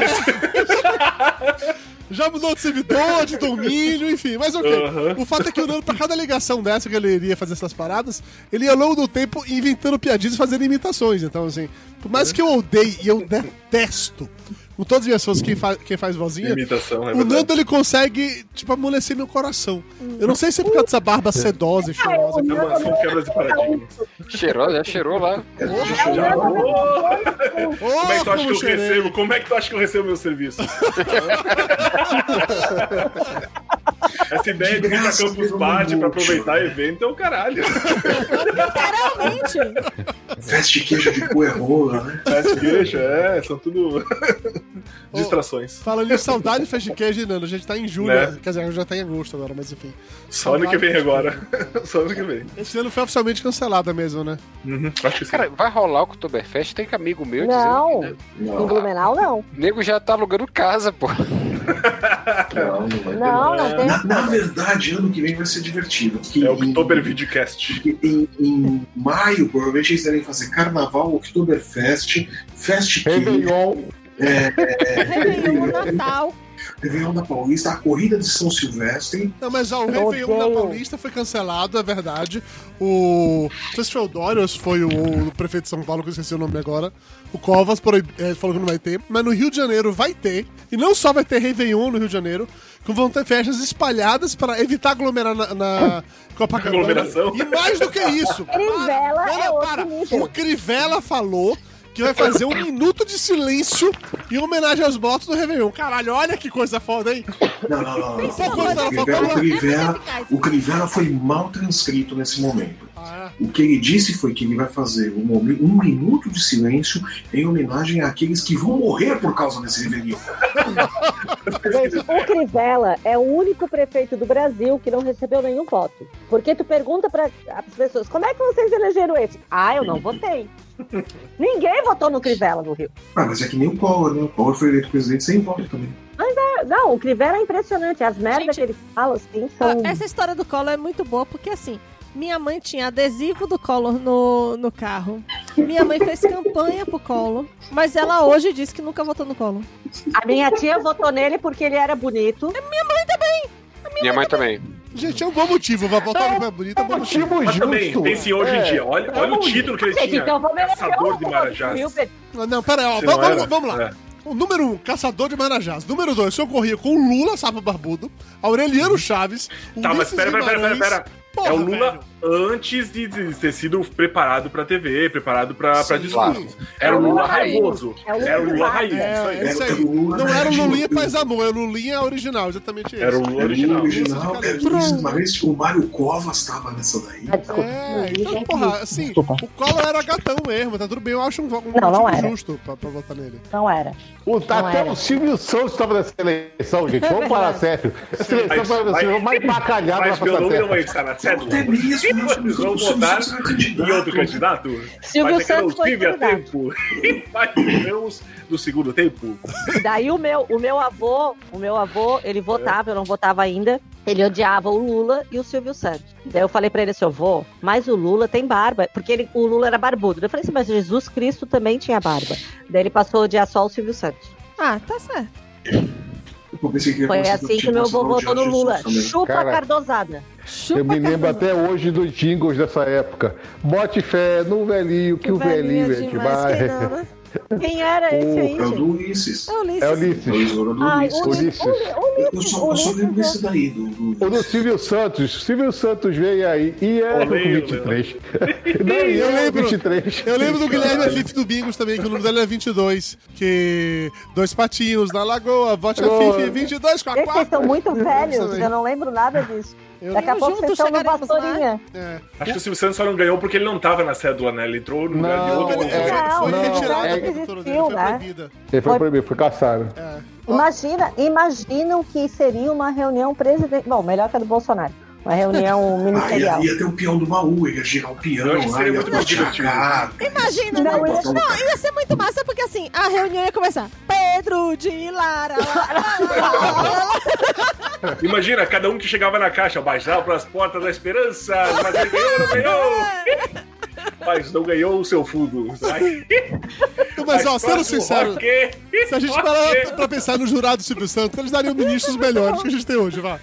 Speaker 3: Já mudou de servidor, de domínio, enfim. Mas ok.
Speaker 4: Uhum.
Speaker 3: O fato é que o Nando, pra cada ligação dessa que ele iria fazer essas paradas, ele ia ao longo do tempo inventando piadinhas e fazendo imitações. Então, assim, por
Speaker 4: É.
Speaker 3: mais que eu odeie e eu detesto com todas as minhas forças quem, fa quem faz vozinha,
Speaker 4: Imitação, é
Speaker 3: O
Speaker 4: verdade.
Speaker 3: Nando ele consegue, tipo, amolecer meu coração. Eu não sei se é por causa dessa barba sedosa e cheirosa.
Speaker 4: É uma- São quebras de paradigmas.
Speaker 5: Cheirou, já cheirou lá.
Speaker 4: Já.
Speaker 1: é
Speaker 4: Ô, Como é que tu acha que eu
Speaker 3: cheirei.
Speaker 4: recebo? Como é que tu acha que eu recebo meus serviços? Essa ideia de ir pra
Speaker 1: graça,
Speaker 4: Campus
Speaker 1: pelo
Speaker 4: Party pra
Speaker 1: amor,
Speaker 4: aproveitar
Speaker 1: cara.
Speaker 4: evento é o caralho.
Speaker 6: Literalmente.
Speaker 1: Veste um queijo de coerrola, né?
Speaker 4: Fast queijo, Tá, é, são tudo distrações.
Speaker 3: Falando em saudade, festa de queijo, Nando. A gente tá em julho.
Speaker 4: Né?
Speaker 3: Quer dizer, já tá em agosto agora, mas enfim.
Speaker 4: Só ano que vem agora. Só ano que vem.
Speaker 3: Esse ano foi oficialmente cancelada mesmo, né?
Speaker 4: Uhum, Acho que sim.
Speaker 5: Cara, vai rolar o Oktoberfest? Tem que amigo meu
Speaker 2: Não.
Speaker 5: dizendo que, né?
Speaker 2: Em
Speaker 1: Não,
Speaker 2: Blumenau, não.
Speaker 5: O nego já tá alugando casa, pô.
Speaker 1: não, não vai ter.
Speaker 2: Não, não tem.
Speaker 1: Na, na verdade, ano que vem vai ser divertido. porque
Speaker 4: É o
Speaker 1: em-
Speaker 4: October Videocast.
Speaker 1: porque Em, em maio, provavelmente eles devem fazer carnaval, Oktoberfest, Fest King,
Speaker 7: Réveillon.
Speaker 6: Réveillon, um Natal.
Speaker 1: Réveillon da Paulista, a Corrida de São Silvestre.
Speaker 3: Não, mas ó, o
Speaker 2: Eu
Speaker 3: Réveillon da
Speaker 2: odeio.
Speaker 3: Paulista foi cancelado, é verdade. O. Não sei se foi o Dórios, foi o, o prefeito de São Paulo, que eu esqueci o nome agora. O Covas proib- eh, falou que não vai ter. Mas no Rio de Janeiro vai ter. E não só vai ter Réveillon no Rio de Janeiro, como vão ter festas espalhadas para evitar aglomerar na, na Copacabana.
Speaker 4: Aglomeração.
Speaker 3: E mais do que isso.
Speaker 2: Crivella
Speaker 3: para,
Speaker 2: é outro
Speaker 3: para.
Speaker 2: nível.
Speaker 3: O Crivella falou. Que vai fazer um minuto de silêncio em homenagem aos mortos do Réveillon. Caralho, olha que coisa foda, hein?
Speaker 1: Não, não, não. não.
Speaker 3: Só coisa
Speaker 1: O
Speaker 3: foda.
Speaker 1: Crivella, o Crivella-
Speaker 6: eficaz.
Speaker 1: o Crivella foi mal transcrito nesse momento.
Speaker 3: Ah,
Speaker 1: O que ele disse foi que ele vai fazer um, momen- um minuto de silêncio em homenagem àqueles que vão morrer por causa desse Réveillon.
Speaker 2: Gente, o Crivella é o único prefeito do Brasil que não recebeu nenhum voto. Porque tu pergunta para as pessoas, como é que vocês elegeram esse? Ah, eu não votei. Ninguém votou no Crivella no Rio.
Speaker 1: Ah, mas é que nem o Collor, né? O Collor foi eleito presidente sem voto também.
Speaker 2: Ah, Não, o Crivella é impressionante. As merdas
Speaker 6: Gente,
Speaker 2: que ele fala, assim,
Speaker 6: Ó,
Speaker 2: são...
Speaker 6: Essa história do colo é muito boa, porque assim, minha mãe tinha adesivo do Collor no, no carro. Minha mãe fez campanha pro Collor, mas ela hoje diz que nunca votou no Collor.
Speaker 2: A minha tia votou nele porque ele era bonito.
Speaker 5: Minha mãe também.
Speaker 3: Gente, é um bom motivo. Vai voltar no pé bonito, é um bom motivo.
Speaker 7: Motivo
Speaker 4: Mas também,
Speaker 7: justo.
Speaker 4: pense hoje em
Speaker 7: É.
Speaker 4: dia. Olha, olha o título que ele
Speaker 2: Gente,
Speaker 4: tinha.
Speaker 2: então vamos melhorar
Speaker 4: Caçador
Speaker 2: o
Speaker 4: de
Speaker 2: voto,
Speaker 4: Marajás.
Speaker 2: viu, Pedro?
Speaker 3: Não, pera aí, ó,
Speaker 4: Se
Speaker 3: vamos,
Speaker 4: não era,
Speaker 3: vamos- vamos lá.
Speaker 4: é.
Speaker 3: O número um, caçador de marajás. Número dois, socorria com o Lula, sapo barbudo, Aureliano Chaves, o
Speaker 4: Tá, mas pera, pera, pera, pera, pera. é o Lula
Speaker 3: velho.
Speaker 4: antes de, de ter sido preparado pra TV, preparado pra, Ah, pra
Speaker 3: Sim.
Speaker 4: discursos. Era o Lula
Speaker 2: Raiz.
Speaker 4: raivoso.
Speaker 2: É o Lula
Speaker 4: Era o Lula
Speaker 2: raiz.
Speaker 4: raiz.
Speaker 3: É,
Speaker 4: isso aí.
Speaker 3: é isso aí.
Speaker 1: Era o Lula
Speaker 3: Não era o
Speaker 1: original.
Speaker 3: Lulinha faz amor, é o Lulinha original, exatamente isso.
Speaker 4: Era o Lula original.
Speaker 1: original,
Speaker 3: Isso,
Speaker 1: era
Speaker 3: cara,
Speaker 1: isso, mas o Mário Covas tava nessa daí.
Speaker 2: Ah, desculpa.
Speaker 3: É, então, porra, assim,
Speaker 7: Desculpa.
Speaker 3: o Collor era gatão mesmo, tá tudo bem, eu acho um, um
Speaker 2: Não, não
Speaker 3: motivo
Speaker 2: era.
Speaker 3: justo pra, pra votar nele.
Speaker 2: Não era.
Speaker 7: O, até
Speaker 2: era.
Speaker 7: o Silvio Santos estava nessa eleição, gente. Vamos falar sério. A seleção
Speaker 4: Mas-
Speaker 7: foi a
Speaker 4: mas-
Speaker 7: seleção mais bacalhada da
Speaker 4: Mas meu
Speaker 7: face da
Speaker 4: nome não
Speaker 7: terra.
Speaker 4: é estar na
Speaker 1: Não
Speaker 4: cédula.
Speaker 1: tem mesmo, né?
Speaker 4: Eles vão
Speaker 1: O Silvio
Speaker 4: votar
Speaker 1: Santos era
Speaker 4: E outro
Speaker 1: candidato.
Speaker 4: candidato?
Speaker 2: Silvio
Speaker 4: Mas é que eu não
Speaker 2: Santos foi
Speaker 4: tive a
Speaker 2: candidato.
Speaker 4: tempo. Vai, Deus, do segundo tempo.
Speaker 2: E Daí o meu, o meu avô, o meu avô, ele votava, eu não votava ainda. Ele odiava o Lula e o Silvio Santos. Daí eu falei pra ele assim, eu vou, mas o Lula tem barba, porque ele, o Lula era barbudo. Daí Eu falei assim, mas Jesus Cristo também tinha barba. Daí ele passou a odiar só o Silvio Santos.
Speaker 6: Ah, tá certo.
Speaker 1: Eu pensei que ia
Speaker 2: Foi
Speaker 1: conseguir
Speaker 2: assim que
Speaker 1: tirar
Speaker 2: meu
Speaker 1: essa
Speaker 2: avô votou no
Speaker 1: Jorge
Speaker 2: Lula.
Speaker 1: Jesus também.
Speaker 2: Chupa
Speaker 7: Cara.
Speaker 2: Cardosada.
Speaker 6: Chupa
Speaker 7: Eu me
Speaker 6: Cardoso.
Speaker 7: lembro até hoje dos jingles dessa época. Bote fé no velhinho, que, o velhinho é demais.
Speaker 6: quem não, né?
Speaker 2: Quem era esse aí,
Speaker 1: É o
Speaker 2: gente?
Speaker 1: do Ulisses.
Speaker 6: É o Ulisses.
Speaker 7: É o
Speaker 1: É o
Speaker 7: Ulisses.
Speaker 1: tesouro do
Speaker 2: Ai,
Speaker 1: Ulisses.
Speaker 2: o Ulisses.
Speaker 7: Ulisses.
Speaker 1: Eu
Speaker 2: Ulisses.
Speaker 1: só, eu só lembro
Speaker 2: Ulisses.
Speaker 1: desse daí, do, do-
Speaker 7: O do Silvio Santos. Silvio Santos veio aí e é o
Speaker 4: Olê,
Speaker 7: 23. Não, e
Speaker 3: Eu
Speaker 7: é o
Speaker 3: lembro.
Speaker 7: 23.
Speaker 3: Eu lembro do Guilherme Afif Domingos também, que o número dele é 22. Que dois patinhos na lagoa, vote Afif 22 com a
Speaker 2: Gente, vocês
Speaker 3: quarta.
Speaker 2: estão muito velhos,
Speaker 3: também.
Speaker 2: eu não lembro nada disso.
Speaker 3: Eu
Speaker 2: é Daqui a
Speaker 6: lembro
Speaker 2: pouco
Speaker 6: junto,
Speaker 2: vocês estão no
Speaker 6: chegaremos lá.
Speaker 2: Pastorinha.
Speaker 3: É.
Speaker 4: Acho que o Silvio Santos só não ganhou porque ele não tava na cédula, né? Ele entrou no lugar de
Speaker 7: Não,
Speaker 4: outro.
Speaker 3: Ele
Speaker 7: é-
Speaker 3: foi
Speaker 7: não,
Speaker 3: retirado
Speaker 7: é-
Speaker 3: da prefeitura dele,
Speaker 2: existiu,
Speaker 3: foi
Speaker 2: né?
Speaker 3: proibida.
Speaker 7: Ele foi proibido, foi caçado.
Speaker 2: Imagina, imaginam que seria uma reunião presidente. Bom, melhor que a do Bolsonaro. Uma reunião
Speaker 1: Aí
Speaker 2: ministerial.
Speaker 1: ia ter o peão do baú, ia girar o peão,
Speaker 4: Eu acho que
Speaker 1: lá,
Speaker 4: seria
Speaker 1: ia
Speaker 4: muito
Speaker 1: ter um o
Speaker 4: divertido.
Speaker 1: chacaco.
Speaker 6: Imagina,
Speaker 2: Não,
Speaker 6: né?
Speaker 2: ia-
Speaker 6: não, ia ser muito massa, porque assim, a reunião ia começar. Pedro de Lara.
Speaker 4: Imagina, cada um que chegava na caixa, baixava pras portas da esperança, mas ele ganhou, não ganhou. Mas não ganhou o seu fundo. Ai,
Speaker 3: Não, Mas, ó, sendo
Speaker 4: próximo,
Speaker 3: sincero,
Speaker 4: ok.
Speaker 3: se a gente
Speaker 4: Ok.
Speaker 3: parar pra- pra pensar no jurado Silvio Santos, eles dariam ministros melhores que a gente tem hoje, vá.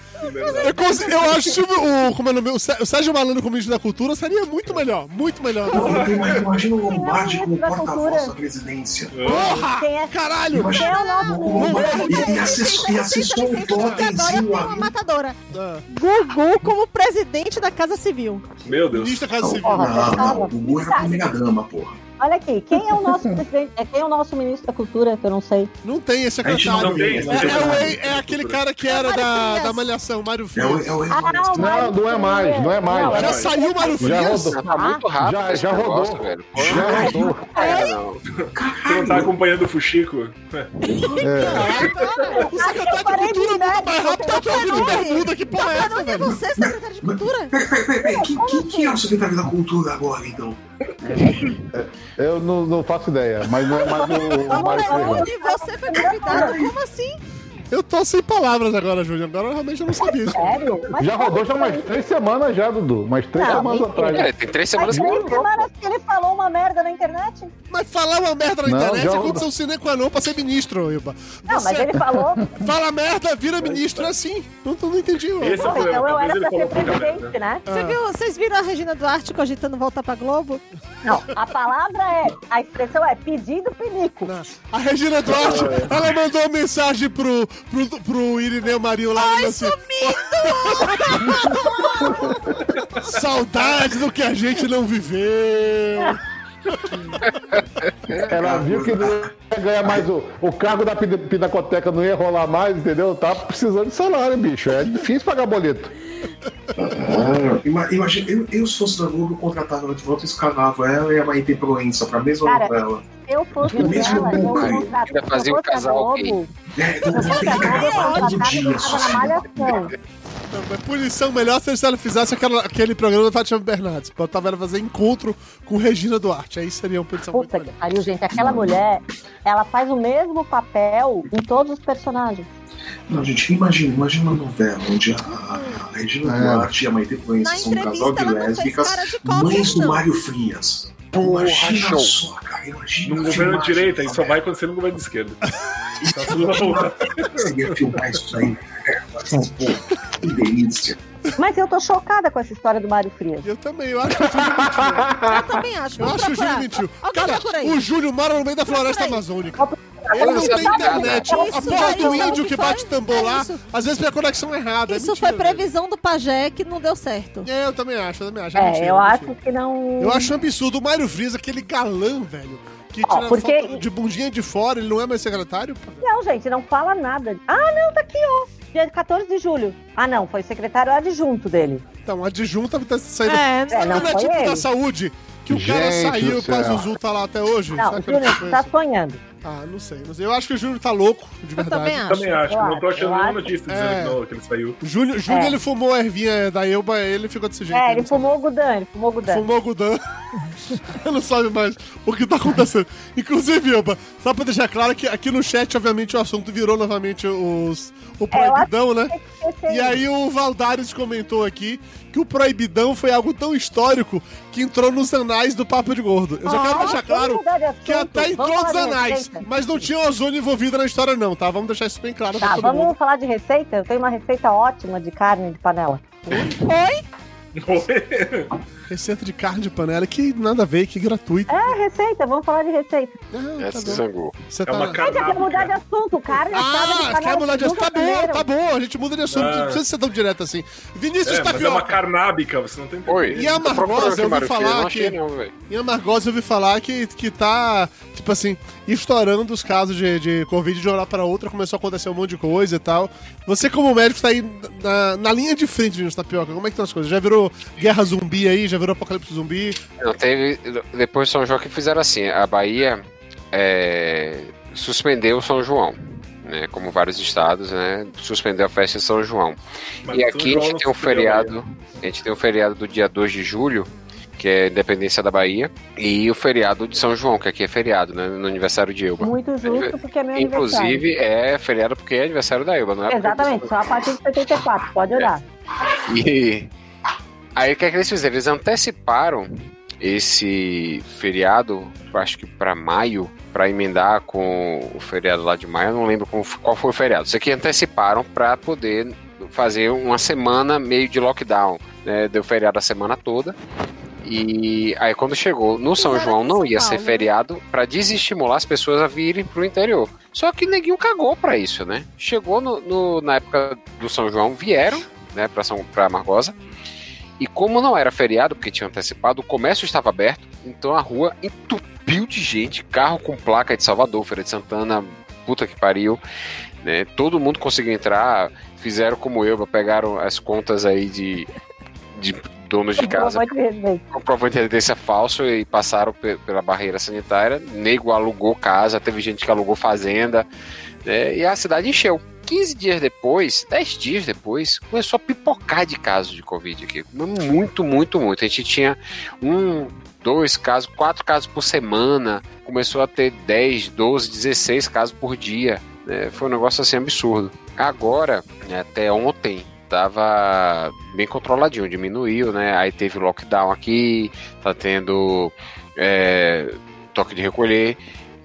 Speaker 3: Eu, cons- eu acho que o, como é o, nome? O Sé- o Sérgio Malandro como ministro da Cultura seria muito melhor, muito melhor.
Speaker 1: Agora, Imagina imagina um o Lombardi
Speaker 2: Não, é
Speaker 1: como
Speaker 2: da
Speaker 1: porta-voz
Speaker 2: cultura.
Speaker 1: da presidência.
Speaker 3: Porra!
Speaker 2: Quem é-
Speaker 3: Caralho!
Speaker 2: quem é o
Speaker 1: O
Speaker 2: nome?
Speaker 1: Lombardi
Speaker 6: Licença,
Speaker 1: um e acessou- e acessou
Speaker 6: licença,
Speaker 1: um
Speaker 6: licença, porque agora
Speaker 1: totemzinho
Speaker 6: tem uma
Speaker 1: ali.
Speaker 6: matadora.
Speaker 3: Ah,
Speaker 6: Gugu como presidente da Casa Civil.
Speaker 4: Meu Deus.
Speaker 3: Ministro da Casa Civil.
Speaker 1: Não,
Speaker 2: Porra.
Speaker 1: não, o Gugu era a primeira dama, porra.
Speaker 2: Olha aqui, quem é o nosso presidente? É quem é o nosso ministro da cultura, que eu não sei.
Speaker 3: Não tem esse
Speaker 1: A gente
Speaker 3: secretário.
Speaker 1: não tem.
Speaker 4: É-
Speaker 1: esse
Speaker 3: É, é o
Speaker 1: secretário.
Speaker 3: ex- é aquele cara que era
Speaker 6: Mário
Speaker 3: da,
Speaker 6: Frias.
Speaker 3: da Malhação, Mário
Speaker 1: É o- é
Speaker 3: Frias.
Speaker 1: o- é
Speaker 2: Ah,
Speaker 1: o-
Speaker 2: o Mário
Speaker 7: não é mais,
Speaker 2: Frias.
Speaker 7: não é mais.
Speaker 2: Não,
Speaker 3: Já
Speaker 2: é-
Speaker 3: saiu o Mário
Speaker 7: Já
Speaker 3: Frias?
Speaker 7: rodou.
Speaker 5: Tá muito rápido
Speaker 7: Já-
Speaker 5: esse
Speaker 7: já
Speaker 5: negócio,
Speaker 7: rodou.
Speaker 5: velho. Pô,
Speaker 7: Já rodou.
Speaker 5: Era, não.
Speaker 4: Você não tá acompanhando o Fuxico?
Speaker 3: O secretário de
Speaker 2: parei de
Speaker 3: Cultura
Speaker 2: olhar,
Speaker 7: né?
Speaker 3: muito tá mais rápido do que o Vini
Speaker 6: parei.
Speaker 3: Bermuda, que porra é
Speaker 6: Mas
Speaker 3: essa,
Speaker 6: não é
Speaker 3: velho?
Speaker 6: você, secretário de Cultura?
Speaker 1: Peraí, quem, quem, quem é o secretário da cultura agora, então?
Speaker 7: Eu não, não faço ideia, mas não é mais o, o Mário Ferreira.
Speaker 6: Onde você foi convidado? Como assim?
Speaker 3: Eu tô sem palavras agora, Júnior. Agora eu realmente eu não sabia isso.
Speaker 2: Sério? Mas
Speaker 7: Já rodou já umas três semanas já, Dudu. Umas três
Speaker 2: Não,
Speaker 7: semanas
Speaker 2: mentira.
Speaker 3: Tá
Speaker 7: atrás.
Speaker 5: Cara, tem três
Speaker 2: Faz
Speaker 5: semanas que
Speaker 2: três
Speaker 5: não.
Speaker 2: semanas que ele falou uma merda na internet?
Speaker 3: Mas falar uma merda na
Speaker 7: Não,
Speaker 3: internet
Speaker 7: já
Speaker 3: é
Speaker 7: rodou.
Speaker 3: condição sine qua non pra ser ministro, Iba.
Speaker 2: Não,
Speaker 7: é
Speaker 2: mas ele falou.
Speaker 3: Fala merda, vira ministro, é assim. Não, não entendi, mano.
Speaker 4: Esse é o
Speaker 2: Bom, então
Speaker 4: problema.
Speaker 2: eu
Speaker 4: Talvez
Speaker 2: era
Speaker 4: ele
Speaker 2: pra ser
Speaker 4: falou muita merda.
Speaker 2: presidente,
Speaker 7: Ah.
Speaker 2: né?
Speaker 6: Você viu, vocês viram a Regina Duarte cogitando voltar pra Globo?
Speaker 2: Não, a palavra é, a expressão é pedido pinico.
Speaker 3: Não. A Regina Duarte, ela mandou uma mensagem pro, pro, pro Irineu Marinho lá. assim, Ai, Saudade do que a gente não viveu.
Speaker 7: Ela viu que não ia ganhar mais o, o cargo da pina- pinacoteca, não ia rolar mais, entendeu? Tá precisando de salário, bicho. É difícil pagar boleto.
Speaker 1: Ima- Imagina, eu, eu se fosse da Globo, eu contratava de volta e escalava ela e a Maite Proença pra mesma
Speaker 2: Cara,
Speaker 1: novela.
Speaker 2: Se eu fosse
Speaker 1: Mesmo
Speaker 2: ela, eu
Speaker 1: nunca, hein?
Speaker 2: contratava-
Speaker 5: Ainda fazia um
Speaker 2: se eu fosse a
Speaker 5: casal
Speaker 2: Globo,
Speaker 5: gay.
Speaker 1: É, eu
Speaker 2: se eu fosse a Globo, eu
Speaker 1: contratava todo
Speaker 2: contratava e
Speaker 1: dia,
Speaker 2: botava na
Speaker 1: só assim.
Speaker 2: malhação.
Speaker 3: Não, mas punição melhor se ela fizesse aquela- aquele programa da Fátima Bernardes. Botava ela fazer encontro com Regina Duarte. Aí seria uma punição muito
Speaker 2: Puta que
Speaker 3: melhor.
Speaker 2: pariu, gente. Aquela mulher, ela faz o mesmo papel em todos os personagens.
Speaker 1: Não, gente, imagina, imagina uma novela onde a, a Regina
Speaker 7: É.
Speaker 1: Duarte e a Maite Proença
Speaker 6: Na
Speaker 1: são um casal
Speaker 6: entrevista
Speaker 1: de
Speaker 6: ela não fez
Speaker 1: lésbicas,
Speaker 6: cara de
Speaker 1: mães
Speaker 6: Covid,
Speaker 1: do
Speaker 6: não.
Speaker 1: Mário Frias.
Speaker 5: Porra,
Speaker 1: imagina
Speaker 5: show.
Speaker 1: só, cara, imagina.
Speaker 4: Num governo de direita, isso
Speaker 1: isso
Speaker 4: só vai acontecer no governo de esquerda. Tá tudo na boca.
Speaker 1: Você ia filmar isso aí. Pô, É, que delícia.
Speaker 2: Mas eu tô chocada com essa história do Mário Frias.
Speaker 3: Eu também, eu acho que o Júlio mentiu.
Speaker 6: Eu também acho.
Speaker 3: Eu
Speaker 6: vamos
Speaker 3: acho que o
Speaker 6: procurar.
Speaker 3: Júlio mentiu.
Speaker 6: Alguém procura
Speaker 3: Cara,
Speaker 6: aí.
Speaker 3: o Júlio mora no meio da floresta
Speaker 6: aí.
Speaker 3: amazônica.
Speaker 2: Ó,
Speaker 3: Ele não
Speaker 5: Isso
Speaker 3: tem
Speaker 5: é
Speaker 3: internet.
Speaker 6: verdade.
Speaker 3: A
Speaker 6: Isso
Speaker 3: porra
Speaker 6: aí,
Speaker 3: do
Speaker 6: sabe o
Speaker 3: índio
Speaker 6: que
Speaker 3: que
Speaker 6: foi?
Speaker 3: bate
Speaker 6: É
Speaker 3: tambolar,
Speaker 6: isso.
Speaker 3: às vezes tem a conexão errada.
Speaker 6: Isso
Speaker 3: é
Speaker 6: foi
Speaker 3: mentira,
Speaker 6: previsão do pajé que não deu certo.
Speaker 3: velho. É, eu também acho, eu também acho.
Speaker 2: É,
Speaker 3: mentira,
Speaker 2: eu
Speaker 3: mentira.
Speaker 2: acho que não.
Speaker 3: Eu acho um absurdo. O Mário Frias, aquele galã, velho, que
Speaker 2: Ó,
Speaker 3: tira
Speaker 2: porque-
Speaker 3: foto de bundinha de fora, ele não é mais secretário? pô.
Speaker 2: Não, gente, não fala nada. Ah, não, tá aqui, ó. Dia 14 de julho. Ah, não, foi o secretário adjunto dele.
Speaker 3: Então, adjunta tá saindo.
Speaker 6: É,
Speaker 3: Sabe
Speaker 2: não
Speaker 3: quando é
Speaker 2: foi
Speaker 3: tipo da
Speaker 2: ele.
Speaker 3: saúde? Que o cara
Speaker 7: Gente
Speaker 3: saiu
Speaker 7: do
Speaker 3: e o
Speaker 7: céu.
Speaker 3: Pazuzu tá lá até hoje?
Speaker 2: Não,
Speaker 3: Será
Speaker 2: o
Speaker 3: que era
Speaker 2: Júnior
Speaker 3: tipo
Speaker 2: tá
Speaker 3: isso?
Speaker 2: sonhando.
Speaker 3: Ah, não sei. Não sei. Eu acho que o Júnior tá louco, de
Speaker 6: eu
Speaker 3: verdade.
Speaker 6: também acho.
Speaker 4: Também acho,
Speaker 2: eu
Speaker 4: não tô
Speaker 2: acho, eu
Speaker 4: achando nenhuma
Speaker 2: acho.
Speaker 4: notícia dizendo
Speaker 3: É.
Speaker 4: que, não, que ele saiu.
Speaker 3: Júnior, Júnior
Speaker 2: É.
Speaker 3: ele fumou a ervinha da Elba, ele ficou desse jeito.
Speaker 2: É,
Speaker 3: não
Speaker 2: ele
Speaker 3: sabe.
Speaker 2: fumou é. o Gudan, ele fumou o Gudan.
Speaker 3: Fumou o Gudan. ele não sabe mais o que tá acontecendo. Inclusive, Elba, só pra deixar claro que aqui no chat, obviamente, o assunto virou novamente os,
Speaker 2: É,
Speaker 3: o proibidão, né? E aí o Valdares comentou aqui que o proibidão foi algo tão histórico que entrou nos anais do Papo de Gordo. Eu só
Speaker 2: Ah,
Speaker 3: quero deixar claro que é até entrou nos anais, mas não tinha ozônio envolvido na história não, tá? Vamos deixar isso bem claro pra
Speaker 2: Tá,
Speaker 3: todo
Speaker 2: vamos
Speaker 3: mundo.
Speaker 2: falar de receita? Eu tenho uma receita ótima de carne de panela.
Speaker 3: Receita de carne de panela, que nada a ver, que gratuito.
Speaker 2: É, receita, vamos falar de receita.
Speaker 3: Ah,
Speaker 5: Essa
Speaker 3: tá
Speaker 5: se
Speaker 3: bom.
Speaker 5: zangou.
Speaker 3: Você
Speaker 4: É uma
Speaker 3: tá...
Speaker 2: Gente, eu quero mudar de assunto. Carne assada de
Speaker 3: Ah,
Speaker 2: panela.
Speaker 3: quer mudar de assunto? Tá bom, tá bom, a gente muda de assunto.
Speaker 4: Ah.
Speaker 3: Não precisa ser tão direto assim. Vinícius
Speaker 4: É, mas é
Speaker 3: Tapioca.
Speaker 4: uma carnábica, você não tem
Speaker 5: Oi.
Speaker 4: problema.
Speaker 3: E a
Speaker 5: tô procurando
Speaker 3: Margosa,
Speaker 5: aqui,
Speaker 3: eu ouvi
Speaker 5: Mário Filho,
Speaker 3: falar
Speaker 5: Não achei
Speaker 3: que-
Speaker 5: não, velho.
Speaker 3: Em Amargosa eu ouvi falar que, que tá, tipo assim, estourando os casos de, de Covid de uma hora pra outra, começou a acontecer um monte de coisa e tal. Você, como médico, tá aí na, na linha de frente, Vinícius Tapioca. Como é que estão as coisas? Já virou guerra zumbi aí? Já virou apocalipse zumbi?
Speaker 5: Não, teve. Depois de São João que fizeram assim, a Bahia é, suspendeu São João. Né, como vários estados, né? Suspendeu a festa de São João.
Speaker 4: Mas
Speaker 5: E
Speaker 4: São
Speaker 5: aqui a
Speaker 4: João
Speaker 5: gente
Speaker 4: não
Speaker 5: tem um
Speaker 4: se
Speaker 5: feriado. A gente tem um feriado do dia 2 de julho, que é a Independência da Bahia, e o feriado de São João, que aqui é feriado, né? No aniversário de Elba.
Speaker 2: Muito justo, porque é meu aniversário.
Speaker 5: Inclusive, é feriado porque é aniversário da Elba, não é? porque-
Speaker 2: Exatamente, só a partir de 74, pode
Speaker 5: É,
Speaker 2: olhar.
Speaker 5: E aí o que é que eles fizeram? Eles anteciparam esse feriado, eu acho que para maio, para emendar com o feriado lá de maio, eu não lembro como- qual foi o feriado. Isso aqui anteciparam para poder fazer uma semana meio de lockdown, né? Deu feriado a semana toda. E aí quando chegou no São
Speaker 6: Fizeram
Speaker 5: João
Speaker 6: aqui em
Speaker 5: não
Speaker 6: São
Speaker 5: ia ser
Speaker 6: Paulo, né?
Speaker 5: feriado para desestimular as pessoas a virem pro interior. Só que neguinho cagou para isso, né? Chegou no- no- na época do São João, vieram, né, para São para Margosa. E como não era feriado, porque tinha antecipado, o comércio estava aberto, então a rua entupiu de gente, carro com placa de Salvador, Feira de Santana, puta que pariu, né? Todo mundo conseguiu entrar, fizeram como eu, pegaram as contas aí de, de donos de casa,
Speaker 2: Muito respeito.
Speaker 5: comprovante de residência é falso e passaram pe- pela barreira sanitária. Nego alugou casa, teve gente que alugou fazenda, né, e a cidade encheu. 15 dias depois, 10 dias depois, começou a pipocar de casos de Covid aqui. Muito, muito, muito. A gente tinha um, dois casos, quatro casos por semana. Começou a ter 10, 12, 16 casos por dia. né, Foi um negócio assim absurdo. Agora, né, até ontem, tava bem controladinho, diminuiu, né? Aí teve lockdown aqui, tá tendo é, toque de recolher.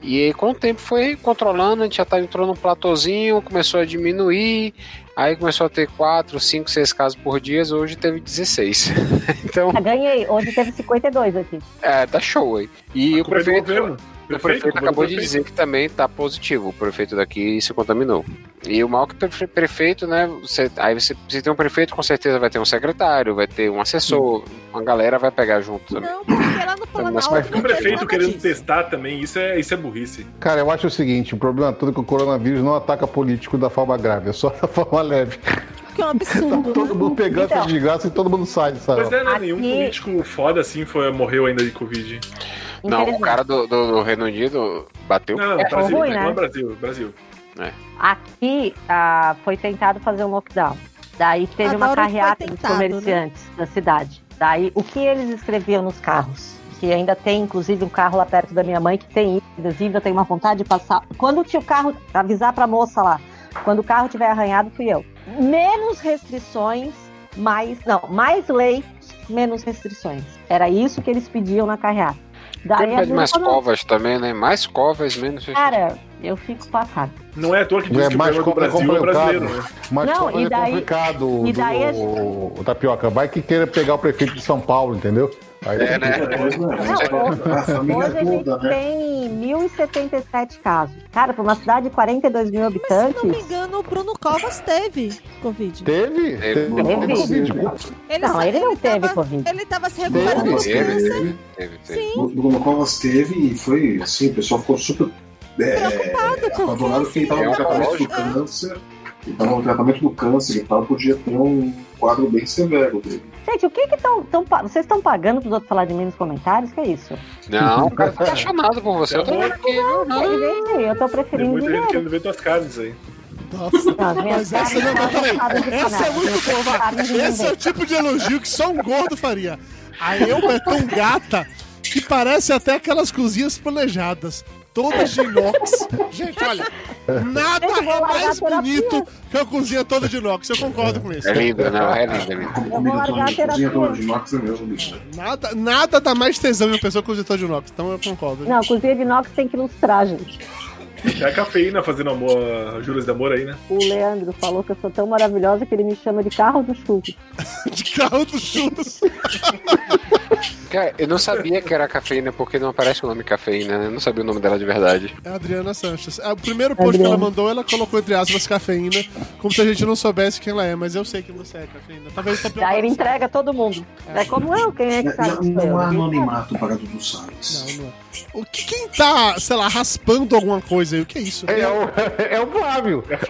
Speaker 5: E aí, com o tempo foi controlando, a gente já tá entrando num platôzinho, começou a diminuir, aí começou a ter 4, 5, 6 casos por dia, hoje teve 16. então,
Speaker 2: Ah, ganhei, hoje teve 52 aqui.
Speaker 5: é, tá show aí. E
Speaker 4: A
Speaker 5: o
Speaker 4: culpa é do
Speaker 5: prefeito,
Speaker 4: governo.
Speaker 5: o
Speaker 4: Perfeito, é
Speaker 5: prefeito
Speaker 4: culpa do
Speaker 5: acabou de
Speaker 4: prefeito.
Speaker 5: dizer que também tá positivo. O prefeito daqui se contaminou. E o mal que o prefe- prefeito, né? você- aí você, você tem um prefeito, com certeza vai ter um secretário, vai ter um assessor, uma galera vai pegar junto também.
Speaker 6: Não, porque lá no Planalto.
Speaker 5: mas
Speaker 6: não
Speaker 4: Um
Speaker 6: teve
Speaker 4: prefeito
Speaker 6: nada
Speaker 4: querendo
Speaker 6: disso.
Speaker 4: testar também, isso é, isso é burrice.
Speaker 7: Cara, eu acho o seguinte, o problema todo é que o coronavírus não ataca político da forma grave, é só da forma leve.
Speaker 6: Que é um absurdo.
Speaker 7: Todo mundo pegando
Speaker 2: Então.
Speaker 7: essa desgraça e todo mundo sai, sabe?
Speaker 4: Pois é, né? Nenhum
Speaker 2: Aqui-
Speaker 4: político foda assim foi, morreu ainda de Covid.
Speaker 5: Não, o
Speaker 2: Infelizmente.
Speaker 5: cara do, do- do Reino Unido bateu.
Speaker 4: Não,
Speaker 2: É,
Speaker 4: Brasil,
Speaker 2: ruim,
Speaker 4: não
Speaker 2: né?
Speaker 4: é Brasil, Brasil.
Speaker 2: Aqui ah, foi tentado fazer um lockdown. Daí teve uma
Speaker 6: Adoro que foi
Speaker 2: carreata dos
Speaker 6: tentado, né?
Speaker 2: comerciantes da cidade. Daí o que eles escreviam nos carros? Que ainda tem, inclusive, um carro lá perto da minha mãe que tem isso. Inclusive, eu tenho uma vontade de passar. Quando tinha o carro, avisar pra moça lá. Quando o carro tiver arranhado, fui eu. Menos restrições, mais. Não, mais leis, menos restrições. Era isso que eles pediam na carreata. Daí
Speaker 5: Quando
Speaker 2: a
Speaker 5: pede
Speaker 2: gente
Speaker 5: mais
Speaker 2: falou,
Speaker 5: covas também, né? Mais covas, menos.
Speaker 2: Cara, Eu fico passada.
Speaker 4: Não é à toa que diz
Speaker 7: É
Speaker 4: que o
Speaker 7: mais
Speaker 4: problema do Brasil é o brasileiro, né?
Speaker 7: Mas
Speaker 2: Não,
Speaker 7: como
Speaker 2: e
Speaker 7: é
Speaker 2: daí-
Speaker 7: complicado
Speaker 2: e daí a
Speaker 7: do- o Tapioca. Vai que queira pegar o prefeito de São Paulo, entendeu? Aí
Speaker 5: É, né?
Speaker 1: É, a família
Speaker 2: Hoje a gente
Speaker 1: toda, né?
Speaker 2: tem 1.077 casos. Cara, pra uma cidade de 42 mil
Speaker 6: Mas se não me
Speaker 2: habitantes.
Speaker 6: engano, o Bruno Covas teve Covid.
Speaker 7: Teve? Teve.
Speaker 2: Teve.
Speaker 7: Covid.
Speaker 2: Não,
Speaker 6: sa-
Speaker 2: ele não teve
Speaker 6: tava,
Speaker 2: Covid.
Speaker 6: Ele tava se recuperando
Speaker 7: Teve.
Speaker 6: do câncer.
Speaker 1: Teve,
Speaker 5: Teve, teve.
Speaker 6: Sim,
Speaker 1: O Bruno Covas teve e foi assim, o pessoal ficou super é,
Speaker 6: preocupado, porque
Speaker 1: apavorado porque ele estava no
Speaker 5: é
Speaker 6: né?
Speaker 1: tratamento do
Speaker 5: lógico.
Speaker 1: câncer, ele estava no tratamento do câncer e tal, podia ter um quadro bem severo dele.
Speaker 6: é-
Speaker 2: Gente, o que que estão. Vocês estão pagando pros outros falar de mim nos comentários? Que é isso?
Speaker 5: Não, o cara tá apaixonado por você. Eu tô vendo aqui, viu?
Speaker 6: Ah.
Speaker 5: Não.
Speaker 2: Gente, eu tô
Speaker 4: Tem
Speaker 2: preferindo.
Speaker 4: muita gente querendo ver tuas carnes aí.
Speaker 3: Nossa.
Speaker 2: Não, as minhas
Speaker 3: Mas essa
Speaker 2: carnes
Speaker 3: não, é
Speaker 2: estão
Speaker 3: mas peraí.
Speaker 2: afastadas de
Speaker 3: Essa é
Speaker 2: canal.
Speaker 3: muito boa, vai.
Speaker 2: Carne de
Speaker 3: Esse é o
Speaker 2: ninguém.
Speaker 3: tipo de elogio que só um gordo faria. A Elba é tão gata que parece até aquelas cozinhas planejadas. Todas de inox. Gente, olha, nada
Speaker 2: Gente, eu vou
Speaker 3: é
Speaker 2: largar
Speaker 3: mais
Speaker 2: a terapia.
Speaker 3: bonito que a cozinha toda de inox. Eu concordo com isso.
Speaker 5: É lindo, não, é lindo, é lindo.
Speaker 1: Com-
Speaker 2: vou
Speaker 1: Comida
Speaker 2: largar a
Speaker 1: toda de
Speaker 2: terapia.
Speaker 1: de Max é mesmo, bicho.
Speaker 3: Nada, nada dá mais tesão em uma pessoa que o diretor de inox. Então eu concordo.
Speaker 2: Não, cozinha de inox tem que ilustrar, gente.
Speaker 4: É a cafeína fazendo amor, juras de amor aí, né?
Speaker 2: O Leandro falou que eu sou tão maravilhosa que ele me chama de carro do churro.
Speaker 3: De carro dos churros.
Speaker 5: Cara, eu não sabia que era cafeína porque não aparece o nome cafeína, né? Eu não sabia o nome dela de verdade.
Speaker 3: É a Adriana Sanches. Ah, O primeiro post que ela mandou, ela colocou entre aspas cafeína, como se a gente não soubesse quem ela é, mas eu sei que você é cafeína. Talvez tá
Speaker 2: Daí ele entrega todo mundo. É como eu, quem é que sabe
Speaker 1: Não,
Speaker 2: que sou
Speaker 1: não há
Speaker 2: eu?
Speaker 1: anonimato para Dudu Salles.
Speaker 3: Não, não é. O que quem tá, sei lá, raspando alguma coisa aí? O que é isso?
Speaker 7: É o, é o Flávio.
Speaker 3: O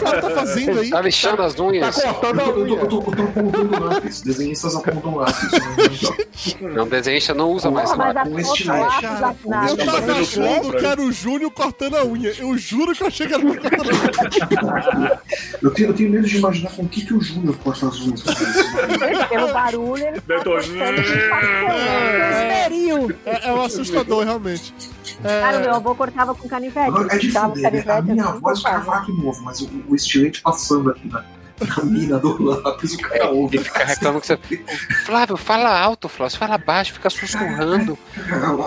Speaker 3: Flávio tá fazendo aí?
Speaker 5: Tá lixando as
Speaker 7: Tá
Speaker 5: unhas?
Speaker 7: cortando a
Speaker 1: Eu tô-
Speaker 7: unha.
Speaker 1: eu tô eu tô apontando lápis, desenhistas apontam lápis. né?
Speaker 5: Não desenha, não usa mais
Speaker 2: Porra, mas a
Speaker 5: lápis.
Speaker 1: com
Speaker 2: foto
Speaker 1: esse
Speaker 2: lá
Speaker 1: cara,
Speaker 2: da-
Speaker 1: com
Speaker 2: na-
Speaker 1: esse
Speaker 3: Eu
Speaker 1: tá
Speaker 3: tava
Speaker 4: fazendo
Speaker 3: achando
Speaker 4: show,
Speaker 3: que era o Júnior cortando a unha. Eu juro que eu achei que era o Júnior cortando a unha.
Speaker 1: Eu tenho, eu tenho medo de imaginar com o que, que o Júnior pode fazer isso.
Speaker 2: Pelo barulho, ele tá
Speaker 4: Beto-
Speaker 2: pensando que tá
Speaker 3: É.
Speaker 2: feio.
Speaker 6: esmeril.
Speaker 3: É, é um assustador, realmente.
Speaker 2: Cara, meu
Speaker 3: É,
Speaker 2: avô cortava com canivete.
Speaker 1: Agora, é de
Speaker 2: Cortava com
Speaker 1: fuder, né? A
Speaker 2: canivete,
Speaker 1: minha
Speaker 2: assim,
Speaker 1: voz é um
Speaker 2: cortava.
Speaker 1: cavaco novo, mas o, o estilete passando aqui na, na mina do lápis, o cara ouve.
Speaker 5: E fica reclamando que você. Flávio, fala alto, Flávio, fala baixo, fica sussurrando.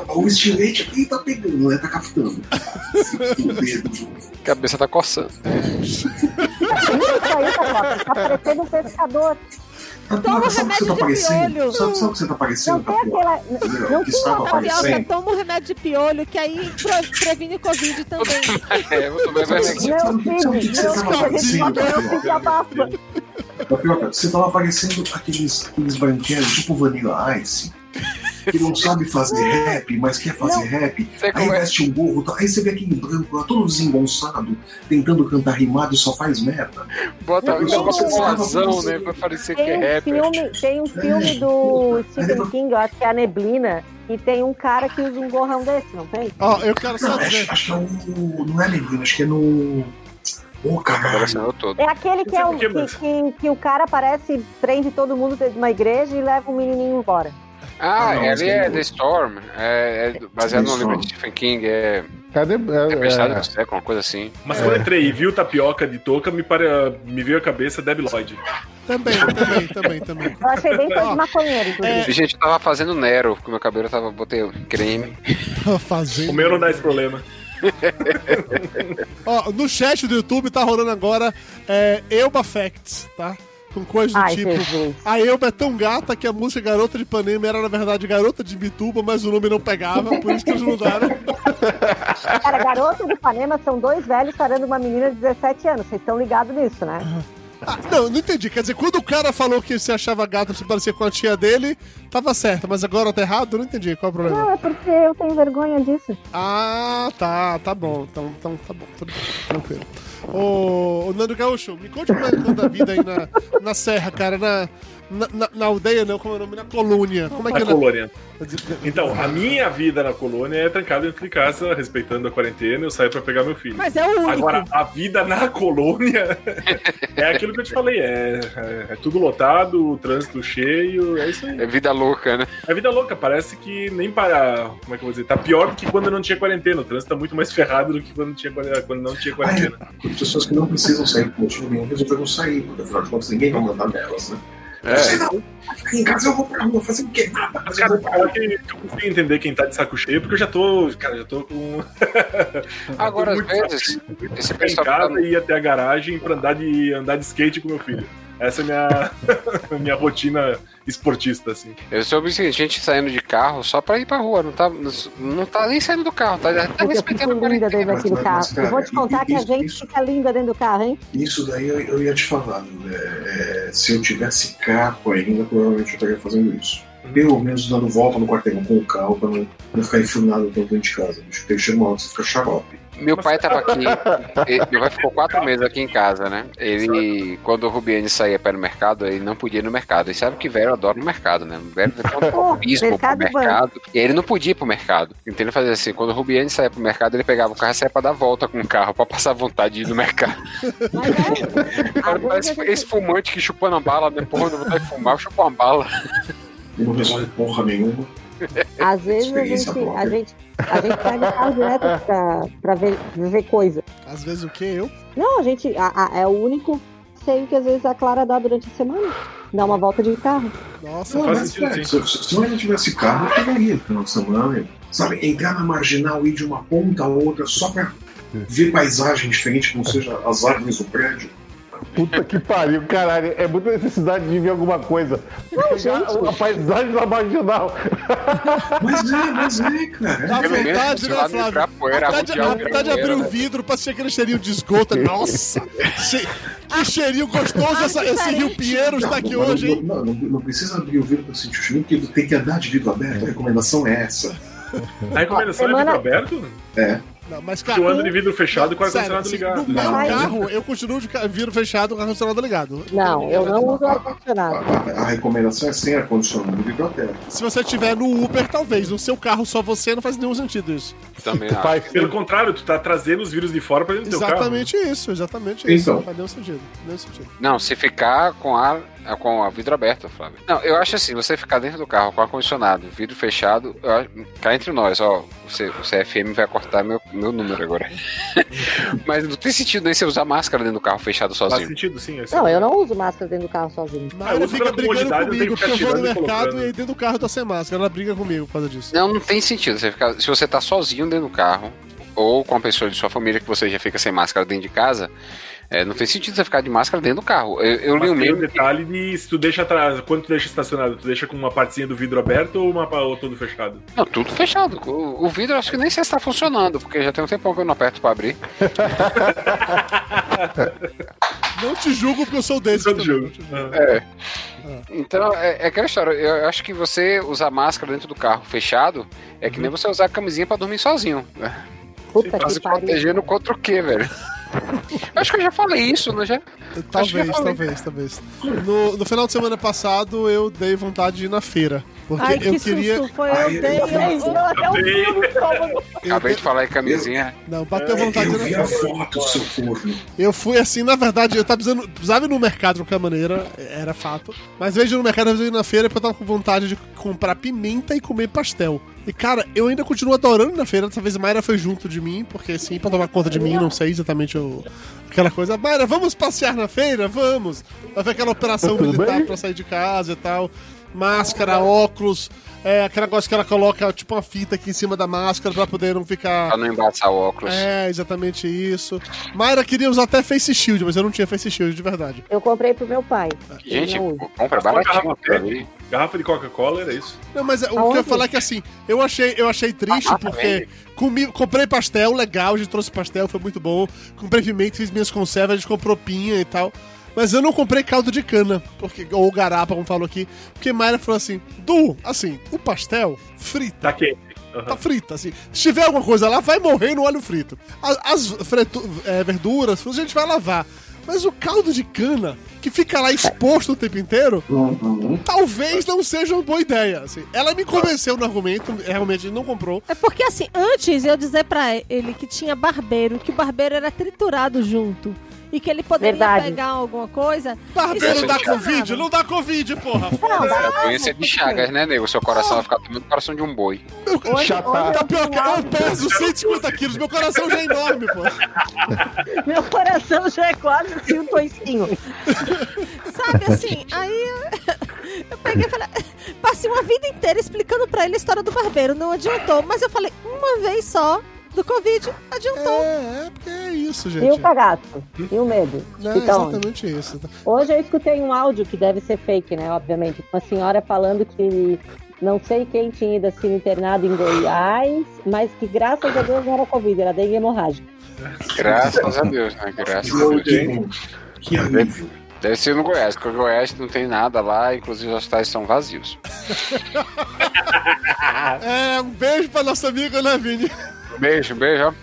Speaker 1: O estilete aqui tá pegando, né? Tá captando. Se fuder, Júnior.
Speaker 5: Cabeça tá coçando.
Speaker 2: Isso aí, Tapoca, tá parecendo um pescador.
Speaker 1: Sabe-
Speaker 6: Toma
Speaker 1: sabe o que você tá
Speaker 6: remédio de piolho.
Speaker 1: parecendo? Sabe, sabe o que você tá
Speaker 2: Não
Speaker 1: parecendo,
Speaker 2: tem
Speaker 1: Tapioca?
Speaker 2: aquela.
Speaker 1: Entendeu?
Speaker 2: Não
Speaker 1: Que tá
Speaker 2: tem
Speaker 1: estava
Speaker 2: uma
Speaker 6: Tapioca,
Speaker 1: aparecendo.
Speaker 6: toma um remédio de piolho, que aí pre- previne Covid também.
Speaker 5: É, eu também vou
Speaker 2: Meu
Speaker 1: Sabe o
Speaker 2: filho,
Speaker 1: que- sabe
Speaker 2: meu
Speaker 1: o que
Speaker 2: filho,
Speaker 1: você tá
Speaker 2: eu
Speaker 1: tava parecendo, Tapioca?
Speaker 2: fiz a barba.
Speaker 1: Tapioca, você tava parecendo aqueles, aqueles branquelos, tipo Vanilla Ice, que não sabe fazer rap, mas quer fazer rap.
Speaker 5: Você
Speaker 1: Aí
Speaker 5: começa.
Speaker 1: veste um gorro, tá? aí você vê aquele branco lá, todo desengonçado, tentando cantar rimado e só faz merda.
Speaker 5: Bota ainda
Speaker 1: Não,
Speaker 5: bota
Speaker 1: não,
Speaker 5: um
Speaker 1: não,
Speaker 5: azão,
Speaker 1: não,
Speaker 5: né?
Speaker 1: não.
Speaker 5: Pra parecer que é
Speaker 2: Tem um,
Speaker 5: rapper.
Speaker 2: filme,
Speaker 1: É.
Speaker 2: tem um filme do Stephen King, eu acho que é a Neblina, e tem um cara que usa um gorrão desse, não tem?
Speaker 3: ó, eu quero só
Speaker 1: Não, acho,
Speaker 3: dizer.
Speaker 1: acho que é o. Não é menino, acho que é no. Ô, caralho.
Speaker 5: Coração todo.
Speaker 2: É aquele que,
Speaker 4: sei
Speaker 2: é o,
Speaker 4: por quê,
Speaker 2: que,
Speaker 4: mas-
Speaker 2: que- que o cara aparece, prende todo mundo dentro de uma igreja e leva o menininho embora.
Speaker 5: Ah,
Speaker 1: Ah, não,
Speaker 5: ele
Speaker 1: esse
Speaker 5: é
Speaker 1: não.
Speaker 5: The Storm. É, é baseado
Speaker 1: The
Speaker 5: no livro
Speaker 1: Storm.
Speaker 5: de Stephen King. É
Speaker 7: Cadê?
Speaker 5: Tempestade
Speaker 7: É,
Speaker 5: do Século, uma coisa assim.
Speaker 4: Mas quando eu entrei e vi o tapioca de touca, me, pare... me veio a cabeça Debbie Lloyd.
Speaker 3: Também, também, também, também.
Speaker 2: Eu achei bem coisa
Speaker 3: Ó,
Speaker 2: de maconheiro, inclusive.
Speaker 5: E, gente, eu tava fazendo Nero, porque meu cabelo tava. Botei creme.
Speaker 3: Tá
Speaker 4: O
Speaker 3: Fazendo.
Speaker 4: meu não dá esse problema.
Speaker 3: Ó, no chat do YouTube tá rolando agora é, Elba Facts, tá? Com coisas do
Speaker 2: Ai,
Speaker 3: tipo.
Speaker 2: Jesus.
Speaker 3: A Elba é tão gata que a música Garota de Ipanema era, na verdade, Garota de Bituba, mas o nome não pegava, por isso que eles mudaram.
Speaker 2: Cara, garoto de Ipanema são dois velhos parando uma menina de 17 anos. Vocês estão ligados nisso, né?
Speaker 3: Ah, não, não entendi. Quer dizer, quando o cara falou que você achava gata se parecia com a tia dele, tava certo, mas agora tá errado? Eu Não entendi. Qual é o problema?
Speaker 2: Não, é porque eu tenho vergonha disso.
Speaker 3: Ah, tá, tá bom. Então, então tá bom, tudo bem, tranquilo. Ô, ô, Nando Gaúcho, me conte como é que anda a vida aí na, na serra, cara, na, na, na- na aldeia, não, como é o nome? Na colônia. Como é que
Speaker 4: Na
Speaker 3: anda?
Speaker 4: colônia.
Speaker 3: Mas
Speaker 4: Então, a minha vida na colônia é trancada dentro de casa, respeitando a quarentena, eu saio pra pegar meu filho.
Speaker 6: Mas é o único.
Speaker 4: Agora, a vida na colônia é aquilo que eu te falei, é, é- é tudo lotado, o trânsito cheio, é isso aí.
Speaker 5: É vida louca, né?
Speaker 4: É vida louca, parece que nem para. Como é que eu vou dizer? Tá pior do que quando não tinha quarentena. O trânsito tá muito mais ferrado do que quando, tinha, quaren- quando não tinha quarentena.
Speaker 1: tipo, As pessoas que não precisam sair por motivo nenhum resolveram sair, porque afinal de contas ninguém vai mandar nelas, né?
Speaker 5: É.
Speaker 1: Eu
Speaker 4: É.
Speaker 1: sei não. Em casa eu vou pra rua fazer o quê? Nada. mas eu
Speaker 4: Cara,
Speaker 1: vou
Speaker 4: o
Speaker 1: pra rua.
Speaker 4: pior é que eu consigo entender quem tá de saco cheio, porque eu já tô. Cara, já tô com.
Speaker 5: É. Agora, às
Speaker 4: Muito saco
Speaker 5: vezes, esse
Speaker 4: ficar em
Speaker 5: pessoal que tá
Speaker 4: casa
Speaker 5: no-
Speaker 4: e ir até a garagem pra andar de, andar de skate com meu filho. Essa é minha, minha rotina esportista, assim.
Speaker 5: Eu soube o seguinte, gente saindo de carro só pra ir pra rua, não tá, não tá nem saindo do carro, tá, tá
Speaker 2: Porque eu
Speaker 5: respeitando
Speaker 2: fico
Speaker 5: a
Speaker 2: linda dentro
Speaker 3: então.
Speaker 2: daquele
Speaker 5: quarentena.
Speaker 1: mas,
Speaker 2: carro.
Speaker 1: cara,
Speaker 2: Eu vou te contar que a
Speaker 1: isso-
Speaker 2: gente
Speaker 1: isso-
Speaker 2: fica linda dentro do carro, hein?
Speaker 1: Isso daí eu, eu ia te falar. né? É, se eu tivesse carro ainda, provavelmente eu estaria fazendo isso. Pelo menos dando volta no quarteirão com o carro pra não, não ficar enfurnado o tempo dentro de casa. Bicho, porque chega uma hora que você fica xarope.
Speaker 5: Meu pai tava aqui, ele- meu pai ficou quatro meses aqui em casa, né? Ele, quando o Rubiane saía para ir no mercado, ele não podia ir no mercado. E sabe que velho adora o mercado, né? O velho é um
Speaker 2: Pô,
Speaker 5: bispo pro
Speaker 2: mercado
Speaker 5: mercado. E ele não podia ir pro mercado. Então ele fazia assim, quando o Rubiane saía pro mercado, ele pegava o carro e saía pra dar volta com o carro, pra passar vontade de ir no mercado.
Speaker 2: Mas é.
Speaker 5: Cara,
Speaker 2: às
Speaker 5: parece
Speaker 2: vezes a
Speaker 5: esse
Speaker 2: gente-
Speaker 5: fumante que chupando a bala, né? Porra, não vontade de fumar, chupou uma bala.
Speaker 1: E não resolve porra nenhuma.
Speaker 2: Às vezes a
Speaker 1: Experiência
Speaker 2: gente, a
Speaker 1: própria.
Speaker 2: gente, a gente sai do carro direto pra, pra ver, ver coisa.
Speaker 3: Às vezes o que eu?
Speaker 2: Não, a gente a- a- é o único seio que às vezes a Clara dá durante a semana. Dá uma volta de carro.
Speaker 3: Nossa,
Speaker 1: Não,
Speaker 4: faz
Speaker 1: mas,
Speaker 4: sentido,
Speaker 1: cara,
Speaker 4: sim.
Speaker 1: se, se- se eu ainda tivesse carro, eu pegaria no final de semana. Sabe, entrar na marginal, ir de uma ponta a outra só pra ver paisagem diferente, que não seja as árvores do prédio.
Speaker 7: Puta que pariu, caralho. É muita necessidade de ver alguma coisa. Pegar a paisagem da marginal.
Speaker 1: Mas é, mas é, cara.
Speaker 4: Tá
Speaker 3: Dá
Speaker 5: Pelo menos,
Speaker 3: vontade,
Speaker 5: sei
Speaker 3: né,
Speaker 5: lá, no
Speaker 3: Flávio?
Speaker 5: Ibirapuera,
Speaker 3: vontade,
Speaker 5: arrodear o
Speaker 3: a é vontade Tá de abrir
Speaker 5: Ibirapuera,
Speaker 3: o
Speaker 5: né?
Speaker 3: vidro pra ser aquele cheirinho de esgoto. Nossa! che- que cheirinho gostoso essa- esse Rio Pinheiro está aqui
Speaker 1: mas
Speaker 3: hoje, hein?
Speaker 1: não, não, não precisa abrir o vidro pra sentir o cheiro, porque tem que andar de vidro aberto. A recomendação é essa.
Speaker 4: A recomendação
Speaker 2: semana-
Speaker 4: é vidro aberto?
Speaker 3: Não, mas, cara.
Speaker 4: Porque eu ando de vidro fechado e com o
Speaker 3: sério,
Speaker 4: ar-condicionado
Speaker 3: assim,
Speaker 4: ligado.
Speaker 3: No meu
Speaker 1: Não.
Speaker 3: carro, eu continuo de ca- vidro fechado com o ar-condicionado ligado.
Speaker 2: Não, eu não uso
Speaker 1: A,
Speaker 2: ar-condicionado.
Speaker 1: a- a recomendação é sem ar-condicionado vidro aberto.
Speaker 3: Se você tiver no Uber, talvez. No seu carro, só você, não faz nenhum sentido isso.
Speaker 5: né, Também acho.
Speaker 7: Faz
Speaker 4: Pelo contrário, tu tá trazendo os vírus de fora pra dentro do teu carro.
Speaker 3: Exatamente isso, exatamente isso.
Speaker 1: Então.
Speaker 3: Não faz nenhum sentido. Nenhum sentido.
Speaker 5: Não, se ficar com a, com a vidro aberto, Flávio. Não, eu acho assim, você ficar dentro do carro com ar-condicionado, vidro fechado, eu acho- cá entre nós, ó, você, o CFM vai cortar meu, meu número agora. Mas não tem sentido nem você usar máscara dentro do carro fechado
Speaker 4: Faz
Speaker 5: sozinho.
Speaker 4: sentido, sim. é sim.
Speaker 2: Não, eu não uso máscara dentro do carro sozinho.
Speaker 3: Mayra
Speaker 4: uso
Speaker 3: fica
Speaker 4: pela
Speaker 3: brigando
Speaker 4: comodidade, eu
Speaker 3: comigo,
Speaker 4: tenho que
Speaker 3: porque eu vou no
Speaker 4: tirando e
Speaker 3: mercado
Speaker 4: colocando.
Speaker 3: e aí dentro do carro eu tô sem máscara. Ela briga comigo por causa disso.
Speaker 5: Não, não tem sentido você ficar. Se você tá sozinho dentro do carro, ou com a pessoa de sua família que você já fica sem máscara dentro de casa, é, não tem sentido você ficar de máscara dentro do carro. Eu, eu li
Speaker 4: Mas
Speaker 5: um
Speaker 4: tem o
Speaker 5: meme.
Speaker 4: detalhe de se tu deixa atrás, quando tu deixa estacionado, tu deixa com uma partezinha do vidro aberto ou, uma, pa- ou todo fechado?
Speaker 5: Não, tudo fechado. O, o vidro eu acho que nem sei se tá funcionando, porque já tem um tempão que eu não aperto pra abrir.
Speaker 3: Não te julgo porque eu sou desse.
Speaker 4: Todo
Speaker 3: também,
Speaker 4: jogo.
Speaker 3: não te julgo.
Speaker 5: Então, é, é aquela história. Eu acho que você usar máscara dentro do carro fechado é que nem você usar a camisinha pra dormir sozinho. né?
Speaker 2: Puta
Speaker 5: Tá
Speaker 2: que
Speaker 5: se
Speaker 2: pariu.
Speaker 5: protegendo contra o quê, velho? Eu acho que eu já falei isso, não já? Acho que eu
Speaker 3: Talvez,
Speaker 5: falei.
Speaker 3: talvez, talvez. No, no final de semana passado, eu dei vontade de ir na feira. Porque
Speaker 6: Ai, que
Speaker 3: eu queria.
Speaker 6: susto. Foi
Speaker 1: Ai,
Speaker 6: eu dei.
Speaker 1: eu-
Speaker 6: Eu,
Speaker 2: Gente, eu até ouvi o cômodo.
Speaker 3: eu
Speaker 5: Acabei
Speaker 3: dei-
Speaker 5: de falar em camisinha.
Speaker 3: Não, bateu vontade né? de
Speaker 1: É, Eu
Speaker 3: ir na
Speaker 1: vi
Speaker 3: feira.
Speaker 1: a foto, seu corno.
Speaker 3: Eu fui assim, na verdade, eu tava precisando, precisava ir no mercado de qualquer maneira, era fato. Mas vejo no mercado, às vezes eu ia na feira, porque eu tava com vontade de comprar pimenta e comer pastel. E cara, eu ainda continuo adorando ir na feira. Dessa vez a Mayra foi junto de mim, porque assim, pra tomar conta de mim, não sei exatamente o, aquela coisa. Mayra, vamos passear na feira? Vamos! Vai ver aquela operação
Speaker 7: Tudo
Speaker 3: militar
Speaker 7: bem?
Speaker 3: pra sair de casa e tal. Máscara, óculos, é, aquele negócio que ela coloca tipo uma fita aqui em cima da máscara pra poder não ficar.
Speaker 5: Pra não embaçar o óculos.
Speaker 3: É, exatamente isso. Mayra queria usar até Face Shield, mas eu não tinha Face Shield de verdade.
Speaker 2: Eu comprei pro meu pai.
Speaker 5: Gente,
Speaker 2: Não.
Speaker 5: pô, compra
Speaker 4: Mas uma
Speaker 5: é baratinho
Speaker 4: garrafa
Speaker 5: pra
Speaker 4: PET?
Speaker 5: mim.
Speaker 4: Garrafa de Coca-Cola, era isso?
Speaker 3: Não, mas é, o que eu
Speaker 2: Aonde?
Speaker 3: ia falar é que assim, eu achei, eu achei triste
Speaker 5: Ah,
Speaker 3: porque comi, comprei pastel, legal, a gente trouxe pastel, foi muito bom. Comprei pimenta, fiz minhas conservas, a gente comprou pinha e tal. Mas eu não comprei caldo de cana, porque, ou garapa, como falou aqui, porque Mayra falou assim: Du, assim, o pastel frita.
Speaker 4: Tá quente.
Speaker 3: Tá frita, assim. Se tiver alguma coisa lá, vai morrer no óleo frito. A- As, fretu- é, verduras, frutas, a gente vai lavar. Mas o caldo de cana, que fica lá exposto o tempo inteiro,
Speaker 1: Não, não, não.
Speaker 3: talvez não seja uma boa ideia. assim. Ela me convenceu no argumento, realmente não comprou.
Speaker 6: É porque assim, antes eu dizer pra ele que tinha barbeiro, que o barbeiro era triturado junto. E que ele poderia
Speaker 2: Verdade.
Speaker 6: pegar alguma coisa.
Speaker 3: Barbeiro
Speaker 6: é
Speaker 5: Isso
Speaker 3: dá
Speaker 5: já
Speaker 3: Covid?
Speaker 6: tava.
Speaker 3: Não dá Covid, porra.
Speaker 2: Não, dá
Speaker 6: Ah,
Speaker 5: A doença de Chagas, né, nego? Seu coração vai ficar tomando o coração de um boi.
Speaker 3: Meu
Speaker 7: Chata.
Speaker 3: Tapioca, Tá eu peso 150 quilos, meu coração já é enorme, pô.
Speaker 2: Meu coração já é quase assim um toicinho.
Speaker 6: Sabe Sabe assim? Aí eu, eu peguei e falei. Passei uma vida inteira explicando pra ele a história do barbeiro. Não adiantou. Mas eu falei, uma vez só do Covid, adiantou.
Speaker 3: É, é porque é isso, gente.
Speaker 2: E o cagaço? E o medo?
Speaker 3: É
Speaker 2: Então,
Speaker 3: exatamente isso. tá?
Speaker 2: hoje eu escutei um áudio que deve ser fake, né? Obviamente. Uma senhora falando que não sei quem tinha ido assim internado em Goiás, mas que graças a Deus não era Covid, era dengue hemorrágica.
Speaker 5: Graças a Deus, né? Graças a Deus.
Speaker 1: Que
Speaker 5: Tá
Speaker 1: alívio.
Speaker 5: Deve ser no Goiás, porque o Goiás não tem nada lá, inclusive os hospitais são vazios.
Speaker 3: É, um beijo pra nossa amiga, né, Vini?
Speaker 5: Beijo, beijo, ó.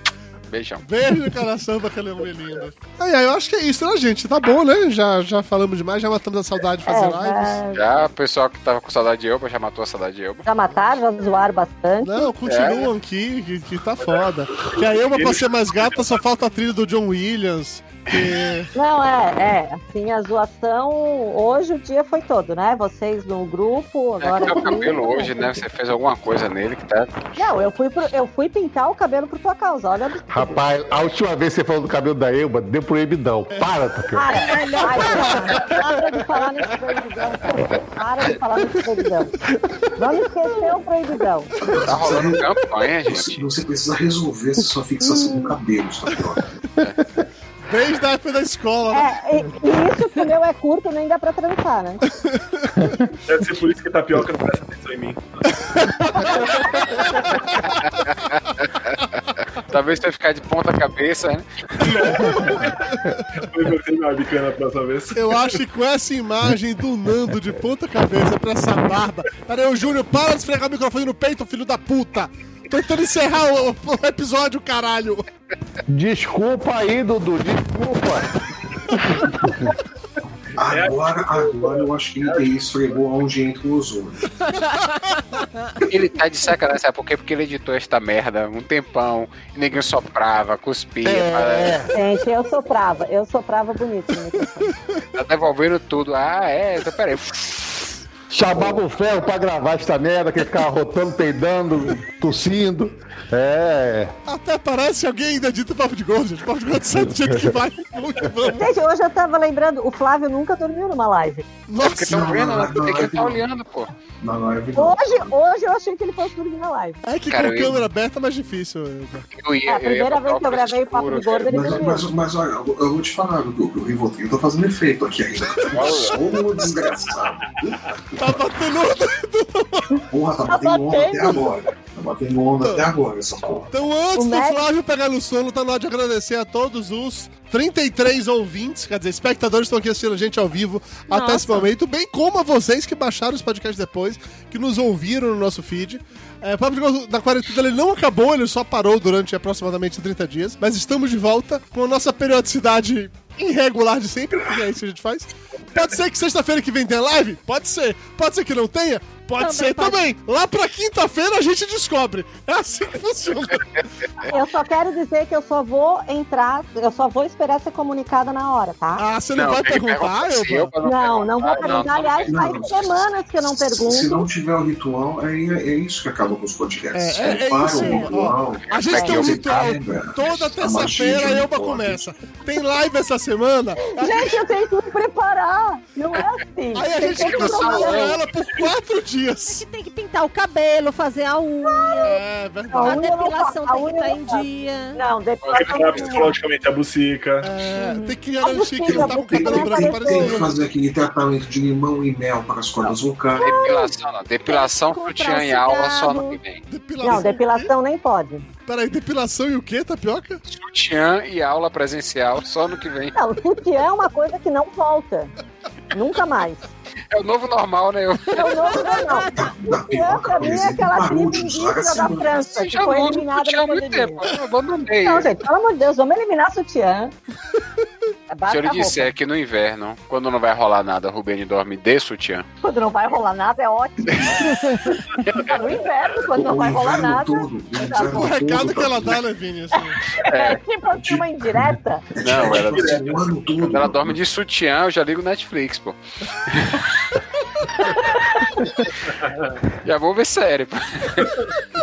Speaker 5: Beijão.
Speaker 3: Beijo no coração pra aquela mulher linda. Ai, ai, eu acho que é isso, né, gente? Tá bom, né? Já, já falamos demais, já matamos a saudade de fazer
Speaker 2: É,
Speaker 3: lives.
Speaker 2: já,
Speaker 5: Já o pessoal que tava com saudade de Elba já matou a saudade de Elba.
Speaker 2: já mataram, já zoaram bastante.
Speaker 3: Não, continuam aqui, que, que tá foda. Que a Elba, pra ser mais gata, só falta a trilha do John Williams. Que...
Speaker 2: Não, é, é, assim, a zoação, hoje o dia foi todo, né? Vocês no grupo,
Speaker 5: É,
Speaker 2: agora
Speaker 5: que tá o
Speaker 2: aqui.
Speaker 5: cabelo hoje, né? Você fez alguma coisa nele que tá.
Speaker 2: Não, eu fui, pro- eu fui pintar o cabelo por tua causa, olha. do-
Speaker 7: Rapaz, a última vez que você falou do cabelo da Elba, deu proibidão. Para, Tapio.
Speaker 2: Para, ai, para, para de falar nesse proibidão, cara. para de falar nesse proibidão. Vamos esquecer o proibidão.
Speaker 5: Tá rolando campanha,
Speaker 1: Você,
Speaker 5: gente.
Speaker 1: você precisa resolver essa sua fixação no cabelo, tá
Speaker 5: É.
Speaker 1: Tapioca.
Speaker 3: Desde a época da escola, né?
Speaker 2: É, e, e isso que o meu é curto, nem dá pra trançar, né?
Speaker 4: Deve ser por isso que tapioca não presta atenção em mim.
Speaker 5: Talvez você ficar de ponta cabeça, né?
Speaker 4: Eu botei minha bicana a próxima vez.
Speaker 3: Eu acho que com essa imagem do Nando de ponta cabeça pra essa barba. Pera aí, Júnior, para de esfregar o microfone no peito, filho da puta! Tô tentando encerrar o, o episódio, caralho!
Speaker 7: Desculpa aí, Dudu, desculpa.
Speaker 1: Agora, agora eu acho que ele esfregou aonde entra o ozônio.
Speaker 5: Ele tá de sacanagem, sabe por quê? Porque ele editou esta merda um tempão, e ninguém soprava, cuspia,
Speaker 7: É,
Speaker 2: Gente, eu soprava, eu soprava bonito. no microfone.
Speaker 5: tá devolvendo tudo. Ah, é, então, peraí.
Speaker 7: chamava o ferro pra gravar esta merda, que ele ficava rotando, peidando, tossindo. É.
Speaker 3: Até parece alguém ainda dito papo de gordo, gente. Papo de gordo sai do jeito que vai. Vamos que vamos.
Speaker 2: Gente, hoje eu tava lembrando, o Flávio nunca dormiu numa live.
Speaker 5: Porque
Speaker 3: Nossa,
Speaker 5: estão vendo, né? Tem que estar olhando, pô.
Speaker 1: Na live não.
Speaker 2: Hoje, hoje eu achei que ele fosse dormir na live.
Speaker 3: é que
Speaker 5: Cara,
Speaker 3: com
Speaker 5: eu-
Speaker 3: câmera aberta é mais difícil. Elba.
Speaker 5: Eu ia,
Speaker 2: É, a primeira
Speaker 5: botar
Speaker 2: vez que eu
Speaker 5: óculos
Speaker 2: gravei o Papo
Speaker 5: escuros,
Speaker 2: de Gordo,
Speaker 5: cara.
Speaker 2: ele-
Speaker 1: Mas, mas, mas olha, eu eu vou te falar, o, o Rivotril tá fazendo efeito aqui ainda. Sou um desgraçado.
Speaker 3: Tá batendo onda.
Speaker 1: Porra, tá
Speaker 2: Tá
Speaker 1: batendo onda até
Speaker 2: batendo.
Speaker 1: agora. Tá batendo onda até agora essa porra.
Speaker 3: Então, antes
Speaker 2: O
Speaker 3: do
Speaker 2: Mac-
Speaker 3: Flávio pegar no sono, tá na hora de agradecer a todos os 33 ouvintes, quer dizer, espectadores que estão aqui assistindo a gente ao vivo até
Speaker 6: Nossa.
Speaker 3: esse momento, bem como a vocês que baixaram os podcasts depois, que nos ouviram no nosso feed. É, o Papo de Gordo da Quarentena ele não acabou, ele só parou durante aproximadamente 30 dias, mas estamos de volta com a nossa periodicidade irregular de sempre, porque é isso que a gente faz. Pode ser que sexta-feira que vem tenha live? Pode ser. Pode ser que não tenha? Pode
Speaker 6: Também
Speaker 3: ser
Speaker 6: pode.
Speaker 3: também. Lá pra quinta-feira a gente descobre. É assim que funciona.
Speaker 2: Eu só quero dizer que eu só vou entrar, eu só vou esperar ser comunicada na hora, tá?
Speaker 3: Ah, você não, vai
Speaker 5: tem que
Speaker 3: perguntar,
Speaker 5: perguntar Ah, se
Speaker 3: Elba?
Speaker 5: eu
Speaker 2: Não, não vou
Speaker 5: perguntar,
Speaker 2: perguntar. Aliás,
Speaker 1: não, não.
Speaker 2: faz semanas que eu não
Speaker 1: Se
Speaker 2: pergunto.
Speaker 1: não tiver o ritual, é, é isso que acaba com os podcasts.
Speaker 3: É, é, é
Speaker 1: Para
Speaker 3: isso,
Speaker 1: o
Speaker 3: ó.
Speaker 1: ritual. é
Speaker 3: A gente tem um
Speaker 1: Você
Speaker 3: ritual.
Speaker 1: lembra?
Speaker 3: Toda
Speaker 1: A magia de
Speaker 3: terça-feira a
Speaker 1: um
Speaker 3: Elba
Speaker 1: corpo.
Speaker 3: começa. Tem live essa semana?
Speaker 2: Gente, eu tenho que me preparar. Não é assim.
Speaker 3: Aí a
Speaker 2: Tem
Speaker 3: gente
Speaker 2: que
Speaker 3: fica
Speaker 2: tomar-
Speaker 3: salvando ela por quatro dias.
Speaker 6: É Que tem que pintar o cabelo, fazer a unha,
Speaker 3: É, verdade.
Speaker 6: a
Speaker 2: A unha eu não
Speaker 6: depilação
Speaker 2: faço, a
Speaker 6: tem que
Speaker 2: unha
Speaker 6: estar
Speaker 2: eu
Speaker 6: em
Speaker 2: não faço.
Speaker 6: dia.
Speaker 2: Não, depois.
Speaker 4: Tem que tirar psicologicamente a bucica.
Speaker 3: É, tem que
Speaker 2: A
Speaker 3: garantir que
Speaker 2: buceta,
Speaker 3: ele tá com o cabelo
Speaker 2: a
Speaker 3: branco
Speaker 2: buceta
Speaker 1: Tem que
Speaker 3: parecendo.
Speaker 1: fazer aquele tratamento de limão e mel para as cordas vocais.
Speaker 5: Depilação, não. Depilação,
Speaker 6: Comprar
Speaker 5: sutiã e
Speaker 6: um
Speaker 5: aula só
Speaker 6: cigarro.
Speaker 5: no que vem.
Speaker 3: Depilação.
Speaker 2: Não, depilação nem pode.
Speaker 3: Peraí, depilação e o quê, tapioca?
Speaker 5: Sutiã e aula presencial só no que vem.
Speaker 2: Não, sutiã é uma coisa que não volta. Nunca mais.
Speaker 5: É o novo normal, né? Eu
Speaker 2: Eu não, não, não.
Speaker 1: Da
Speaker 2: Sutiã
Speaker 1: piroca,
Speaker 2: pra
Speaker 1: por
Speaker 2: mim é
Speaker 1: exemplo,
Speaker 2: aquela
Speaker 1: parou
Speaker 2: tribo
Speaker 1: de usar
Speaker 2: indígena
Speaker 1: essa
Speaker 2: da França, que
Speaker 5: já
Speaker 2: foi
Speaker 5: não uso
Speaker 2: eliminada
Speaker 5: sutiã há
Speaker 2: na
Speaker 5: muito
Speaker 2: pandemia.
Speaker 5: tempo. Eu abandonei.
Speaker 2: Não, gente, pelo amor de Deus, vamos eliminar sutiã. É
Speaker 5: Se
Speaker 2: Basta
Speaker 5: eu lhe
Speaker 2: a roupa.
Speaker 5: disser que no inverno, quando não vai rolar nada, Rubene dorme de sutiã.
Speaker 2: Quando não vai rolar nada, é ótimo. Tá no inverno,
Speaker 1: O
Speaker 2: quando não vai rolar
Speaker 1: inverno
Speaker 2: nada. Tá
Speaker 1: todo. O inverno
Speaker 3: O recado
Speaker 1: todo, tá
Speaker 3: que ela dá, né, Vini? assim.
Speaker 2: É tipo assim, uma indireta.
Speaker 5: Não, ela,
Speaker 1: Tipo assim, o ano todo.
Speaker 5: quando ela dorme de sutiã, eu já ligo Netflix, pô. Já vou ver sério.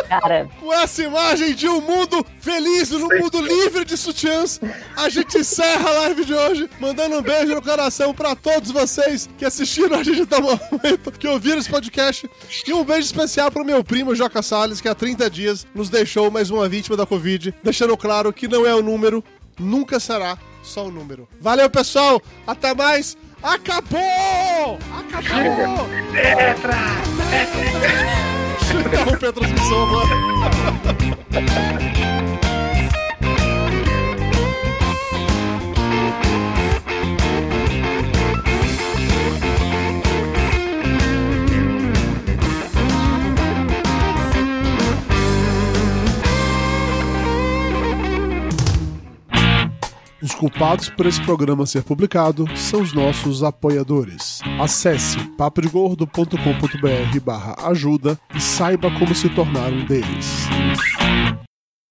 Speaker 2: Cara,
Speaker 3: Com essa imagem de um mundo feliz, um mundo livre de sutiãs, a gente encerra a live de hoje, mandando um beijo no coração pra todos vocês que assistiram a gente até o momento, que ouviram esse podcast. E um beijo especial pro meu primo Joca Salles, que há 30 dias nos deixou mais uma vítima da Covid, deixando claro que não é o número, nunca será só o número. Valeu, pessoal! Até mais! Acabou! Acabou! Deixa eu interromper a transmissão agora. Os culpados por esse programa ser publicado são os nossos apoiadores. Acesse papodegordo.com.br barra ajuda e saiba como se tornar um deles.